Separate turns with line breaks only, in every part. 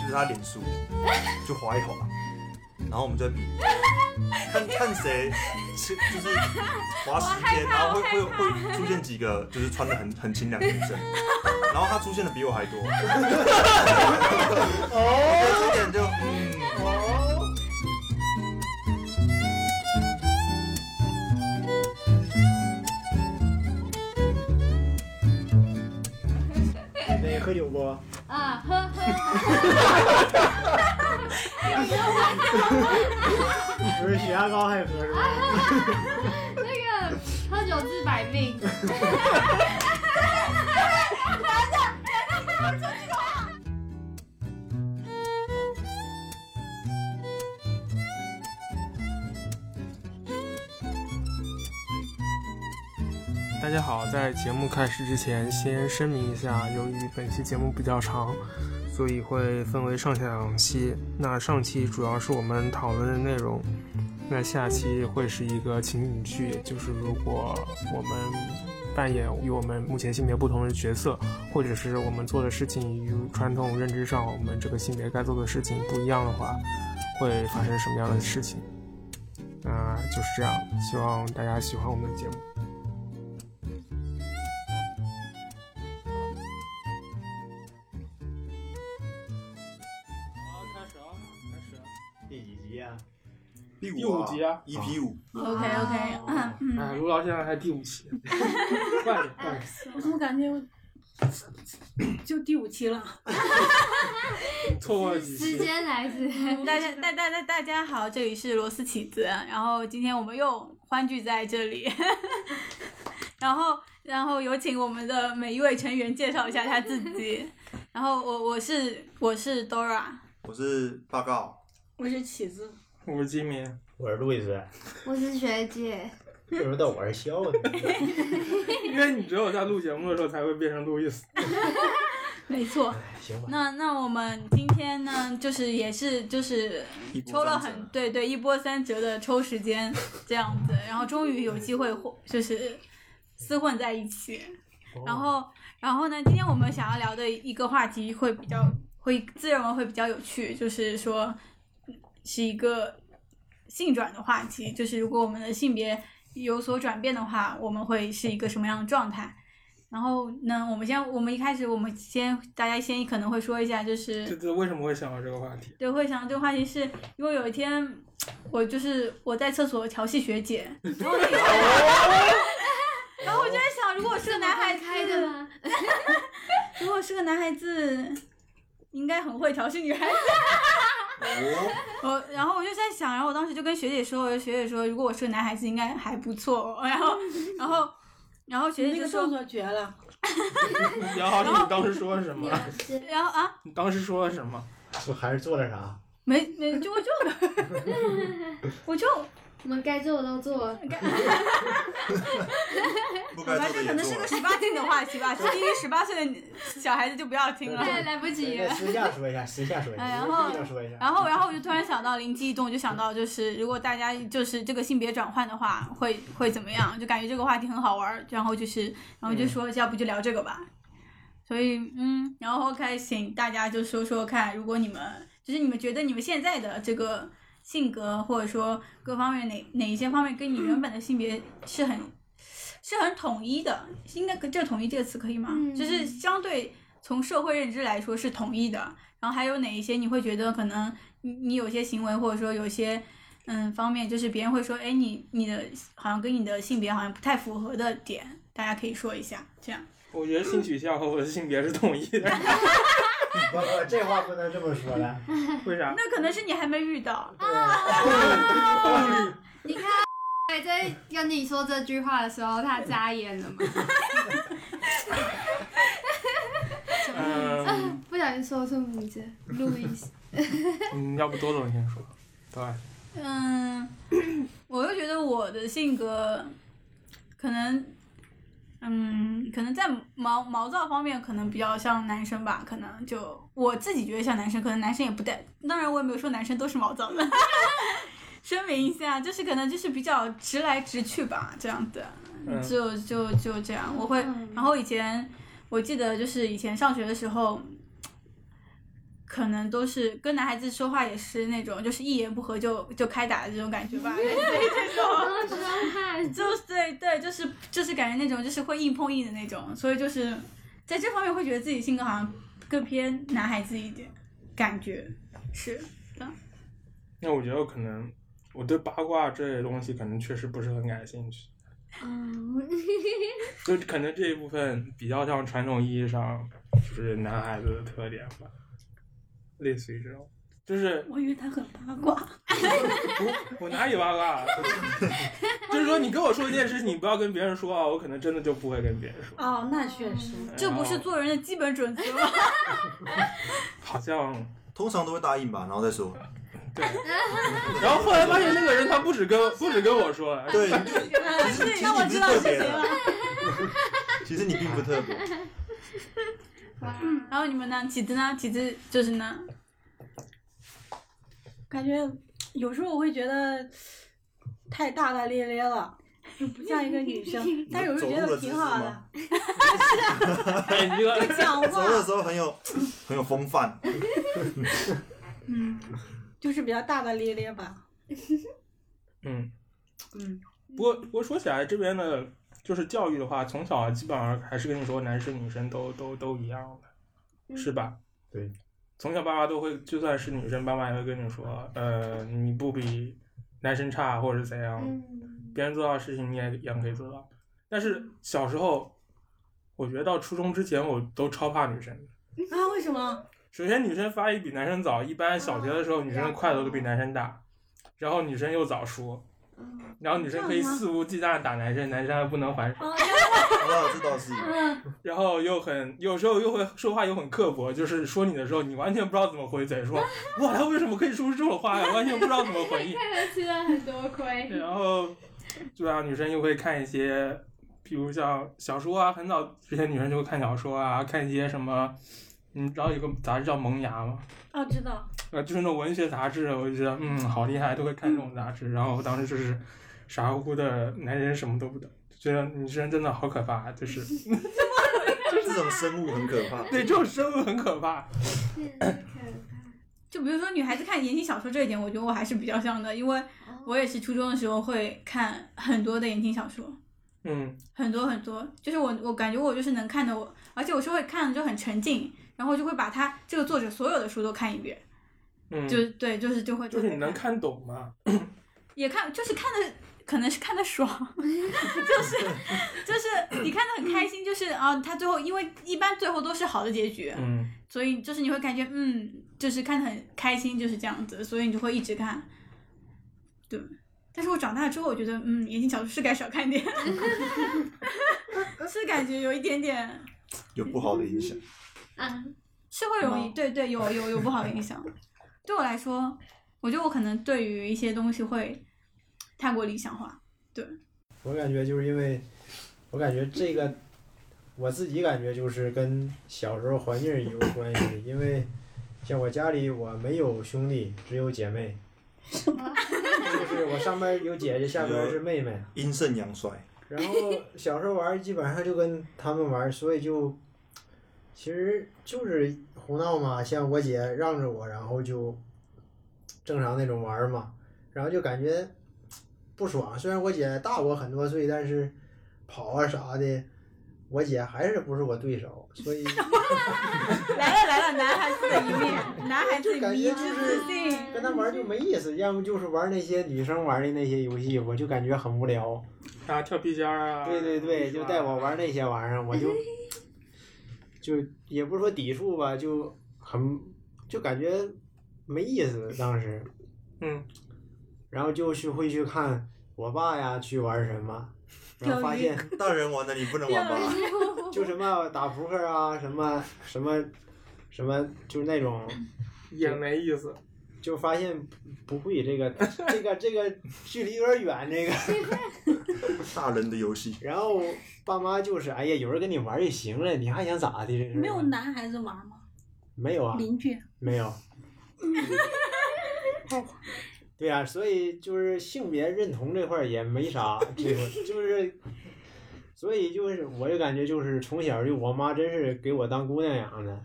就是他脸书， 就划一划，然后我们就在比，看看谁是就是划时间，然后会会会出现几个就是穿的很很清凉的女生，然后她出现的比我还多，哦，这点就嗯。
那个喝酒不？
啊，喝喝，
不是血压高还喝是吧？
那个喝酒治百 病。
大家好，在节目开始之前，先声明一下，由于本期节目比较长，所以会分为上下两期。那上期主要是我们讨论的内容，那下期会是一个情景剧，就是如果我们扮演与我们目前性别不同的角色，或者是我们做的事情与传统认知上我们这个性别该做的事情不一样的话，会发生什么样的事情？那就是这样，希望大家喜欢我们的节目。
好，开始啊，开始。
第几集啊？
第
第五集啊，
，EP 五，
OK OK，
哎，卢老现在还第五期， 快点快点！
我怎么感觉我就第五期了？
错过了几
时
期，
间来自
嗯大家大大大大家好，这里是螺丝起子，然后今天我们又欢聚在这里， 然后然后有请我们的每一位成员介绍一下他自己，然后我我是我是 Dora，
我是报告，
我是起子，
我是金明，
我是路易斯，
我是学姐，
为什么到我是笑呢？
因为你只有在录节目的时候才会变成路易斯。
没错。
哎行吧，
那那我们今天呢，就是也是就是
一波
抽了
三折
很对对一波三折的抽时间这样子，然后终于有机会混就是厮混在一起。
哦
然后然后呢，今天我们想要聊的一个话题会比较会自认为会比较有趣，就是说是一个性转的话题，就是如果我们的性别有所转变的话，我们会是一个什么样的状态？然后呢，我们先，我们一开始，我们先，大家先可能会说一下，就是
这这为什么会想到这个话题？
对，会想到这个话题是，因为有一天我就是我在厕所调戏学姐，然后我就 然后我就在想，如果我是个男孩子，
开的吗？
如果是个男孩子，应该很会调戏女孩子。
哦，
我然后我就在想，然后我当时就跟学姐说，我就学姐说，如果我是个男孩子，应该还不错、哦。然 后，然后，然后学姐就说，
所绝了，
聊好你当时说了什么？
是
然后啊，
你当时说了什么？
我还是做了啥？
没 没，就我就我就
我们该做的都做了，
不该
反
做的
正可
也
能
做
是
了
个，十八禁的话题吧，低于十八岁的小孩子就不要听了。
哎来不及
那
了。
私下说一下，私下说一下，
哎然后
一定要说一下。
然后，然后我就突然想到灵机一动，就想到就是如果大家就是这个性别转换的话，会会怎么样？就感觉这个话题很好玩儿，然后就是，然后就说、要不就聊这个吧。所以，嗯，然后开始请大家就说说看，如果你们就是你们觉得你们现在的这个性格或者说各方面哪哪一些方面跟你原本的性别是很是很统一的，应该这“统一”这个词可以吗？
嗯
就是相对从社会认知来说是统一的。然后还有哪一些你会觉得可能你你有些行为或者说有些嗯方面，就是别人会说，哎，你你的好像跟你的性别好像不太符合的点，大家可以说一下。这样，
我觉得性取向和我的性别是统一 的，
不不，这话不能这么说的。
为 啥？嗯
那可能是你还没遇到。
你看，还哎在跟你说这句话的时候，他扎眼了嘛？
嗯，
不小心说出名字，路易斯。
嗯要不多总先说，对吧？
嗯， 我就觉得我的性格可能。嗯，可能在毛毛躁方面，可能比较像男生吧。可能就我自己觉得像男生，可能男生也不带。当然，我也没有说男生都是毛躁的， 声明一下，就是可能就是比较直来直去吧，这样子。
嗯，
就就就这样，我会。
嗯
然后以前我记得就是以前上学的时候，可能都是跟男孩子说话也是那种，就是一言不合就就开打的这种感觉 吧，类似于这种。
好伤害，
就是对对，就是就是感觉那种就是会硬碰硬的那种，所以就是在这方面会觉得自己性格好像更偏男孩子一点，感觉是的。
那我觉得可能我对八卦这类东西可能确实不是很感兴趣，
嗯，
就可能这一部分比较像传统意义上就是男孩子的特点吧，类似于这种。就是
我以为他很八卦，
我我哪里八卦，啊 就是说你跟我说一件事情，你不要跟别人说啊，我可能真的就不会跟别人说。
哦，那确实，哦
这不是
然后
做人的基本准则 吗？
好像
通常都会答应吧，然后再 说。
对，然后后来发现那个人他不止跟不止跟我说了，
对，你就
原来
其实
是
其
让
实
我
你不
知
是
道
特
是
别
谁了
的。，其实你并不特别。
哇，
然后你们呢？起子呢？起子就是呢，
感觉有时候我会觉得太大大咧咧了，就不 像一个女生，但有时候觉得挺好的，
哎，你这个
就 讲
走路的
话
时候很有很有风范，
嗯，
就是比较大大咧咧吧。
嗯，
嗯，
不过不过说起来，这边的就是教育的话，从小基本上还是跟你说，男生女生都都都一样的，是吧？
对，
从小爸妈都会，就算是女生，爸妈也会跟你说，呃，你不比男生差，或者怎样，
嗯，
别人做到的事情你也一样可以做到。但是小时候，我觉得到初中之前，我都超怕女生的。
啊，为什么？
首先，女生发育比男生早，一般小学的时候，女生的块头都比男生大，然后女生又早熟，然后女生可以肆无忌惮地打男生，男生还不能还手，
啊，
哦，这倒是。
然后又很有时候又会说话又很刻薄，就是说你的时候，你完全不知道怎么回嘴，说哇他为什么可以说出这种话呀，完全不知道怎么回应。
吃了很多亏，
然后对啊，女生又会看一些，比如像小说啊，很早之前女生就会看小说啊，看一些什么，你知道有个杂志叫《萌芽》吗？
哦，知道。
呃，就是那种文学杂志，我就觉得嗯，好厉害，都会看这种杂志。然后我当时就是傻乎乎的男人，什么都不懂，就觉得女生真的好可怕，就是
这种生物很可怕。
对这种生物很可怕。
真的可
就比如说女孩子看言情小说这一点，我觉得我还是比较像的，因为
哦
怕
我也是初中的时候会看很多的言情小说，
嗯，
很多很多，就是我我感觉我就是能看的我，而且我是会看的就很沉浸，然后就会把他这个作者所有的书都看一遍，
嗯，
就是对，就是就会
就是你能看 懂吗？
也看，就是看的可能是看的爽， 就是就是你看的很开心，就是啊，他最后因为一般最后都是好的结局，
嗯，
所以就是你会感觉嗯，就是看的很开心，就是这样子，所以你就会一直看，对。但是我长大之后，我觉得嗯，言情小说是该少看点， 是感觉有一点点。
有不好的影响。
啊，
是会容易，对对，有有有不好的影响。对我来说，我觉得我可能对于一些东西会太过理想化。
我感觉就是因为，我感觉这个我自己感觉就是跟小时候环境也有关系，因为像我家里我没有兄弟，只有姐妹，就是我上边有姐姐，下边是妹妹。
阴盛阳衰，
然后小时候玩儿基本上就跟他们玩儿，所以就其实就是胡闹嘛。像我姐让着我，然后就正常那种玩儿嘛，然后就感觉不爽。虽然我姐大我很多岁，但是跑啊啥的，我姐还是不是我对手，所以
来了来了，男孩子的一面，男孩子
就感
迷
觉
之
就是
自信。
跟她玩儿就没意思。要么就是玩儿那些女生玩儿的那些游戏，我就感觉很无聊。
啊，跳皮筋儿啊，
对对对，
是吧
就带我玩那些玩意儿，我就 就也不是说抵触吧，就很就感觉没意思当时，
嗯，
然后就去会去看我爸呀去玩什么，然后发现
大人玩的你不能玩吧？
就什么打扑克啊，什么什么什么，就是那种
也没意思。
就发现不会这个这个这个距离有点远这个，
大人的游戏，
然后爸妈就是哎呀，有人跟你玩就行了，你还想咋的这事儿啊？
没有男孩子玩吗？
没有啊，
邻居。
没 有。对呀、所以就是性别认同这块儿也没啥，这个就是，所以就是我就感觉就是从小就我妈真是给我当姑娘养的，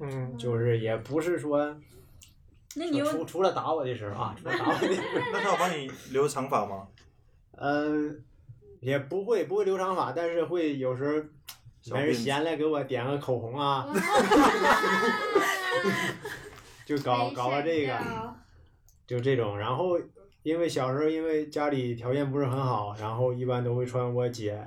嗯，
就是也不是说
那你
除
又
除除了打我的时候啊，除了打我的时候，
那他有帮你留长发吗？
嗯，也不会不会留长发，但是会有时候
小
没人
辫子
闲来给我点个口红啊，就搞搞个这个。
啊
就这种。然后因为小时候因为家里条件不是很好，然后一般都会穿我姐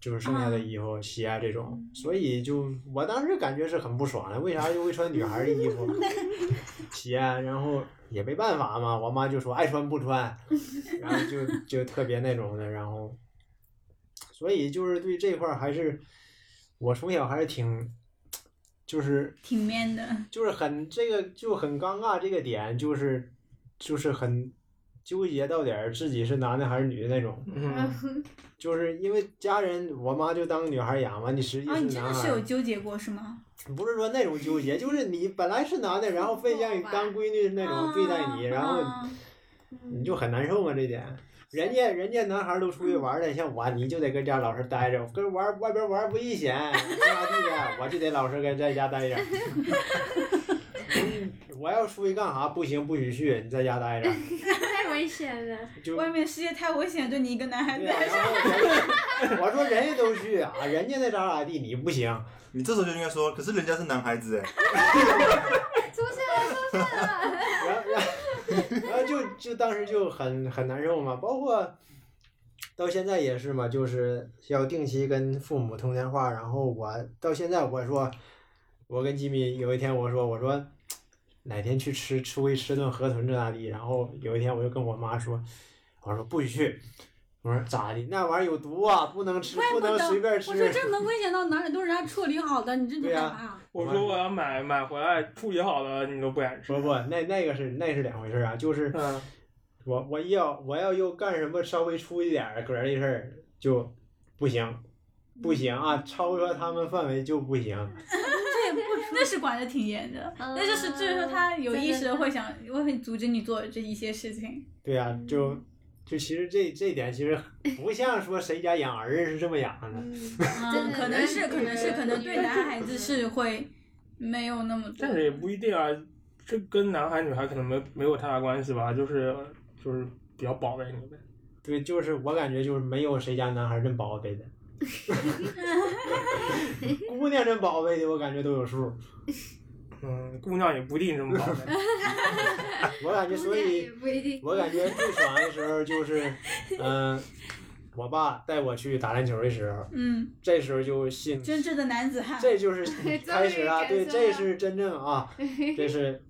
就是剩下的衣服、鞋啊这种，所以就我当时感觉是很不爽的，为啥就会穿女孩的衣服、鞋啊？然后也没办法嘛，我妈就说爱穿不穿，然后就就特别那种的，然后所以就是对这块儿还是我从小还是挺。就是
挺 man 的，
就是很这个就很尴尬，这个点就是就是很纠结到底儿自己是男的还是女的那种，
嗯，
就是因为家人我妈就当女孩养嘛，你实际
啊，
是
你真
男
的是
孩
有
儿，
纠结过是吗？
不是说那种纠结，就是你本来是男的，然后非让你当闺女那种对待你，
啊
然后
啊
你就很难受嘛这点。人家人家男孩儿都出去玩儿了，像我你就得搁家老实待着，跟玩儿外边玩儿危险，干嘛地的，我就得老实跟在家待着。 我要出去干啥不行，不许去，你在家待着。
太危险了，
就
外面世界太危险，对你一个男孩子
对啊，然后人我说人家都去啊，人家那咋咋地，你不行。
你这时候就应该说，可是人家是男孩子哎，
出现了，出现 了，
然后然后然后就就当时就很很难受嘛，包括到现在也是嘛，就是要定期跟父母通电话。然后我到现在我说，我跟吉米有一天我说我说哪天去吃出去吃顿河豚这那地，然后有一天我就跟我妈说，我说不许去。我说咋的？那玩意儿有毒啊，不能吃，不能随便吃。
我说这能危险到哪里？都是人家处理好的，你这你
对
干
呀
嘛呀？
我说我要买买回来处理好了，你都不敢吃。
不不，那那个是那是两回事儿啊，就是
嗯，
我我要我要又干什么稍微出一点儿格儿的事儿就不行，不行啊，超出他们范围就不行。
这也不那是管的挺严的，
嗯
那就是就是说他有意识
真
的
的
会想，会很阻止你做这一些事情。
对呀、就
嗯
就其实这这点其实不像说谁家养儿子是这么养的，
真
嗯，
的
可能是
真的
可能是可能对男孩子
嗯
是会没有那么多
但是也不一定啊，这跟男孩女孩可能没没有太大关系吧，就是就是比较宝贝你呗。
对，就是我感觉就是没有谁家男孩儿真宝贝的， 姑娘真宝贝的，我感觉都有数。
嗯，姑娘也不一定这么宝贝。
我感觉
姑
所
娘
以
也 不 一定。
我感觉最爽的时候就是，嗯、我爸带我去打篮球的时候，
嗯，
这时候就信，
真正的男子 汉。
这就是开始了，
终
对，
于感受到
这是真正啊，这是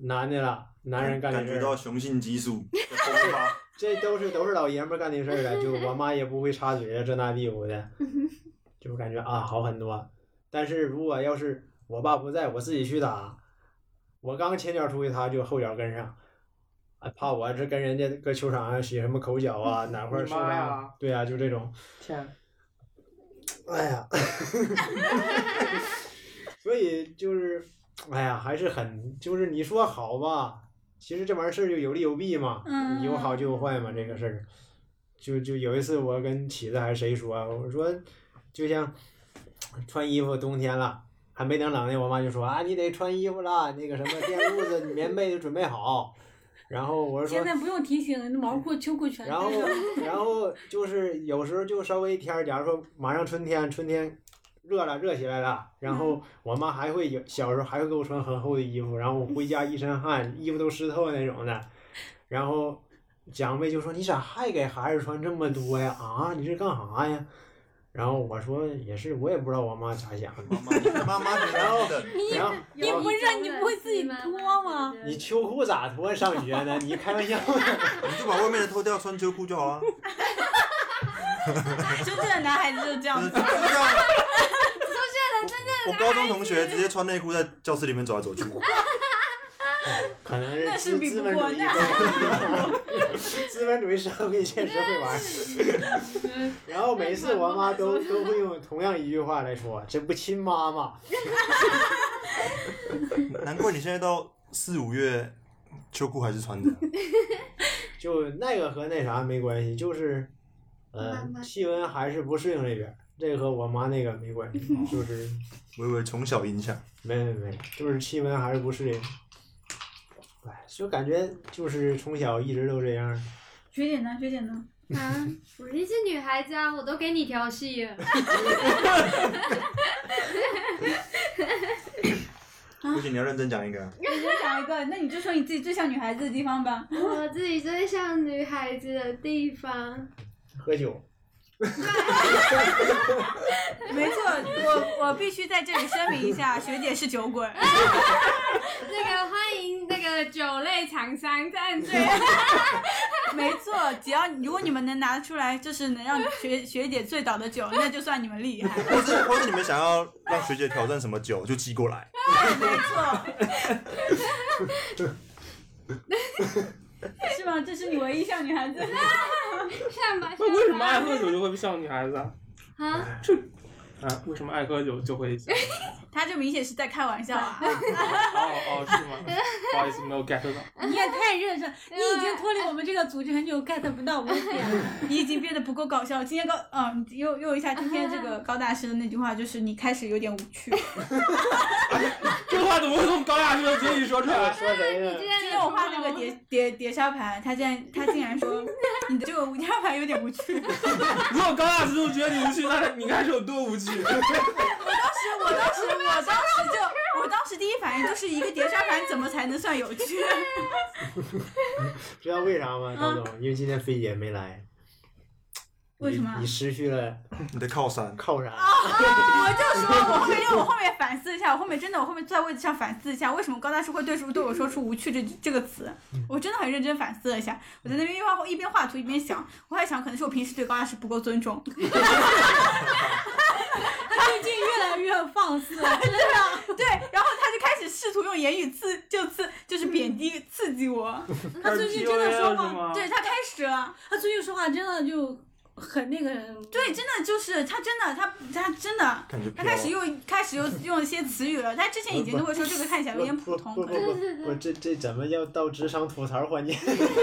男的了，男人干
感
的
觉
事
到
儿，
雄性激素在迸发。
这都是都是老爷们儿干的事儿了，就我妈也不会插嘴啊，这那地我 的，就感觉啊好很多。但是如果要是我爸不在，我自己去打，我刚前脚出去，他就后脚跟上。啊怕我这跟人家搁球场上起什么口角啊，哪块儿
你
受
妈呀
伤？对呀、就这种。
天，啊
哎呀， 所以就是，哎呀，还是很，就是你说好吧，其实这玩意儿事儿就有利有弊嘛，
嗯
有好就有坏嘛，这个事儿。就就有一次我跟起子还是谁说啊，我说就像穿衣服，冬天了还没等冷呢，我妈就说啊，你得穿衣服啦，那个什么电褥子、棉被都准备好。然后我说
现在不用提醒，那毛裤、秋裤 全
然后，然后就是有时候就稍微天儿，假如说马上春天，春天热了，热起来了，然后我妈还会有小时候还会给我穿很厚的衣服，然后我回家一身汗，衣服都湿透那种的，然后长辈就说你咋还给孩子穿这么多呀？啊，你这干啥呀？然后我说也是，我也不知道我妈咋想的。
妈妈妈妈觉得冷，
然后
你不是你不会自己脱吗
你秋裤咋脱上学呢？你开玩笑呢？
你就把外面的脱掉，穿秋裤就好了。
真正的男孩子就是这样
就是
子
这。 样。我我高中同学直接穿内裤在教室里面走来走去，
可能
那是
是
比
资
不
资本
过
主义的， 资本主义社会确实会玩。
嗯
然后每次我妈都都会用同样一句话来说：“这不亲妈吗
难怪你现在到四五月秋裤还是穿的。？”
就那个和那啥没关系，就是，
妈
呃，
妈
气温 还是不适应这边儿，这个和我妈那个没关系，就是
微微从小影响，
没没没，就是气温还是不适应。哎，就感觉就是从小一直都这样。
学姐呢？学姐呢？
啊，我一是女孩子啊，我都给你调戏了。
不行，你要认真讲一个。啊
你就讲一个，那你就说你自己最像女孩子的地方吧。
我自己最像女孩子的地方，
喝酒，
没错，我我必须在这里声明一下，学姐是酒鬼。
那个欢迎那个酒类厂商赞助。
没错，只要如果你们能拿出来，就是能让学学姐醉倒的酒，那就算你们厉害。
或是 或是你们想要让学姐挑战什么酒，就寄过来。
没错，
是吗？这是你唯一像女孩子。
像吧，
那为什么爱
像吧。
喝酒就会像女孩子啊？
啊，
啊，为什么爱喝酒就会 像？
她这明显是在开玩笑啊！
哦哦，是吗？不好意思，没有 get 到。
你也太认真，你已经脱离我们这个组织很久，get 不到我点。
你已经变得不够搞笑。今天高，嗯，又又一下，今天这个高大师的那句话就是你开始有点无趣。
这话怎么会从高大师的嘴里说出来？
说谁呢？
今天我画那个 叠叠叠沙盘，他竟然他竟然 说你的这个叠沙盘有点无趣。当时
如果高大师都觉得你无趣，那你该是有多 无趣？
我当时我当时就我当时第一反应就是一个叠沙盘怎么才能算有趣？
知道为啥
啊
吗，张总？因为今天菲姐没来。
为什么啊
你你失去了
你的靠山，
靠山。
我就说我后面因为我后面反思一下，我后面真的我后面坐在位置上反思一下，为什么高大师会对对我说出无趣这这个词？我真的很认真反思了一下，我在那边一边画一边画图一边想，我还想可能是我平时对高大师不够尊重。
他最近越来越放肆了，真的。
对，然后他就开始试图用言语刺，就刺，就是贬低刺激我。
他最近真的说话，
吗？
对他开始了，
他最近啊说话真的就很那个。
对，真的就是他真的他他真的
感觉飘
他开始
啊
又开始又用 一些词语了。他之前以前都会说这个看起来有点普通嗯
不，不
可能
不不不，这这怎么要到职场吐槽 环节？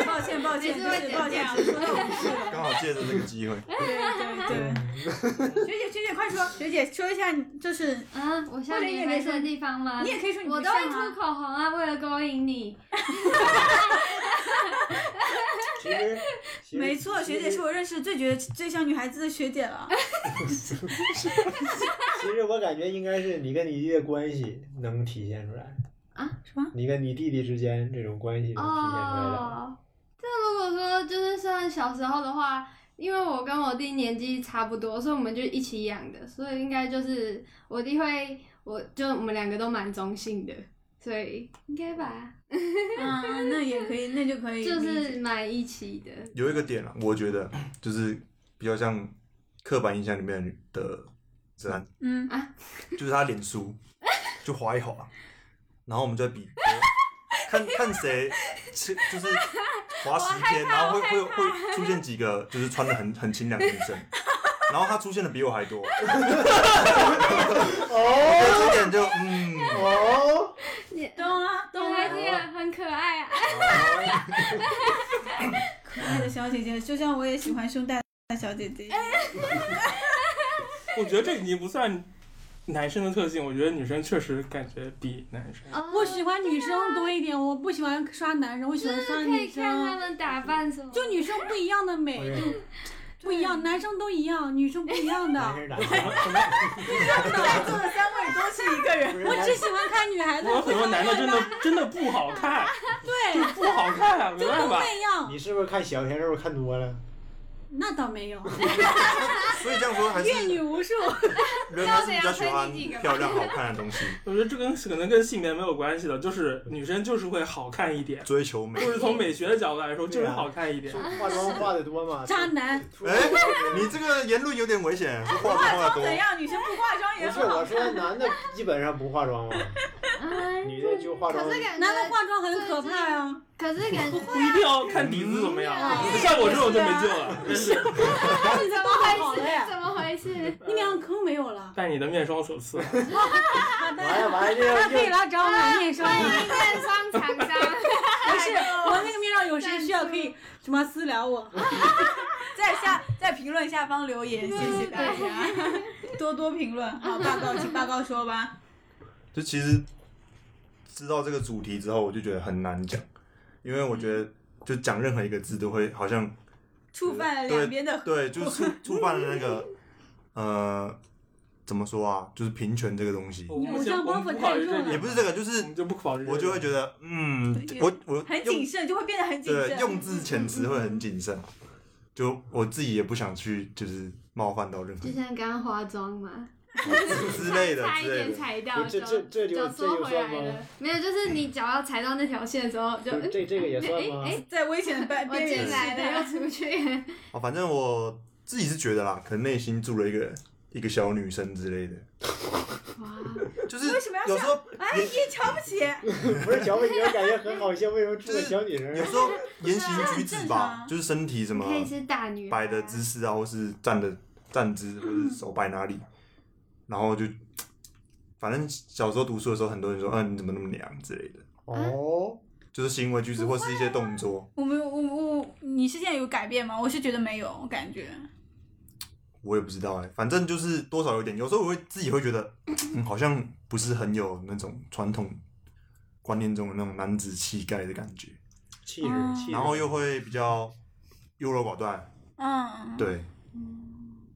抱歉抱歉，
每次
就
会
是抱
剪
歉，
掉
说到不是了。
刚好借着这个机会，
对对
嗯
对， 学姐学姐快说，学姐说一下，就是
啊，我像女孩子的地方吗
你？也可以说你
我
不
都会
像
涂
啊。
口红啊，为了勾引你。
其实，其实
没错，学姐是。我认识最觉得最像女孩子的学姐 了。
其实我感觉应该是你跟你弟的关系能体现出来，
啊什么？
你跟你弟弟之间这种关系能体现出来的。
哦，这如果说就是算小时候的话，因为我跟我弟年纪差不多，所以我们就一起养的，所以应该就是我弟会，我就我们两个都蛮中性的，所以应该吧，
嗯，那也可以，那就可以理解。
就是蛮一起的。
有一个点啊，我觉得就是比较像刻板印象里面的女的子安，
嗯
就是她脸 书就划一划，然后我们就在比，看看谁是就是划十天，然后会会会出现几个就是穿的很很清凉的女生，然后她出现的比我还多，哦，这点就嗯，
哦，
懂了，懂
女孩
了。
子也很可爱啊。
可爱的小姐姐，就像我也喜欢胸大的小姐姐一样。
哎
我觉得这已经不算男生的特性，我觉得女生确实感觉比男生。
哦
我喜欢女生多一点，我不喜欢刷男人，我喜欢刷
啊可以
女
看他
生。啊
们打扮什么，
哦就女生不一样的美，
我也
就不一样，男生都一样，女生不一样
啊
男
的。
生打架，
在座的三位都是一个人，
不 是
我
男
只喜欢看女孩子，
我有很多男的真的真的不好看，
对，
不好看啊，没
就
办
都
法。
那样。
你是不是看小鲜肉看多了？
那倒没有，
所以这样说还是
阅女无数。
人还是比较喜欢漂亮好看的东西，
我觉得这跟可能跟性别没有关系的，就是女生就是会好看一点，
追求美
就。是从美学的角度来说，
啊
就是好看一点。
化妆化的多嘛？
渣男，
突
哎
然，
你这个言论有点危险，说化
化
妆化的
妆
多。
怎样？女生不化妆也
不是
很好
我
看。
说，男的基本上不化妆嘛，
啊
哎
女的就化妆
可。是感觉
男的化妆很可怕啊。
可是感觉
不一定要看底子怎么样，像我这种就没救了。真是
那你的包还好了呀，
怎么回事？
你脸上坑没有 了。
拜你的面霜所赐，
完了完了，这
那可以
又
来找我买面霜。
欢迎面霜厂商。
不是，我那个面上有谁需要可以什么私聊我，
在下在评论下方 留言，谢谢大家，多多评论。好，报告请报告说吧。
就其实知道这个主题之后，我就觉得很难讲，因为我觉得就讲任何一个字都会好像
触犯了
对
两边的
对，就是触触犯了那 个呃，怎么说啊，就是平权这个东西，
我
偶
们
像
先
包
我
袱
们
太
考虑
重
这
了
个，
也不是这个，就是
我们就不考虑这个，
我就会觉得嗯，我我
很
用
谨慎，就会变得很谨
对
慎。
用字遣词会很谨慎，就我自己也不想去就是冒犯到任何
就
人
像刚刚化妆嘛，
之类的
差一
之类
点
的。
踩到，
这
就
这这就
就
这就
缩回来
算吗
了。没有，就是你脚要踩到那条线的时候，就
这这这个也算吗？
哎哎
在危险的边
我
边缘
进来了又
时代，
出去，
啊，反正我自己是觉得啦，可能内心住了一个一个小女生之类的，
哇，
就是
为什么要
有时候
哎，你也瞧不起，
不是小美，你我感觉很好笑，为什么住个小女生？
有时候言行举止
这很正常
吧
啊，
就是身体怎
你
么
可以是大女孩
摆 的姿势啊，或是站的站姿，或是手摆哪里，然后就，反正小时候读书的时候，很多人说，嗯、你怎么那么娘之类的，
哦，
就是行为举止或是一些动作，
我没有，我我你是现在有改变吗？我是觉得没有，我感觉
我也不知道哎、反正就是多少有点，有时候我会自己会觉得，嗯，好像不是很有那种传统观念中的那种男子气概的感觉，
气质，气质。
然后又会比较优柔寡断，
嗯，
对，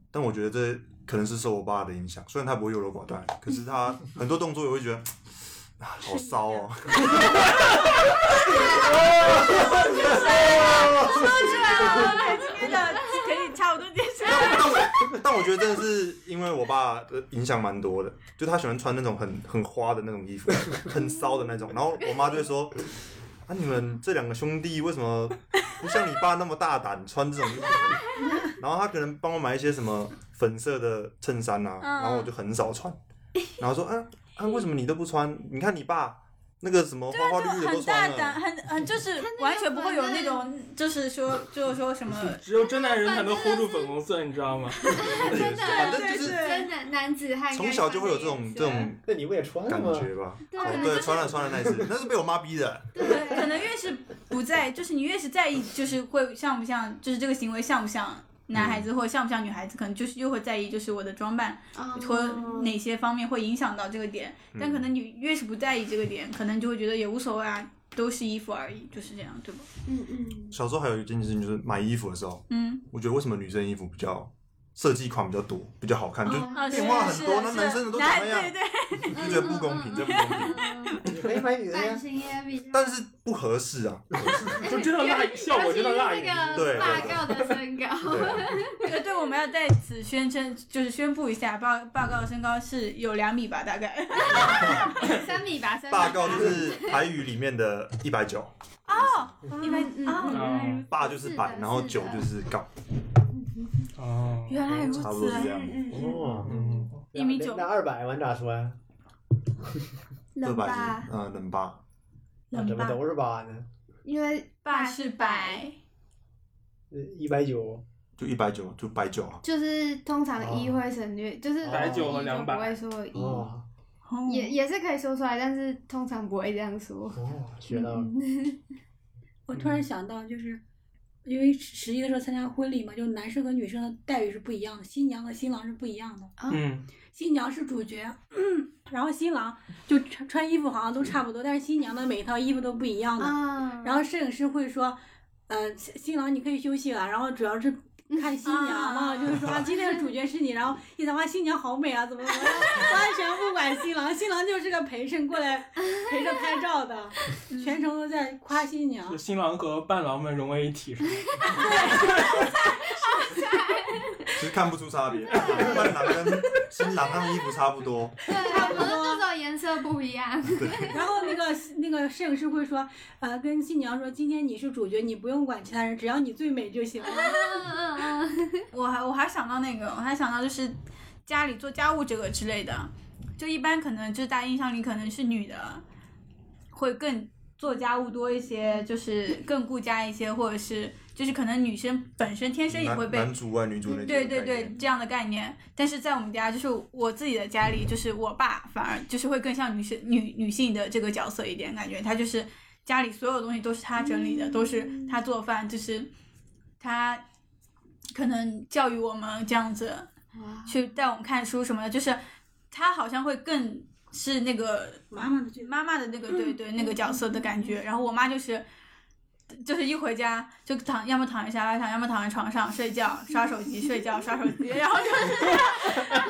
但我觉得这可能是受我爸的影响，虽然他不会优柔寡断，可是他很多动作我会觉得。啊，好骚哦！
这个可以差不多结束。
但我觉得真的是因为我爸的影响蛮多的，就他喜欢穿那种很很花的那种衣服，很骚的那种。然后我妈就会说：“啊，你们这两个兄弟为什么不像你爸那么大胆穿这种衣服？”然后他可能帮我买一些什么粉色的衬衫啊，
嗯
然后我就很少穿。然后说：“啊啊，为什么你都不穿？你看你爸那个什么花花
就
绿绿的都
很大
穿了。”
胆，很很就是完全不会有那种，就是说就是说什么，
只有真男人才能 hold 住粉红色，你知道吗？
真
反
的
正就是
真的男子汉，
从小就会有这种这种
那你不也穿了
感
吗？
觉吧。
啊
对
哦对，穿了穿了那一 次，那是被我妈逼的。
可能越是不在，就是你越是在意，就是会像不像，就是这个行为像不像男孩子
嗯
或者像不像女孩子，可能就是又会在意，就是我的装扮
啊哦嗯
或哪些方面会影响到这个点。
嗯
但可能你越是不在意这个点，可能就会觉得也无所谓啊，都是衣服而已，就是这样，对吧？
嗯嗯，
小时候还有一件事情，就是买衣服的时候，
嗯，
我觉得为什么女生衣服比较设计款比较多，比较好看， 就
嗯
啊，是
变化
是
很多，那
是
男生的都长
男
那样
对，对，
就
嗯
觉得不公平，这不公平。
平，
你可以买女的
哦版
呀。
型也比较，
但是不合适 啊，
就知道辣，效果知道辣一点。
那
对对对
个霸告的身高，
对啊，
对对，我们要在此宣称，就是宣布一下，报报告身高是有两米吧，大概。
三米吧，三米
霸告 就是台语里面的一百九，
一般
嗯
哦
嗯
啊，
霸就是
是
百，
的
然后
是的
九就是高，
哦，
原来如
哎差不多
此
是
啊
这，样。
哦，
嗯，
一米九
那二百完咋啊穿？
二
冷
百
吧
是，嗯冷霸，
那怎
冷
么
吧，
都是八呢？
因为
爸是白，
呃一百九，
就一百九就百九啊，
就是通常
哦
一会省略，就是
190
一就
和200
不会说一。
哦
哦
也也是可以说出来，但是通常不会这样说。
哦，学到
嗯
了。
我突然想到，就是因为十一的时候参加婚礼嘛，就男生和女生的待遇是不一样的，新娘和新郎是不一样的。
嗯，
新娘是主角，嗯然后新郎就穿穿衣服好像都差不多，但是新娘的每一套衣服都不一样的。
啊，
然后摄影师会说，呃，新新郎你可以休息了，然后主要是看新娘嘛，
啊
就是说啊，今天的主角是你，然 后一想哇，新娘好美啊，怎么怎么样，完全不管新郎，新郎就是个陪衬过来陪着拍照 的，全程都在夸新娘
就。新郎和伴郎们融为一体，是吧？
其实看不出差 别，伴郎跟新郎他们衣服差不多，
对，差不多这种颜色不一样。
然后那个那个摄影师会说，呃，跟新娘说，今天你是主角，你不用管其他人，只要你最美就行了。
嗯嗯
我还我还想到那个，我还想到就是家里做家务这个之类的，就一般可能就是大家印象里可能是女的会更做家务多一些，就是更顾家一些，或者是就是可能女生本身天生也会
男
被
男主外女主内，
对对对，这样的概念。但是在我们家，就是我自己的家里，就是我爸反而就是会更像女生女女性的这个角色一点，感觉他就是家里所有东西都是他整理的，都是他做饭，就是他可能教育我们这样子，
嗯，哇，
去带我们看书什么的，就是他好像会更是那个
妈妈的这个
妈妈的那个对对那个角色的感觉，然后我妈就是。就是一回家就躺，要么躺在沙发上，要么躺在床上睡觉，刷手机睡觉刷手机，然后就是这样，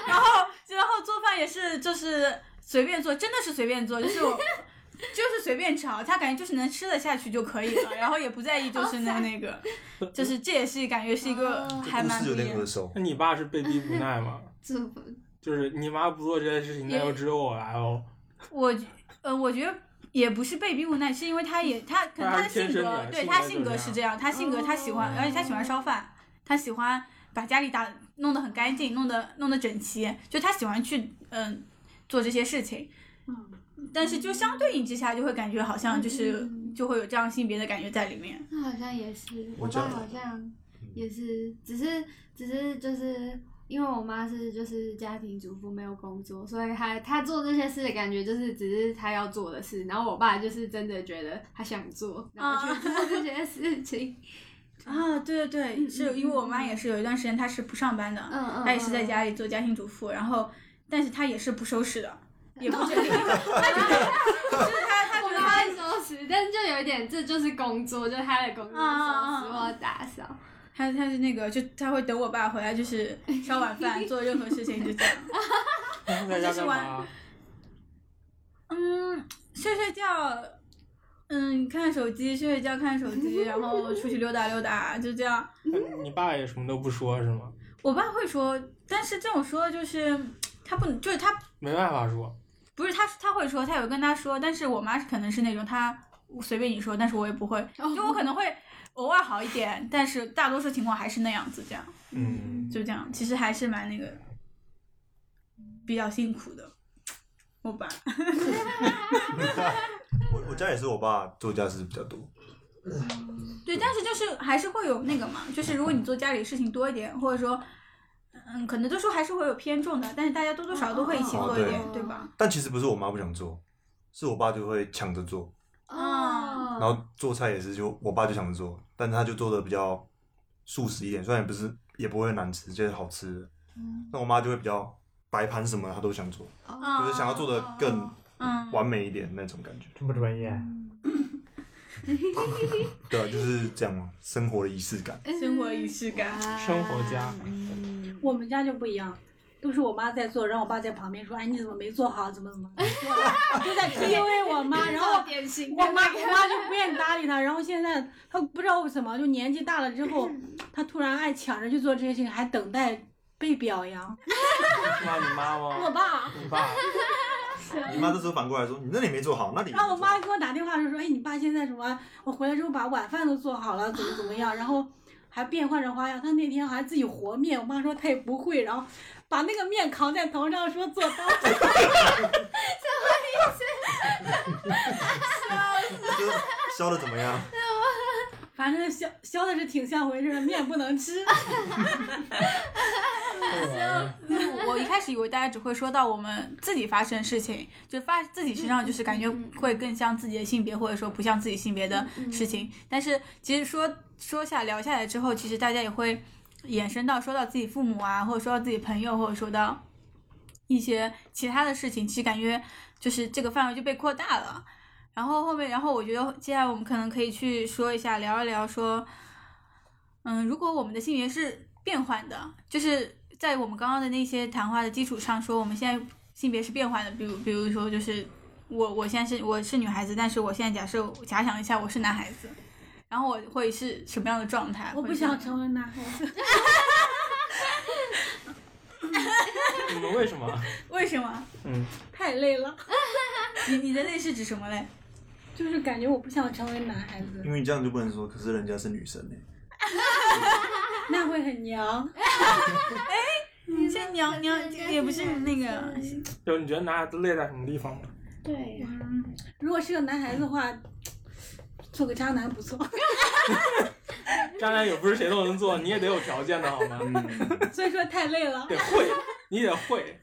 然后然后做饭也是就是随便做，真的是随便做，就是我就是随便炒，她感觉就是能吃得下去就可以了，然后也不在意就是那那个，就是这也是感觉是一个
哦
还
故
蛮
事
不
有
一
点
样
耳熟。
那你爸是被逼无奈吗？
这不
就是你妈不做这件事情，那
也
就只有我来哦喽。
我呃，我觉得也不是被逼无奈，是因为他也他可能他
他
的
是
性
天生
格
的，
对
性
他
格
性
就
格
这
是
样
这样，他性格他喜欢，而且他喜欢烧饭，他喜欢把家里打弄得很干净，弄得弄得整齐，就他喜欢去嗯、做这些事情。嗯但是就相对应之下，就会感觉好像就是就会有这样性别的感觉在里面。
那好像也是，
我
我
觉得嗯
爸好像也是，只是只是就是因为我妈是就是家庭主妇，没有工作，所以她她做这些事的感觉就是只是她要做的事，然后我爸就是真的觉得他想做，然后去做这些事情。
啊，对对对，是因为我妈也是有一段时间她是不上班的，
嗯嗯，
她也是在
嗯。
家里做家庭主妇，然后但是她也是不收拾的，也 不觉得，就是她她
我
觉得
妈
她
会收拾，但就有一点，这就是工作，就是她的工作，
嗯嗯
收拾
嗯
或打扫。
她她是那个就她会等我爸回来，就是烧晚饭做任何事情就这样，
然后在家
就是
干
玩
嘛？
嗯，睡睡觉，嗯看手机睡睡觉看手机，然后出去溜达溜达就这样。
你爸也什么都不说是吗？
我爸会说，但是这种说就是他不能，就是他
没办法说，
不是他，他会说，他有跟他说，但是我妈可能是那种他随便你说，但是我也不会，就我可能会偶尔好一点，但是大多数情况还是那样子，这样
嗯，
就这样，其实还是蛮那个比较辛苦的。我爸，
我我家也是我爸做家事比较多，
对，但是就是还是会有那个嘛，就是如果你做家里事情多一点，或者说，嗯，可能多数还是会有偏重的，但是大家多多少少都会一起做一点，
哦
对吧？
但其实不是我妈不想做，是我爸就会抢着做，
嗯
啊
然
哦
哦
后做菜也是就我爸就想着做，但他就做的比较素食一点，虽然也不是也不会难吃，就是好吃的。
嗯
那我妈就会比较白盘什么的她都想做，哦就是想要做的更
嗯，
完美一点那种感觉。
这么专业，
对啊，就是这样嘛，生活的仪式感。
生活仪式感。
生活家
我们家就不一样，都是我妈在做，然后我爸在旁边说：“哎，你怎么没做好？怎么怎么？”就在 PUA 我妈，然后
典型
我妈我妈就不愿意搭理他，然后现在他不知道为什么，就年纪大了之后，他突然爱抢着去做这些事情，还等待被表扬。
骂你妈
我
吗？
爸，
你爸
你妈这时候反过来说：“你那里没做好，那里……”
然后我妈给我打电话就说：“哎，你爸现在什么？我回来之后把晚饭都做好了，怎么怎么样？”然后还变换着花样。他那天还自己和面，我妈说她也不会，然后把那个面扛在头上说做到。
就是削的怎么样？
反正削削的是挺像回事的，面不能吃。
啊
我我一开始以为大家只会说到我们自己发生的事情，就发自己身上，就是感觉会更像自己的性别，或者说不像自己性别的事情。但是其实说说下聊下来之后，其实大家也会衍生到说到自己父母啊，或者说到自己朋友，或者说到一些其他的事情，其实感觉就是这个范围就被扩大了。然后后面，然后我觉得接下来我们可能可以去说一下，聊一聊说，嗯，如果我们的性别是变换的，就是在我们刚刚的那些谈话的基础上说，我们现在性别是变换的，比如比如说就是我我现在是我是女孩子，但是我现在假设假想一下我是男孩子，然后我会是什么样的状态？
我
或
不
者是
想成为男孩子。
你们为什么？
为什么？
嗯，
太累了，
你你的类是指什么嘞？
就是感觉我不想成为男孩子，
因为你这样就不能说，可是人家是女生欸呢。
那会很娘。
你这娘娘也不是那个，
就是你觉得男孩子累在什么地方吗？
对呀，
如果是个男孩子的话，做个渣男不错。
渣男也不是谁都能做，你也得有条件的好吗？
嗯
所以说太累了。
得会，你得会。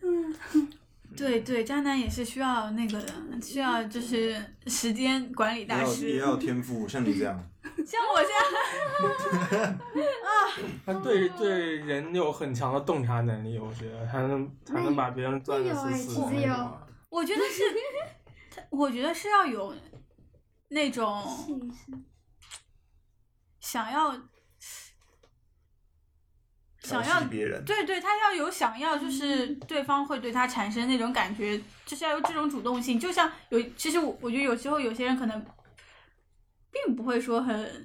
对对，渣男也是需要那个的，需要就是时间管理
也
大
要也
师
要，有天赋，像你这样。
像我这样。
他对对人有很强的洞察能力，我觉得才能才能把别人
哎
钻
有
得死
哎
死
其
的
实
那
有
种啊。
我觉得是，我觉得是要有那种
信心
想要想
调
要
戏别人，
对对，他要有想要，就是对方会对他产生那种感觉，就是要有这种主动性。就像有，其实我我觉得有时候有些人可能并不会说很，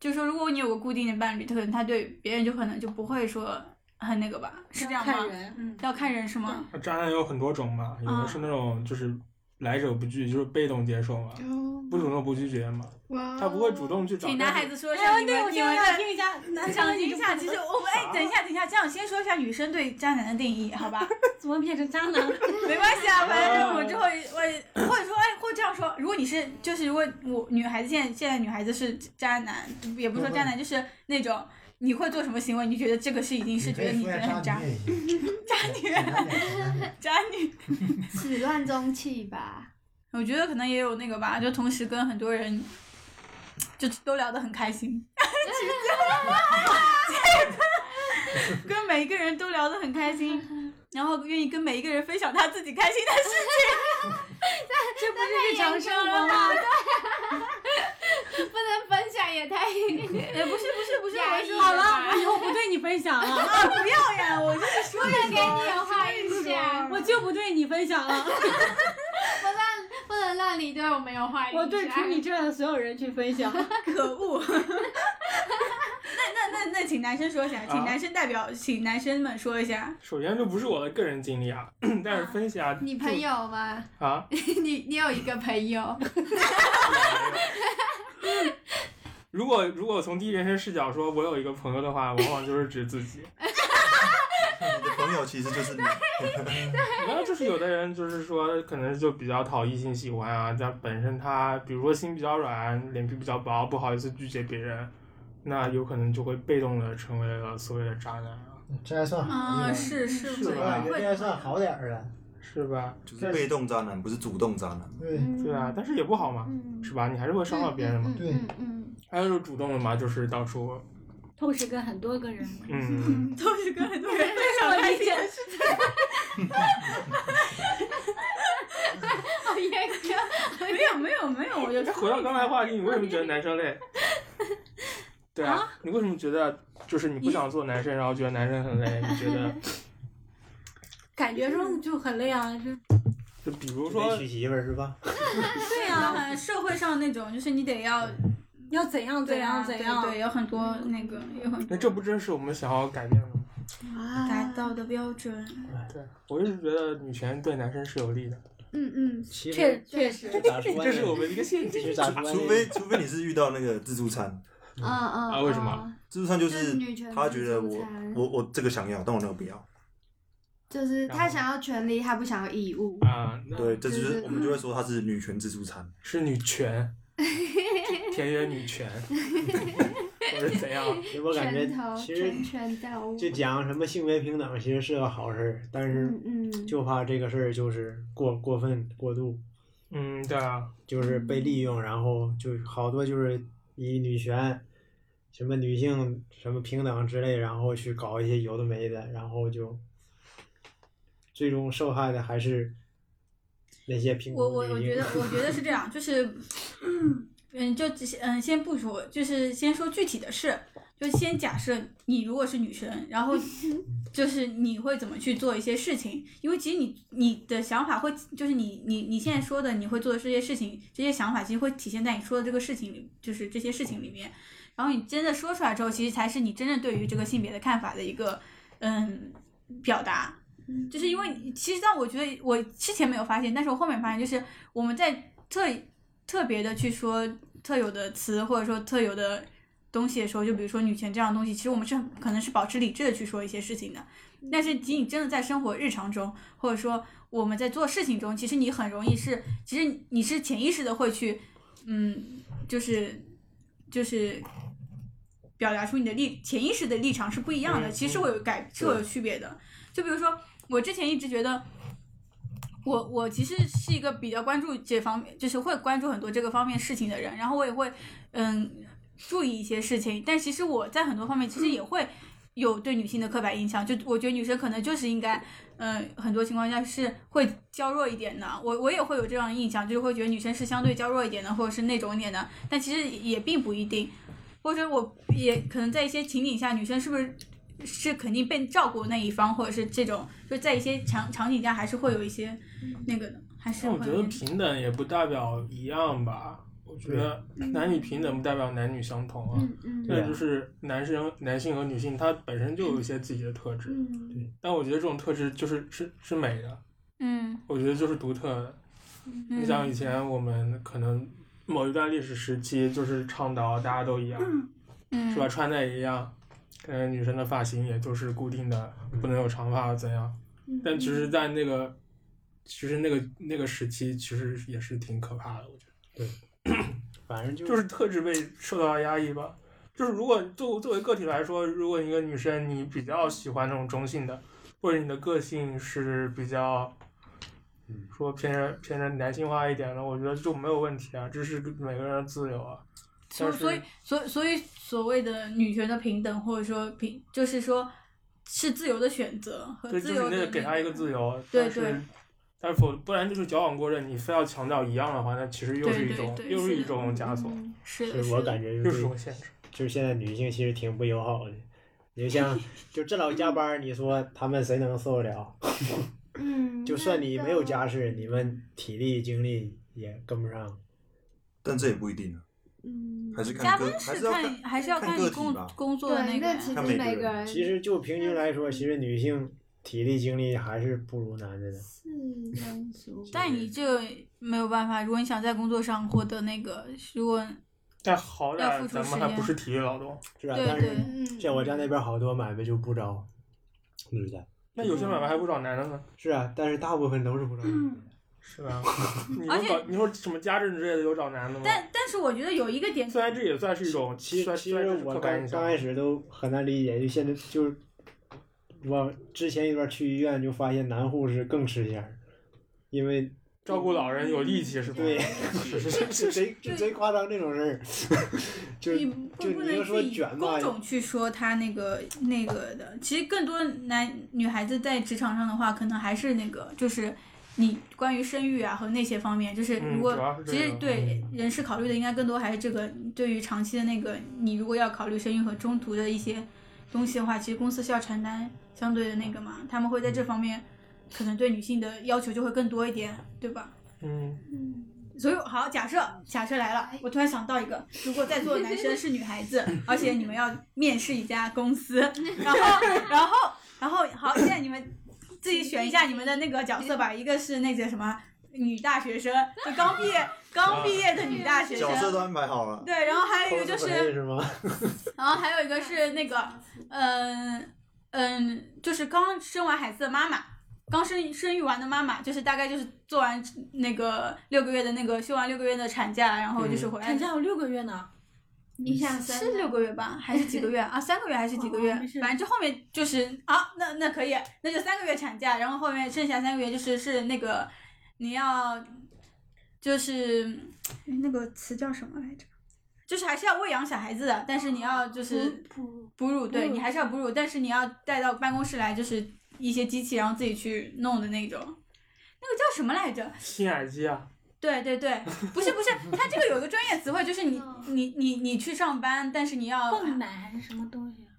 就是说如果你有个固定的伴侣，他可能他对别人就可能就不会说很那个吧，是这样吗
看？人，嗯，
要看人是吗？
渣男有很多种嘛，有的是那种就是来者不拒，就是被动接受嘛，
嗯
不主动不拒绝嘛，
哇
他不会主动去找。
请男孩子说一下
哎，
你
对，我
们你
听
们
一下，
的。
听一下， 男
想
生
听一下，其实我们哎，等一下，等一下，这样先说一下女生对渣男的定义，好 吧？
怎么变成渣男？
没关系啊，反正我 之后我或者说哎，或者这样说，如果你是就是如果我女孩子现在现在女孩子是渣男，也不是说渣男，就是那种你会做什么行为，你觉得这个是已经是觉得你觉得很渣
渣
女
女，
渣女。
始乱终弃 吧。
我觉得可能也有那个吧，就同时跟很多人就都聊得很开心，跟每一个人都聊得很开心， 然后愿意跟每一个人分享他自己开心的事 情， 这不是日常生活吗？
不能分享也太
哎，不是不是不是，
压
我
抑
说
了
好
吧
了
我以后不对你分享了，
啊，不要呀，我就是说
不能给你有坏印象，
我就不对你分享了，
不能让你对我们有坏印象。
我对除你之外的所有人去分享。
可恶。 那那那那，请男生说一下，请
啊
男生代表，请男生们说一下。
首先这不是我的个人经历啊， 但是分析啊，
你朋友吗？
啊，
你你有一个朋友，
如果如果从第一人称视角说，我有一个朋友的话，往往就是指自 己。
你的朋友其实就是你，
然后就是有的人就是说，可能就比较讨异性喜欢啊，但本身他比如说心比较软，脸皮比较薄，不好意思拒绝别人，那有可能就会被动的成为了所谓的渣男啊，
嗯这还算好一
啊，
点，
是是
嗯是
我感
吧
觉这还算好点儿啊了。
是吧？
就是被动渣男，不是主动渣男。
对，
对啊，但是也不好嘛，
嗯，
是吧？你还是会伤到别人 嘛。
对
嗯 嗯，
还有就是主动的嘛，就是到处，
嗯同时跟很多个人，
嗯，
都是跟很多 人分
我
享开
理
心
解。
好严格。
没有没有没有，我就
那回到刚才的话题，你为什么觉得男生 累？对啊，你为什么觉得就是你不想做男生，然后觉得男生很累？你觉得
感觉上就很累啊，就
就比如
不
说
娶媳妇儿是吧？
对啊，社会上那种就是你得要
嗯
要怎样怎
对啊
样
对
怎样，
对，有很多那个有很
那
多
这不正是我们想要改变的吗？
达到的标准。
对，我一直觉得女权对男生是有利的，
嗯嗯，
其
确
实
确实，
咋说呢？
这是我们的一个陷
其
阱
实咋说呢？
除非除非你是遇到那个自助餐，
嗯嗯。
啊为什么
嗯？
自助餐就
就是女权
他觉得我
自助餐
我我这个想要，但我那个不要。
就是
然
他
后
想要权利，他不想要义务。
啊。那
对，这就是
嗯
我们就会说他是女权自助餐。
是女 权，田园女 权，或者怎样？
其实我感觉
拳头，
其实
拳拳到位。
就讲什么性别平等，其实是个好事儿，但是
嗯嗯，
就怕这个事儿就是过过分过度，
嗯，对啊，
就是被利用，然后就是好多就是以女权、什么女性什么平等之类，然后去搞一些有的没的，然后就最终受害的还是那些平
我
民
我我
女
觉
性
嗯
得我觉得是这样，就是，嗯嗯，就只嗯，先不说，就是先说具体的事，就先假设你如果是女生，然后就是你会怎么去做一些事情，因为其实你你的想法会，就是你你你现在说的你会做的这些事情，这些想法其实会体现在你说的这个事情里，就是这些事情里面，然后你真的说出来之后，其实才是你真正对于这个性别的看法的一个嗯表达。就是因为你其实让我觉得我之前没有发现，但是我后面发现，就是我们在特特别的去说特有的词或者说特有的东西的时候，就比如说女权这样的东西，其实我们是很可能是保持理智的去说一些事情的。但是，仅仅真的在生活日常中，或者说我们在做事情中，其实你很容易是，其实你是潜意识的会去，嗯，就是就是表达出你的立潜意识的立场是不一样的，
嗯
其实我有改是我有区别的。就比如说，我之前一直觉得。我我其实是一个比较关注这方面，就是会关注很多这个方面事情的人，然后我也会，嗯，注意一些事情，但其实我在很多方面其实也会有对女性的刻板印象，就我觉得女生可能就是应该，嗯、很多情况下是会娇弱一点的。我我也会有这样的印象，就是会觉得女生是相对娇弱一点的，或者是那种一点的，但其实也并不一定。或者我也可能在一些情景下，女生是不是是肯定被照顾那一方，或者是这种，就在一些场场景下还是会有一些那个的，还是
但我
会
觉
有
得
一些
平等也不代表一样吧。我觉得男女平等不代表男女相同啊。
嗯嗯
这就是男生、男性和女性，他本身就有一些自己的特质，
嗯，
但我觉得这种特质就是是是美的，
嗯，
我觉得就是独特的。
嗯
你像以前我们可能某一段历史时期，就是倡导大家都一样，
嗯
是吧？穿戴也一样，可能女生的发型也就是固定的，不能有长发怎样？
嗯
但其实，在那个，其实那个那个时期，其实也是挺可怕的，我觉得。
反正就
就是特质被受到了压抑吧。就是如果作作为个体来说，如果一个女生你比较喜欢那种中性的，或者你的个性是比较
嗯，
说偏着偏着男性化一点的，我觉得就没有问题啊，这是每个人的自由啊。
所
但是
所以所以所以所谓的女权的平等，或者说平，就是说是自由的选择和
对，就
自
是
由
你
的、
得给她一个自由，啊
对
但是
对
但是否不然就是矫枉过正，你非要强调一样的话，那其实又
对
是一
对
种
对
又
是
是一
的嗯
种枷锁，
嗯
是的，
是
是
我
的
感觉
又
就是是
一种限制。
就是现在女性其实挺不友好的。你就像就这老加班儿，你说他们谁能受得了？
嗯，
就算你没有家世，你们体力精力也跟不上。
但这也不一定啊，
嗯，
还是看
加
个
班
还是
是
要看
看还是要
看
看
个
你
体
工
吧
工作的
对，
个
那其实
呀。
看每
每
个
个
人
嗯
人
其实就平均来说，其实女性体力精力还是不如男的的。
是专 属，
嗯但你这没有办法，如果你想在工作上获得那个，如果
但好
要
歹
付出
咱们
时
还不
间
是体力劳动，
是吧？
对
但
对
是
嗯，
像我家那边好多买卖就不招女的，
那有些买卖还不找男的呢。
是啊，但是大部分都是不招女
嗯
的。
是吧？你
而
说
且
搞你说什么家政之类的有找男的吗？
但但是我觉得有一个点，
虽然这也算是一种，
其
算
实其实
算是
我
刻
刚
板印象
刚开始都很难理解，就现在就是我之前一段去医院就发现男护士更吃香，因为
照顾老人有力气是吧？
对
是
这
是是
这贼这贼夸张这种事儿，就
你不
就
不
你
能
要说
去以
卷
工
吧，
种去说他那个那个的。其实更多男女孩子在职场上的话，可能还是那个就是你关于生育啊和那些方面，就是
嗯
如果、
主要是这
其实
个嗯
对人事考虑的应该更多还是这个。对于长期的那个，你如果要考虑生育和中途的一些东西的话，其实公司是要承担相对的那个嘛，他们会在
嗯
这方面可能对女性的要求就会更多一点，对吧？
嗯，
所以好，假设假设来了，我突然想到一个，如果在座的男生是女孩子，而且你们要面试一家公司，然后然后然后好，现在你们自己选一下你们的那个角色吧，一个是那个什么女大学生，就刚毕业刚毕业的女大学
角色
生。
都安排好啊了，
对，然后还有一个就
偷着
是
本，是吗？
然后还有一个是那个，嗯嗯，就是刚生完孩子的妈妈，刚生生育完的妈妈，就是大概就是做完那个六个月的那个休完六个月的产假，然后就是回来。
产假有六个月呢，
你想生
是六个月吧，还是几 个月啊？三个月还是几个月
哦没事？
反正就后面就是啊，那那可以，那就三个月产假，然后后面剩下三个月就是是那个你要就是哎那个词叫什么来着？就是还是要喂养小孩子的，但是你要就是
不
哺乳，对
哺乳
你还是要哺乳，但是你要带到办公室来，就是一些机器，然后自己去弄的那种。那个叫什么来着？
新耳机啊，
对对对，不是 不是，它这个有一个专业词汇，就是你你你你去上班，但是你要
泵奶还是什么东西啊？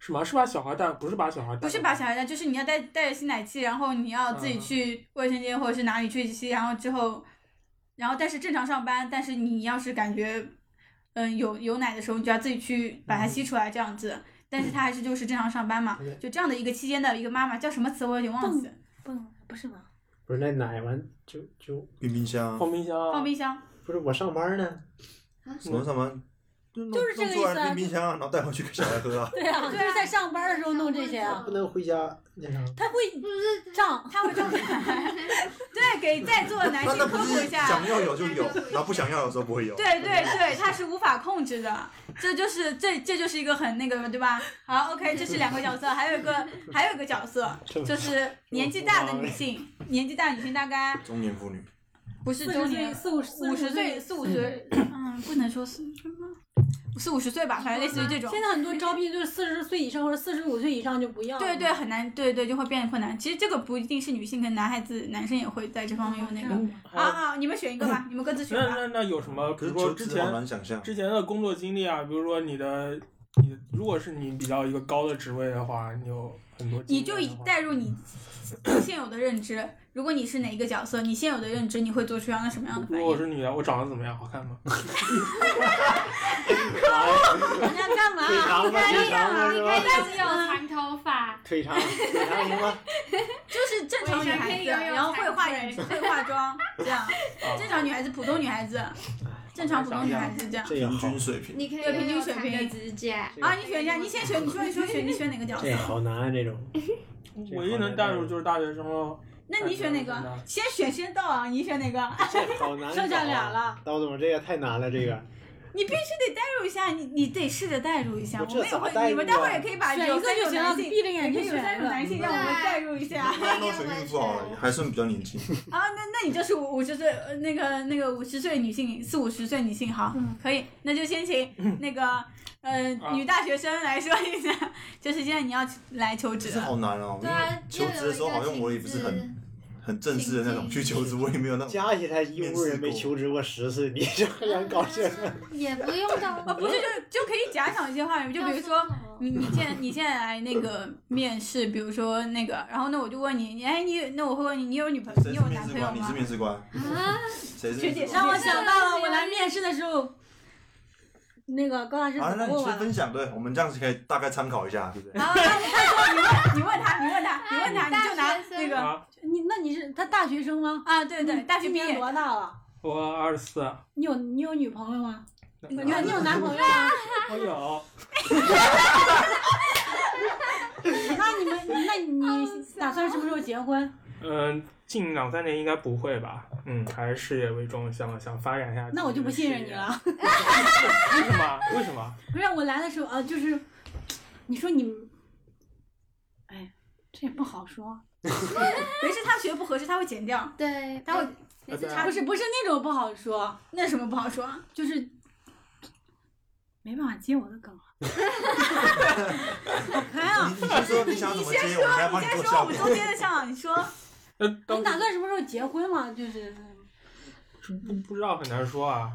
是吗？是把小孩带，不是把小孩带，
不是把小孩带，就是你要带带着吸奶器，然后你要自己
嗯
去卫生间或者是哪里去吸，然后之后，然后但是正常上班，但是你要是感觉，嗯，有有奶的时候，你就要自己去把它
嗯
吸出来这样子。但是他还是就是正常上班嘛，就这样的一个期间的一个妈妈叫什么词我有点忘记了，
泵不是吧？
不是那奶完就就
冰冰箱，
放冰箱啊，
放冰箱。
不是我上班呢，
什么什么，就
就是这个意
做
思啊
完冰冰箱啊，然后带回去给小孩喝啊。
对啊，就是在上班的时候弄这些啊
不。能回家那啥。
他会胀，
他会这么来， 对，给在座的男
那
性
那
科
不
普
是
一下，
想要有就有，然后不想要有时候不会有。
对对对，他是无法控制的，这就是这这就是一个很那个对吧？好，OK，这是两个角色，还有一个还有一个角色就是年纪大的女性，年纪大的女性大概
中年妇女，
不是
四
中
十
年
岁、，四五十、
五十岁嗯
岁、
四五十，嗯，不能说是什么。四五十岁吧，反正类似于这种。
现在很多招聘就是四十岁以上或者四十五岁以上就不要了。
对对，很难，对对，就会变得困难。其实这个不一定是女性，跟男孩子、男生也会在这方面有那
嗯
个。
还
啊
有
啊，你们选一个吧，你们各自选
那
吧。
那那有什么？比
可是
如说
求
之
职好
前
难想象，
之前的工作经历啊，比如说你的你的，如果是你比较一个高的职位的话，你有很多经
你
验的
就
话，
以带入你现有的认知，如果你是哪一个角色，你现有的认知，你会做出样的什么样的反
如果我
应？
是女的，我长得怎么样？好看吗？
人家干嘛？
腿长吗？腿长吗？是
你嗯看
吧？
要是有长头发，
腿长，腿长什么？
就是正常女孩
我以前可以
子，
拥有
然后会化
才
眼睛、会化妆，这样。
哦
正常女孩子、普通女孩
哎
子，正常普通女孩子这样。
这个
平
好
均，水平。
你可以
对平均
拥有
水
长
平
的指甲。
这个
啊，你选一下，你先选，你说你说选，你选哪个角
这个
色？
好难啊，这种。这
唯一
好
能
难
带
带
入
入
就是大学生喽。
那你选哪
真的
个？先选先到啊，你选哪个？
这好难、啊
剩下俩。了，
刀总，这个太难了，这个
你必须得代入一下，你你得试着代入一下。
我
我
这
们也
咋
会，
代
你们
入
待会儿
啊
也可以把
选
有
一个
三
就
种
行
男
了，
性
闭着
也
眼睛
可以有三
选一
种男
个。
性让我们
对
代入一下啊！
那弄成孕妇好了，还算比较年轻。
那那你就是五五十岁呃那个那个五十岁女性四五十岁女性好，
嗯
可以，那就先请
嗯
那个呃
啊
女大学生来说一下，就是现在你要来求职
其实
了，
好难哦，因
对啊
为，求职的时候好像我也不是很很正式的那种
情
去
境
求职，我也没有那种。
加起来一屋人没求职过十次，你这还想搞这个？
也不用到，
啊不是就是就可以假想一些话语，就比如说。你你现在你现在来那个面试，比如说那个，然后呢我就问你，你哎你那我会问你，你有女朋友，
谁
你
是
有
面
男
试
朋友
官？你是
吗？
面试官？
啊，
谁是
学
面
姐
试
让
官？
我想到了，我来面试的时候，那个高大师
啊，
怎
那
么
你
问我
先
的？
分享，对我们这样子可以大概参考一下，对不对？
啊，那你说你问你问他，你问他，你问他，你就拿
大学生嗯
那个
啊，
你那你是他大学生吗？
啊，对对，大学
今
毕
年
业，
多大了？
我二十四，啊
你有你有女朋友吗？
那
你有你有男朋友吗？
我有，
那你们那你打算什么时候结婚？
嗯，近两三年应该不会吧？嗯，还是事业为重，想想发展一下。
那我就不信任你。了。
为什么？ 为什么？
不是我来的时候啊，就是你说你，哎，这也不好说，
没事，他学不合适，他会剪掉。
对，
他会
每次
对
查
不是不是那种不好说，
那什么不好说啊？
就是没办法接我的梗 啊。好开啊！
你你先说你想怎么接，我们来帮
你
你做
先说，
效
我
果。
中间的像你说，
那
你
呃当
打算什么时候结婚嘛？就是
不不知道，很难说啊。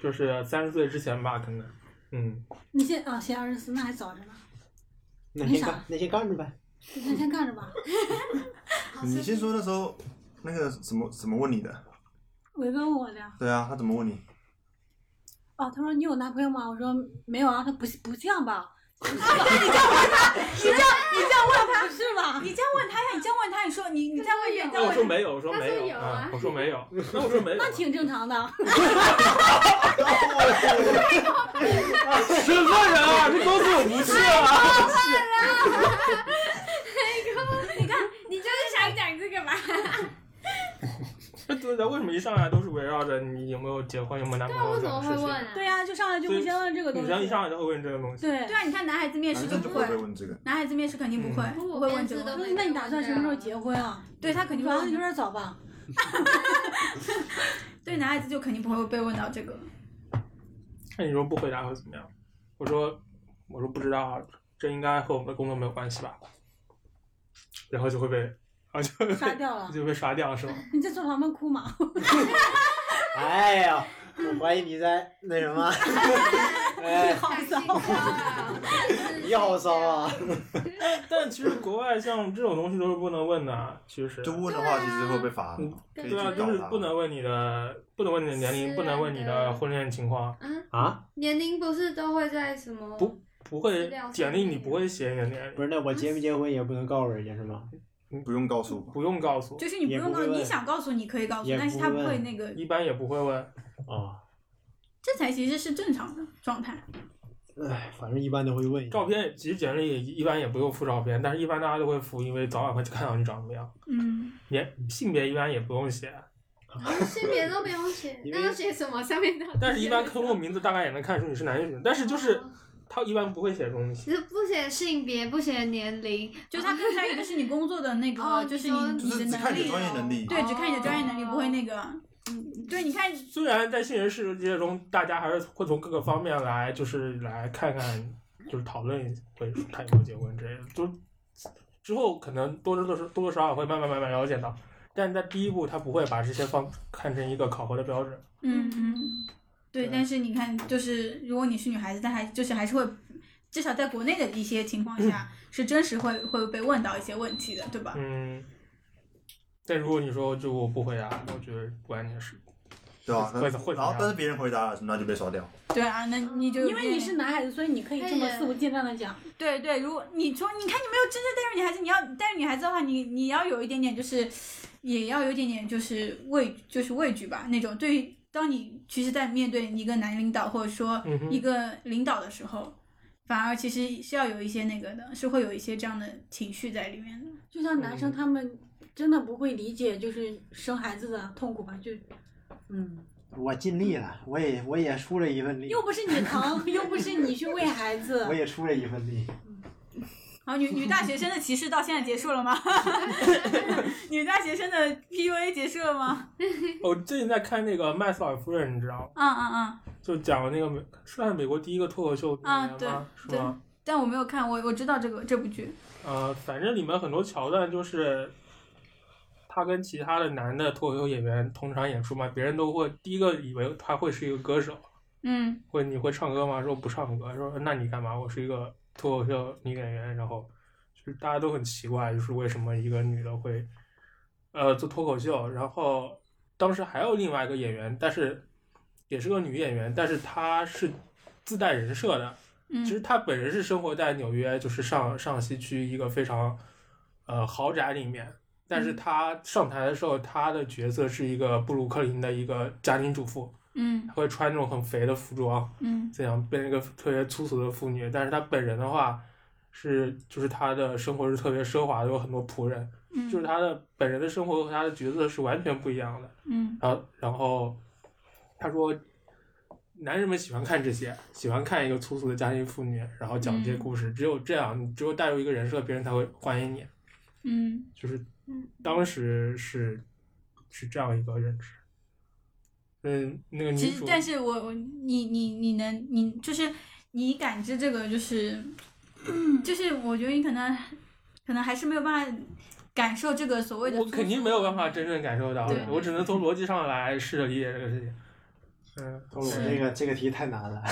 就是三十岁之前吧，可能。嗯，
你现啊，现在二十四，那还早着呢，
那
没
先
啥
干，那先干着呗。
那先干着吧。
你先说那时候那个什么怎么问你的？
伟哥问我的，
对啊，他怎么问你？
哦，他说你有男朋友吗？我说没有啊，他不不像吧？啊
你这样问他，
不是 吧？
你这样问他呀，你这样问他，你说你你再问一遍，你再
那我说
问他。
没有，我说没
他说
有
有啊
我说没有， 那我说没有。
那挺正常的，
什么人啊？这公司有不是啊？
你就是想讲这个吧？
那对的，为什么一上来都是围绕着你有没有结婚、有没有男朋
那
友
为
这
什
种
么
事
会
情？
问啊？
对呀、就上来就
所以
会先问这个东
女
西。
生一上来就会问这个东西。
对
对，啊，你看男孩子面试
男
就
生
不
就不会
会，
问这个。
男孩子面试肯定不会，
嗯
不会问这个
我面
问题。
试都
那你打算什么时候结婚啊？
对他肯定
我
不
说有
会，
点早吧？
对男孩子就肯定不会被问到这个。
那你说不回答会怎么样？我说，我说不知道啊，这应该和我们的工作没有关系吧？然后就会被，啊就会
杀
被
掉了，
就被刷掉是吗？
你在坐旁边哭吗？
哎呀，我怀疑你在那什么。哎，
好
骚啊！
你好骚啊！
但其实国外像这种东西都是不能问的，啊其实
就问的话，其实会被罚的
嗯，
可以去
对啊，
告
就是
他
不能问你的，不能问你的年
私
龄，
人
不能问你的
的
婚恋情况，
啊，
年龄不是都会在什么？
不不
资
会
料方
简历你
面
不会写你的年
不
龄，
是，那我结没结婚也不能告诉人家是吗？
不用告诉我。
不用告诉，
就是你不
也
用
不
告
会
诉，
问
你想告诉你可以告诉
也，
但是
不
他不
会
会
问
那个，
一般也不会问。
啊，
这才其实是正常的状态。
哎，反正一般都会问一下。
照片其实简历一般也不用附照片，但是一般大家都会附，因为早晚会看到你长什么样。
嗯，
年性别一般也不用写，啊
性别都不用写，
因为
那要写什么？上面的。
但是一般坑过名字大概也能看出你是男是女，但是
嗯
就是他一般不会写东西。
其实不写性别，不写年龄，
就是他更在意的是你工作的那个，
哦
就是
你说
你
就是
的
只看你
能
的
力
专业能力
对，只看你的专业能力，
哦
不会那个。嗯，对，你看，
虽然在现实世界中，大家还是会从各个方面来，就是来看看，就是讨论会他有没有结婚之类的。就之后可能多多多少多多少少会慢慢慢慢了解到，但是在第一步他不会把这些放看成一个考核的标准。
嗯嗯，对，
对
但是你看，就是如果你是女孩子，但还就是还是会，至少在国内的一些情况下，是真实会会被问到一些问题的，对吧？
嗯，但如果你说就我不回答，我觉得不关你的事。
对吧？那
会会
然后但是别人回答了，那就被刷掉。
对啊，那你就
因为你是男孩子，所以你可以这么肆无忌惮的讲。
对对，如果你说你看你没有真正带入女孩子，你要带入女孩子的话，你你要有一点点就是，也要有一点点就是畏就是畏惧吧那种。对于当你其实，在面对一个男领导或者说
嗯哼
一个领导的时候，反而其实是要有一些那个的，是会有一些这样的情绪在里面的。
就像男生他们真的不会理解，就是生孩子的痛苦吧？就，嗯，
我尽力了，我也我也出了一份力，
又不是你疼，又不是你去喂孩子
我，也出了一份力。哦
好，女女大学生的歧视到现在结束了吗？ 女大学生的 PUA 结束了吗？
我最近在看那个《麦瑟尔夫人》，你知道吗？
嗯嗯嗯，
就讲了那个美，算是美国第一个脱口秀演
啊
员
对
吗？是
对
吗？
但我没有看，我我知道这个这部剧。
呃，反正里面很多桥段就是他跟其他的男的脱口秀演员同场演出嘛，别人都会第一个以为他会是一个歌手，
嗯
会你会唱歌吗？说不唱歌，说那你干嘛？我是一个脱口秀女演员。然后就是大家都很奇怪，就是为什么一个女的会呃做脱口秀？然后当时还有另外一个演员，但是也是个女演员，但是她是自带人设的，
嗯，
其实他本人是生活在纽约，就是上上西区一个非常呃豪宅里面，但是他上台的时候，他的角色是一个布鲁克林的一个家庭主妇，
嗯
她会穿那种很肥的服装，
嗯
这样变成一个特别粗俗的妇女。但是她本人的话是，就是她的生活是特别奢华的，有很多仆人，
嗯，
就是她的本人的生活和她的角色是完全不一样的。
嗯
然后然后他说，男人们喜欢看这些，喜欢看一个粗俗的家庭妇女，然后讲
嗯
这些故事，只有这样，你只有带入一个人设，别人才会欢迎你。
嗯
就是
嗯
当时是是这样一个认知。嗯，那个女
其实
主，
但是我我你你你能你就是你感知这个就是，
嗯
就是我觉得你可能可能还是没有办法感受这个所谓的粗
我
俗，
肯定没有办法真正感受到
对，
我只能从逻辑上来试着理解这个事情。嗯，
透露
是
这个这个题太难了，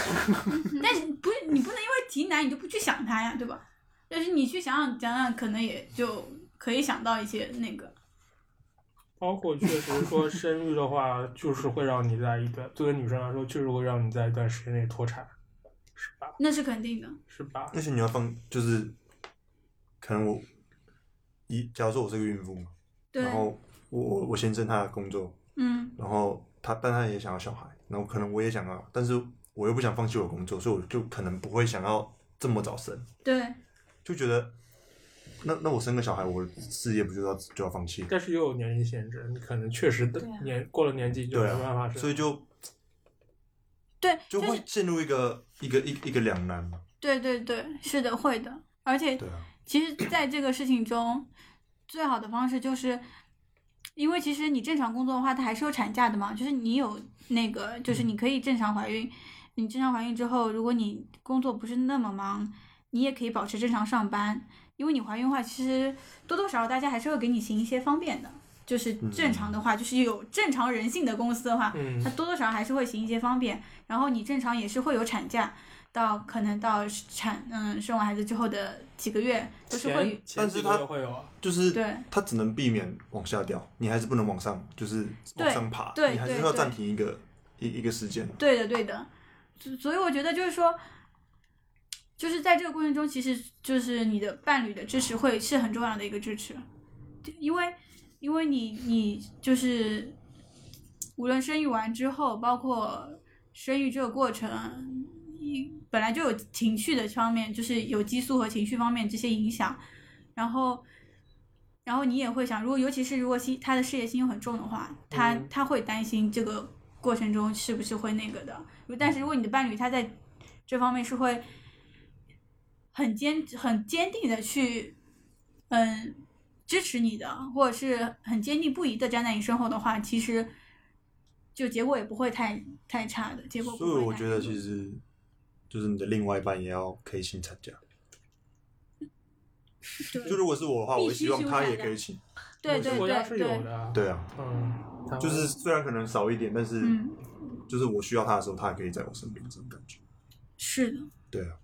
但是不是你不能因为题难你就不去想它呀，对吧？但是你去想想想想，可能也就可以想到一些那个，
包括确实说生育的话，就是会让你在一段，作为女生来说，确实会让你在一段时间内脱产，是吧？
那是肯定的。
是吧？
也许你要放，就是可能我一，假如说我是个孕妇嘛，
对，
然后我我我先生他的工作，
嗯
然后他但他也想要小孩，然后可能我也想要，但是我又不想放弃我的工作，所以我就可能不会想要这么早生，
对，
就觉得那那我生个小孩，我的事业不就要就要放弃了，
但是又有年龄限制，你可能确实的
对啊
年过了年纪就没
对啊
办法生，
所以就
对，
就
就是
会陷入一个一个一个一个两难嘛，
对对对，是的，会的。而且
对啊，
其实，在这个事情中，最好的方式就是，因为其实你正常工作的话，它还是有产假的嘛，就是你有那个，就是你可以正常怀孕。你正常怀孕之后，如果你工作不是那么忙，你也可以保持正常上班。因为你怀孕的话，其实多多少少大家还是会给你行一些方便的。就是正常的话，就是有正常人性的公司的话，
嗯
它，多多少少还是会行一些方便，然后你正常也是会有产假，到可能到产嗯生完孩子之后的几个月都是会有
前前几
但
个
是
月
他
会有啊，
就是
对
他只能避免往下掉，你还是不能往上，就是往
对
上爬，
对
你还是
对
要
对
暂停一个一一个时间。
对的对的，所所以我觉得就是说，就是在这个过程中，其实就是你的伴侣的支持会是很重要的一个支持，就因为因为你你就是无论生育完之后，包括生育这个过程，一本来就有情绪的方面，就是有激素和情绪方面这些影响，然后。然后你也会想，如果尤其是如果心他的事业心又很重的话，他、
嗯
他会担心这个过程中是不是会那个的。如但是如果你的伴侣他在这方面是会很坚很坚定的去，嗯，支持你的，或者是很坚定不移的站在你身后的话，其实就结果也不会太太差的，结果不会
所以我
太
觉得其实就是你的另外一半也要可以请产假。就如果是我的话，
必须
我会希望他也
啊
可以请。
对对
我国家是
对
有
对，
的，，
对啊，
嗯，台湾
就是虽然可能少一点，但是
嗯，
就是我需要他的时候，他也可以在我身边，这种感觉。
是的。
对啊，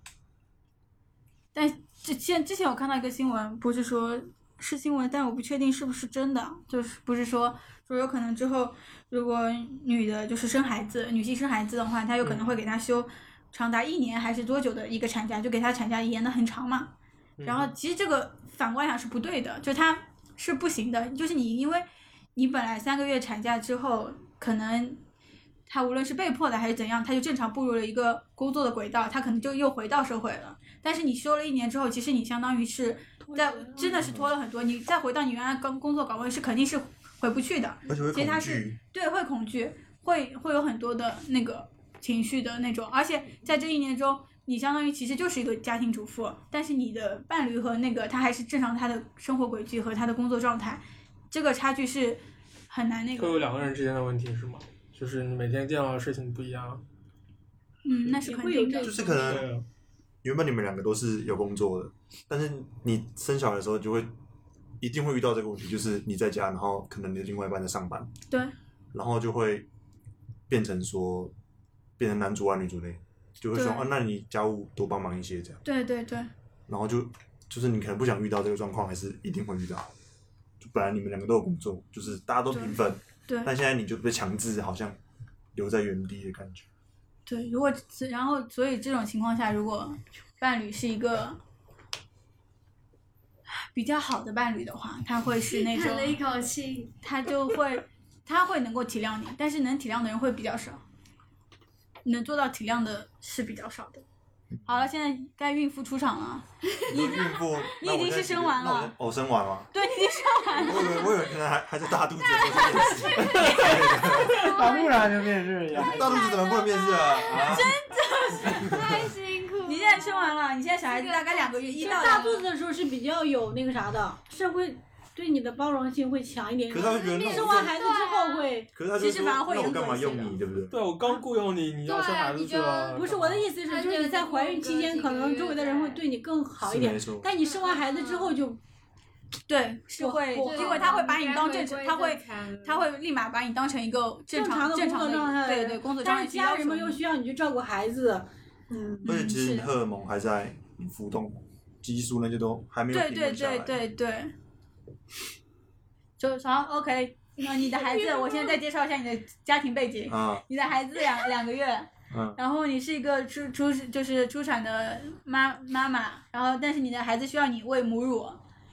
但之前之前我看到一个新闻，不是说是新闻，但我不确定是不是真的，就是不是说说有可能之后如果女的就是生孩子，女性生孩子的话，她有可能会给她休长达一年还是多久的一个产假，就给她产假延的很长嘛。
嗯
然后其实这个反过来想是不对的，就它是不行的，就是你因为你本来三个月产假之后，可能她无论是被迫的还是怎样，她就正常步入了一个工作的轨道，她可能就又回到社会了。但是你休了一年之后，其实你相当于是在真的是拖了很多，你再回到你原来工工作岗位是肯定是回不去的，
而且会
其实他
恐
是
惧。
对，会恐惧，会会有很多的那个情绪的那种，而且在这一年中，你相当于其实就是一个家庭主妇，但是你的伴侣和那个他还是正常他的生活轨迹和他的工作状态，这个差距是很难那
会有
个，
两个人之间的问题是吗？就是你每天见到的事情不一样，
嗯，那是
也
肯
会有
定
这
的，
就是可能
对，啊
原本你们两个都是有工作的，但是你生小孩的时候就会一定会遇到这个问题，就是你在家，然后可能你的另外一半在上班，
对，
然后就会变成说变成男主外女主内，就会说
对
啊，那你家务多帮忙一些这样，
对对对，
然后就就是你可能不想遇到这个状况，还是一定会遇到。就本来你们两个都有工作，就是大家都平分，
对
但现在你就被强制好像留在原地的感觉。
对，如果只然后所以这种情况下，如果伴侣是一个比较好的伴侣的话，他会是那
叹
种
了一口气，
他就会他会能够体谅你，但是能体谅的人会比较少，能做到体谅的是比较少的。好了，现在该孕妇出场了。
你孕妇，
你已经是生完了
那我现在那我先哦，生完了。
对，你就是
我以为我以为可能还还在大肚子的时候变 事，
啊，不然就变这样。
大肚子怎么不能变事啊？啊，
太辛苦了。
你现在生完了，你现在小孩子大概两个月，一
其实
到两
大肚
个
子
月
的时候是比较有那个啥的，社会对你的包容性会强一点。
可是他会觉得那
生完
我，
孩子之后会，
可是他就
其
说
实反而会
那我
影响
干嘛
一些
用
的
你，对不对？
对啊我刚雇佣你，你要生
对啊
孩
你
子去
就
嗯
了，
不是我的意思是，就是你在怀孕期间，可能周围的人会对你更好一
是没
点
错，
但你生完孩子之后就
对是会，
啊
我
因为他会把你当正常，他会他
会
会立马把你当成一个正
常的
嗯
正
工
常
作状态
的对对工作状
但
态
是
去
家
要求你。
人们又需要你去照顾孩子，嗯，
而且其实
是
你荷尔蒙还在浮动，激素那些都还没有
对
平
对
衡下
对
来。
对对，就好 OK。那你的孩子，我现在再介绍一下你的家庭背景。
啊，
你的孩子两两个月，
嗯，
然后你是一个出出就是出产的妈妈妈，然后但是你的孩子需要你喂母乳，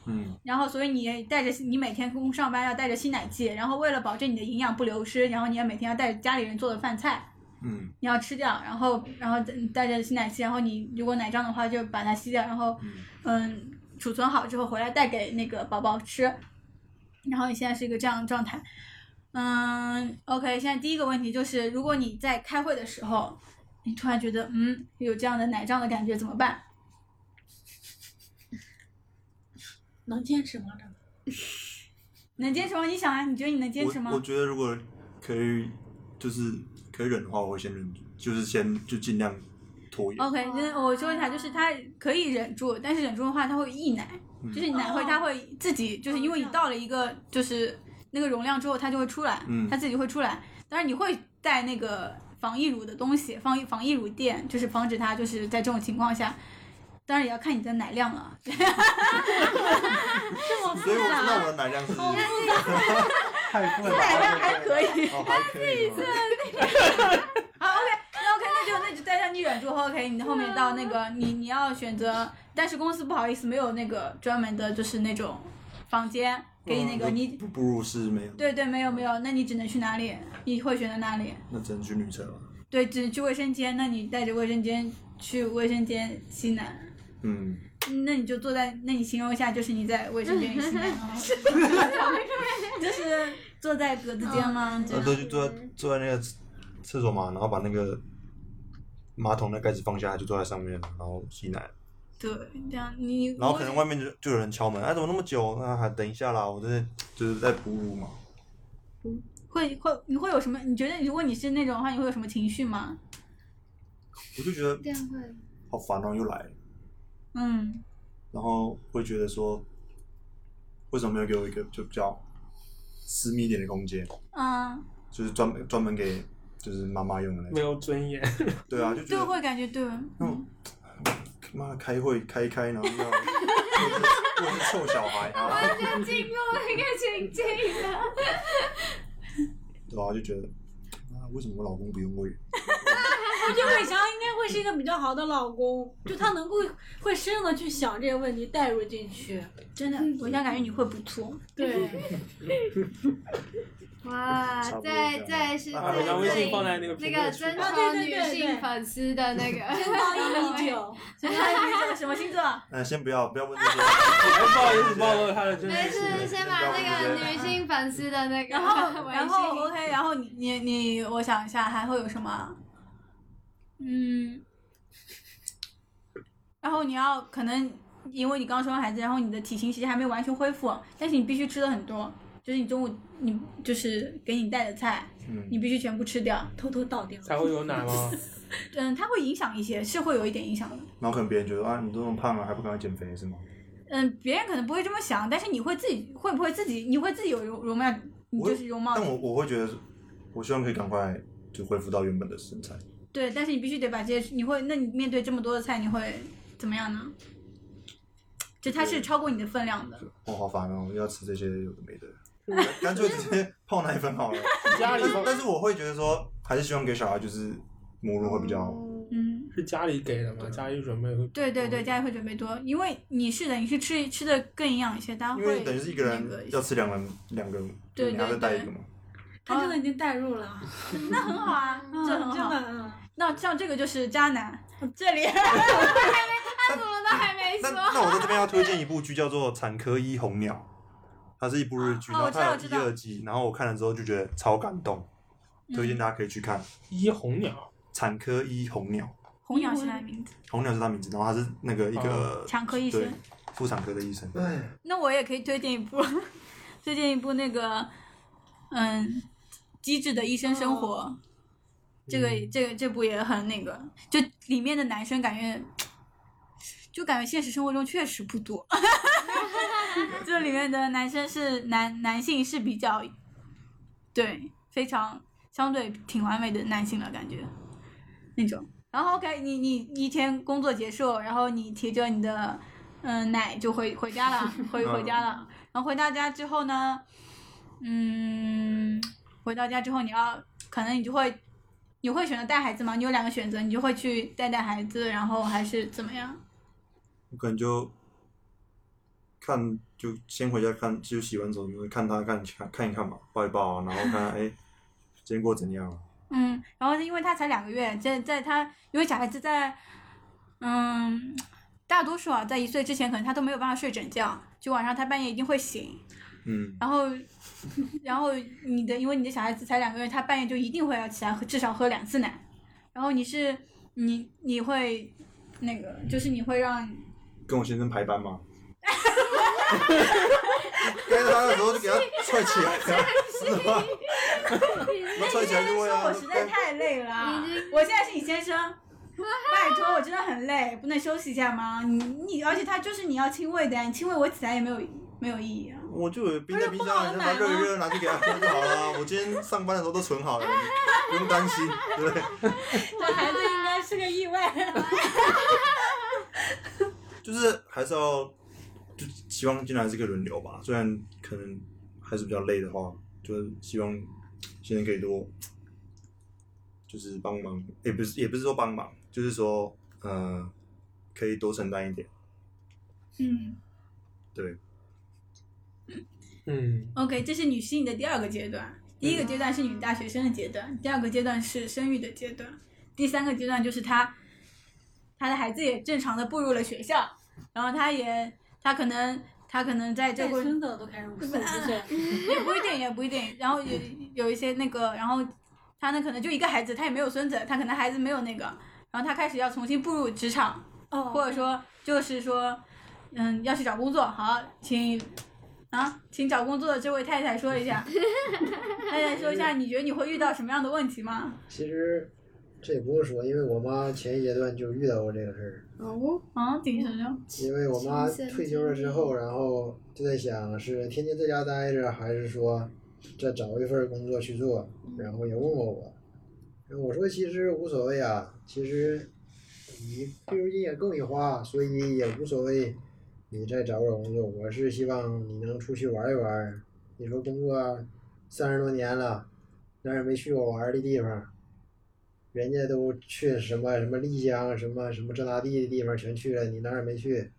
嗯，
然后所以你带着你每天工上班要带着吸奶器，然后为了保证你的营养不流失，然后你要每天要带着家里人做的饭菜，
嗯，
你要吃掉，然后然后带带着吸奶器，然后你如果奶胀的话就把它吸掉，然后嗯储存好之后回来带给那个宝宝吃，然后你现在是一个这样的状态。嗯，OK，现在第一个问题就是，如果你在开会的时候，你突然觉得嗯有这样的奶胀的感觉怎么办？
能坚持吗？这
能坚持吗？你想啊，你觉得你能坚持吗
我我？觉得如果可以，就是可以忍的话，我会先忍住，就是先就尽量拖延。
OK，就是我说一下，就是它可以忍住，但是忍住的话，它会溢奶，
嗯
就是你奶会
哦
它会自己，就是因为你到了一个就是那个容量之后，它就会出来，
嗯
它自己会出来。当然你会带那个防溢乳的东西，防溢防溢乳垫，就是防止它就是在这种情况下，当然也要看你的奶量了。
么
所以我
复
知
杂
道我的奶量是，
好
哦，
太过分
奶量
了。
还 可以。
还可以哦吗。
好，OK，那 OK，那就那就代让你忍住，OK，你后面到那
啊
个你你要选择，但是公司不好意思没有那个专门的，就是那种房间给你那个、
嗯
你，
不不入室没有，
对对，没有没有，那你只能去哪里？你会选择哪里？
那只能去女厕了。
对，只去卫生间，那你带着卫生间去卫生间吸奶，
嗯，
那你就坐在，那你形容一下，就是你在卫生间里吸奶，然后 就是坐在格子间吗？就
然后就坐在坐在那个厕所嘛，然后把那个马桶的盖子放下来，就坐在上面，然后吸奶。
对，这样你
然后可能外面就就啊有人敲门，哎，怎么那么久？那还等一下啦，我在就是在哺乳嘛。
会会你会有什么？你觉得如果你是那种的话，你会有什么情绪吗？
我就觉得
这样会
好烦哦，又来了，
嗯，
然后会觉得说，为什么没有给我一个就比较私密一点的空间，
啊，
就是专门专门给就是妈妈用的那
没
种？
有尊严，
对啊，就觉
对，
得
会感觉对，嗯，
妈的开会开一开，然后要 我是臭小孩，然 后
就经过一个情境了。
对吧、就觉得啊，为什么我老公不用我？
我觉得伟翔应该会是一个比较好的老公，就他能够会深入的去想这些问题，带入进去。
真的，我现在感觉你会不错。
对，
哇
差不，多
在
这样
在是
啊
把
在
我
把
将微
这
信
里
放在那个
那
评
个
论区。
征
啊
求
对对
女
对
性
对
粉丝的那个，
报应已久。
什么什么星座？
那哎先不要不要问这些，
哎不好意思，暴露了他的真
没
实
事，
性。
先把那个女性粉丝的那个，
然后然 后
微信
OK，然后你你你，我想一下还会有什么？嗯， 然后你要可能因为你刚生完孩子，然后你的体型其实还没有完全恢复，但是你必须吃的很多，就是你中午你就是给你带的菜，你
嗯，
必须全部吃掉。
偷偷倒掉，
才会有奶 吗？
嗯，它会影响一些，是会有一点影响的。
然后可能别人觉得啊，你都那么胖了，还不赶快减肥是吗？
嗯，别人可能不会这么想，但是你会自己会不会自己你会自己有容容貌，你
我呃
就是容貌
但我我会觉得，我希望可以赶快就恢复到原本的身材，
对，但是你必须得把这些，你会，那你面对这么多的菜，你会怎么样呢？就它是超过你的分量的，
我、好烦哦，要吃这些有的没 的，
嗯
干脆直接 泡奶粉好了。
家里
但是但是我会觉得说，还是希望给小孩就是母乳会比较，
哦
嗯，
是家里给的吗？家里准备会？嗯
对对
嗯
对，家里会准备多，因为你是的，你是吃吃的更营养一些，它
因为
会
等于是一个
那个
人
一些
要吃两人两个，
对
你还
对
要再带
对
一个嘛。
他真的已经带入了，
那很好啊，
嗯
这很
真
好。
的，嗯
那像这个就是渣男，这里
他怎么都还没
那
说，
那我在这边要推荐一部剧，叫做《产科医红鸟》，它是一部日剧，
哦
然后它
我
有
知
一
道我知道
二季，然后我看了之后就觉得超感动，推
嗯
荐大家可以去看《
一红鸟，
产科医红鸟》。
红鸟是他的名字，
红鸟是他名字，然后他是那个一个
哦产科医
对
生。
妇产科的医生，
哎，
那我也可以推荐一部， 推荐一部那个，嗯，《机智的医生生活》这个
嗯
这个这部也很那个，就里面的男生感觉，就感觉现实生活中确实不多， 就里面的男生是男男性是比较，对，非常相对挺完美的男性了，感觉那种。然后 OK，你你你一天工作结束，然后你提着你的嗯、奶就回回家了，回回家了。然后回到家之后呢，嗯，回到家之后你要可能你就会你会选择带孩子吗？你有两个选择，你就会去带带孩子，然后还是怎么样？
我可能就看就先回家看，就洗完澡什么的看他看看看一看吧，抱一抱啊，然后看看哎今天过得怎样啊，
嗯，然后因为他才两个月，在在他因为小孩子在，嗯，大多数啊，在一岁之前，可能他都没有办法睡整觉，就晚上他半夜一定会醒，
嗯，
然后， 然后你的因为你的小孩子才两个月，他半夜就一定会要起来喝，至少喝两次奶，然后你是你你会那个就是你会让
跟我先生排班嘛。 该他的时候就给他踹起来啊，是吧？那踹起来就会
说
啊。
我实在太累了啊
已经，
我现在是你先生，拜托，我真的很累，不能休息一下吗？你你，而且他就是你要亲喂的，你亲喂我起来也没有没有意义啊。
我就有冰在冰箱里，先
不是不好的
把
奶吗
热一热拿去给他喝就好了。我今天上班的时候都存好了，你不用担心，对不对？
这孩子应该是个意外。
就是还是要，就希望进来是个轮流吧。虽然可能还是比较累的话，就是希望现在可以多，就是帮忙，也不是也不是说帮忙，就是说，呃，可以多承担一点。
嗯
对，
嗯，
，OK，这是女性的第二个阶段，第一个阶段是女大学生的阶段，第二个阶段是生育的阶段，第三个阶段就是她，她的孩子也正常的步入了学校，然后她也，她可能，她可能在这
带
个
孙子都开始五四五岁，
也不一定，也不一定。然后有有一些那个，然后他呢可能就一个孩子，他也没有孙子，他可能孩子没有那个，然后他开始要重新步入职场，
哦
或者说就是说，嗯，要去找工作，好，请啊，请找工作的这位太太说一下，太太说一下，你觉得你会遇到什么样的问题吗？
其实这也不用说，因为我妈前一阶段就遇到过这个事儿。
哦，
啊，顶什么？
因为我妈
亲身
退休了之后，
经历
然后就在想是天天在家待着，还是说再找一份工作去做，然后也问过我，然后我说其实无所谓啊，其实你退休金也够你花，所以也无所谓你再找不找工作，我是希望你能出去玩一玩。你说工作三十多年了，哪儿也没去过玩儿的地方，人家都去什么什么丽江、什么什么这那地的地方全去了，你哪儿也没去。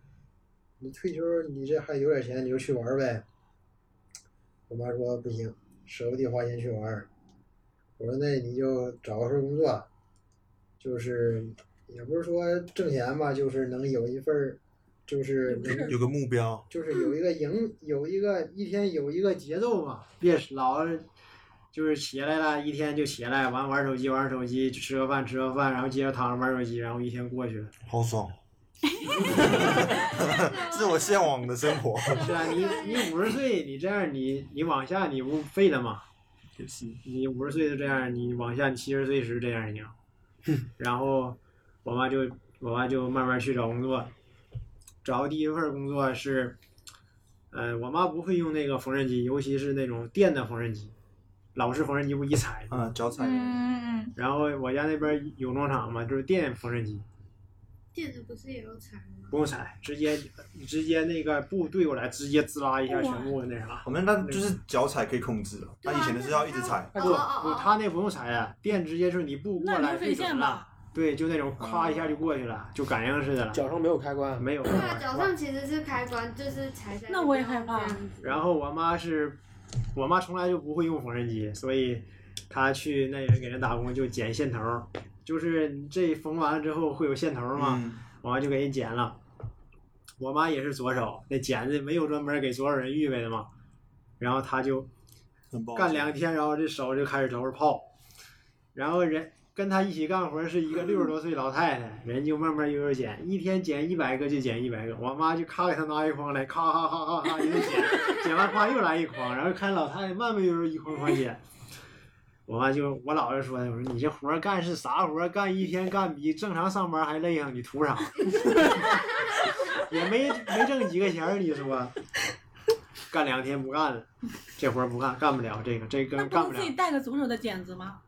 你退休，你这还有点钱，你就去玩儿呗。我妈说不行，舍不得花钱去玩儿。我说那你就找个份儿工作，就是也不是说挣钱吧，就是能有一份儿，就是能
嗯有个目标，
就是有一个营，有一个一天有一个节奏吧，别老就是起来了，一天就起来玩玩手机，玩手机，吃个饭，吃个饭，然后接着躺着玩手机，然后一天过去了。
好 爽。这是我向往的生活。
是啊，你你五十岁，你这样你你往下你不废了吗？
也是
你五十岁就这样，你往下你七十岁时这样行。 然后我妈就我妈就慢慢去找工作，找第一份工作是，呃，我妈不会用那个缝纫机，尤其是那种电的缝纫机，老式缝纫机不一踩吗。
嗯，脚踩。
嗯嗯
然后我家那边有农场嘛，就是电缝纫机，
电的不是也有产吗？
不用踩，直接直接那个布对过来，直接滋啦一下全部那
哦
啥。
好像那就是脚踩可以控制了，他以前的是要一直踩。
不
哦哦
不，
哦
他那不用踩啊，电直接就是你布过
那
来
流水
对准
线
了，
吧，
对，就那种咔一下就过去了，就赶上似的了，
脚上没有开关，
没有。
对啊，脚上其实是开关，就是踩在。
那我也害怕
这样子
然后我妈是，我妈从来就不会用缝纫机，所以她去那人给人打工就剪线头儿，就是这缝完了之后会有线头儿嘛，
嗯，
我妈就给人剪了。我妈也是左手，那剪子没有专门给左手人预备的嘛，然后她就
很棒。
干两天，然后这手就开始都是泡，然后人跟他一起干活是一个六十多岁老太太，人就慢慢悠悠捡，一天捡一百个就捡一百个，我妈就咔给她拿一筐来，咔咔咔咔咔一顿捡，捡完咔又来一筐，然后看老太太慢慢悠悠一筐筐捡。我妈就我姥爷说的，我说你这活儿干是啥活儿干？一天干比正常上班还累啊！你图啥？ 也没没挣几个钱儿，你说干两天不干了。这活儿不干，干不了这个，这
那
个
不
干不
能
了
自。己带个左手的剪子吗？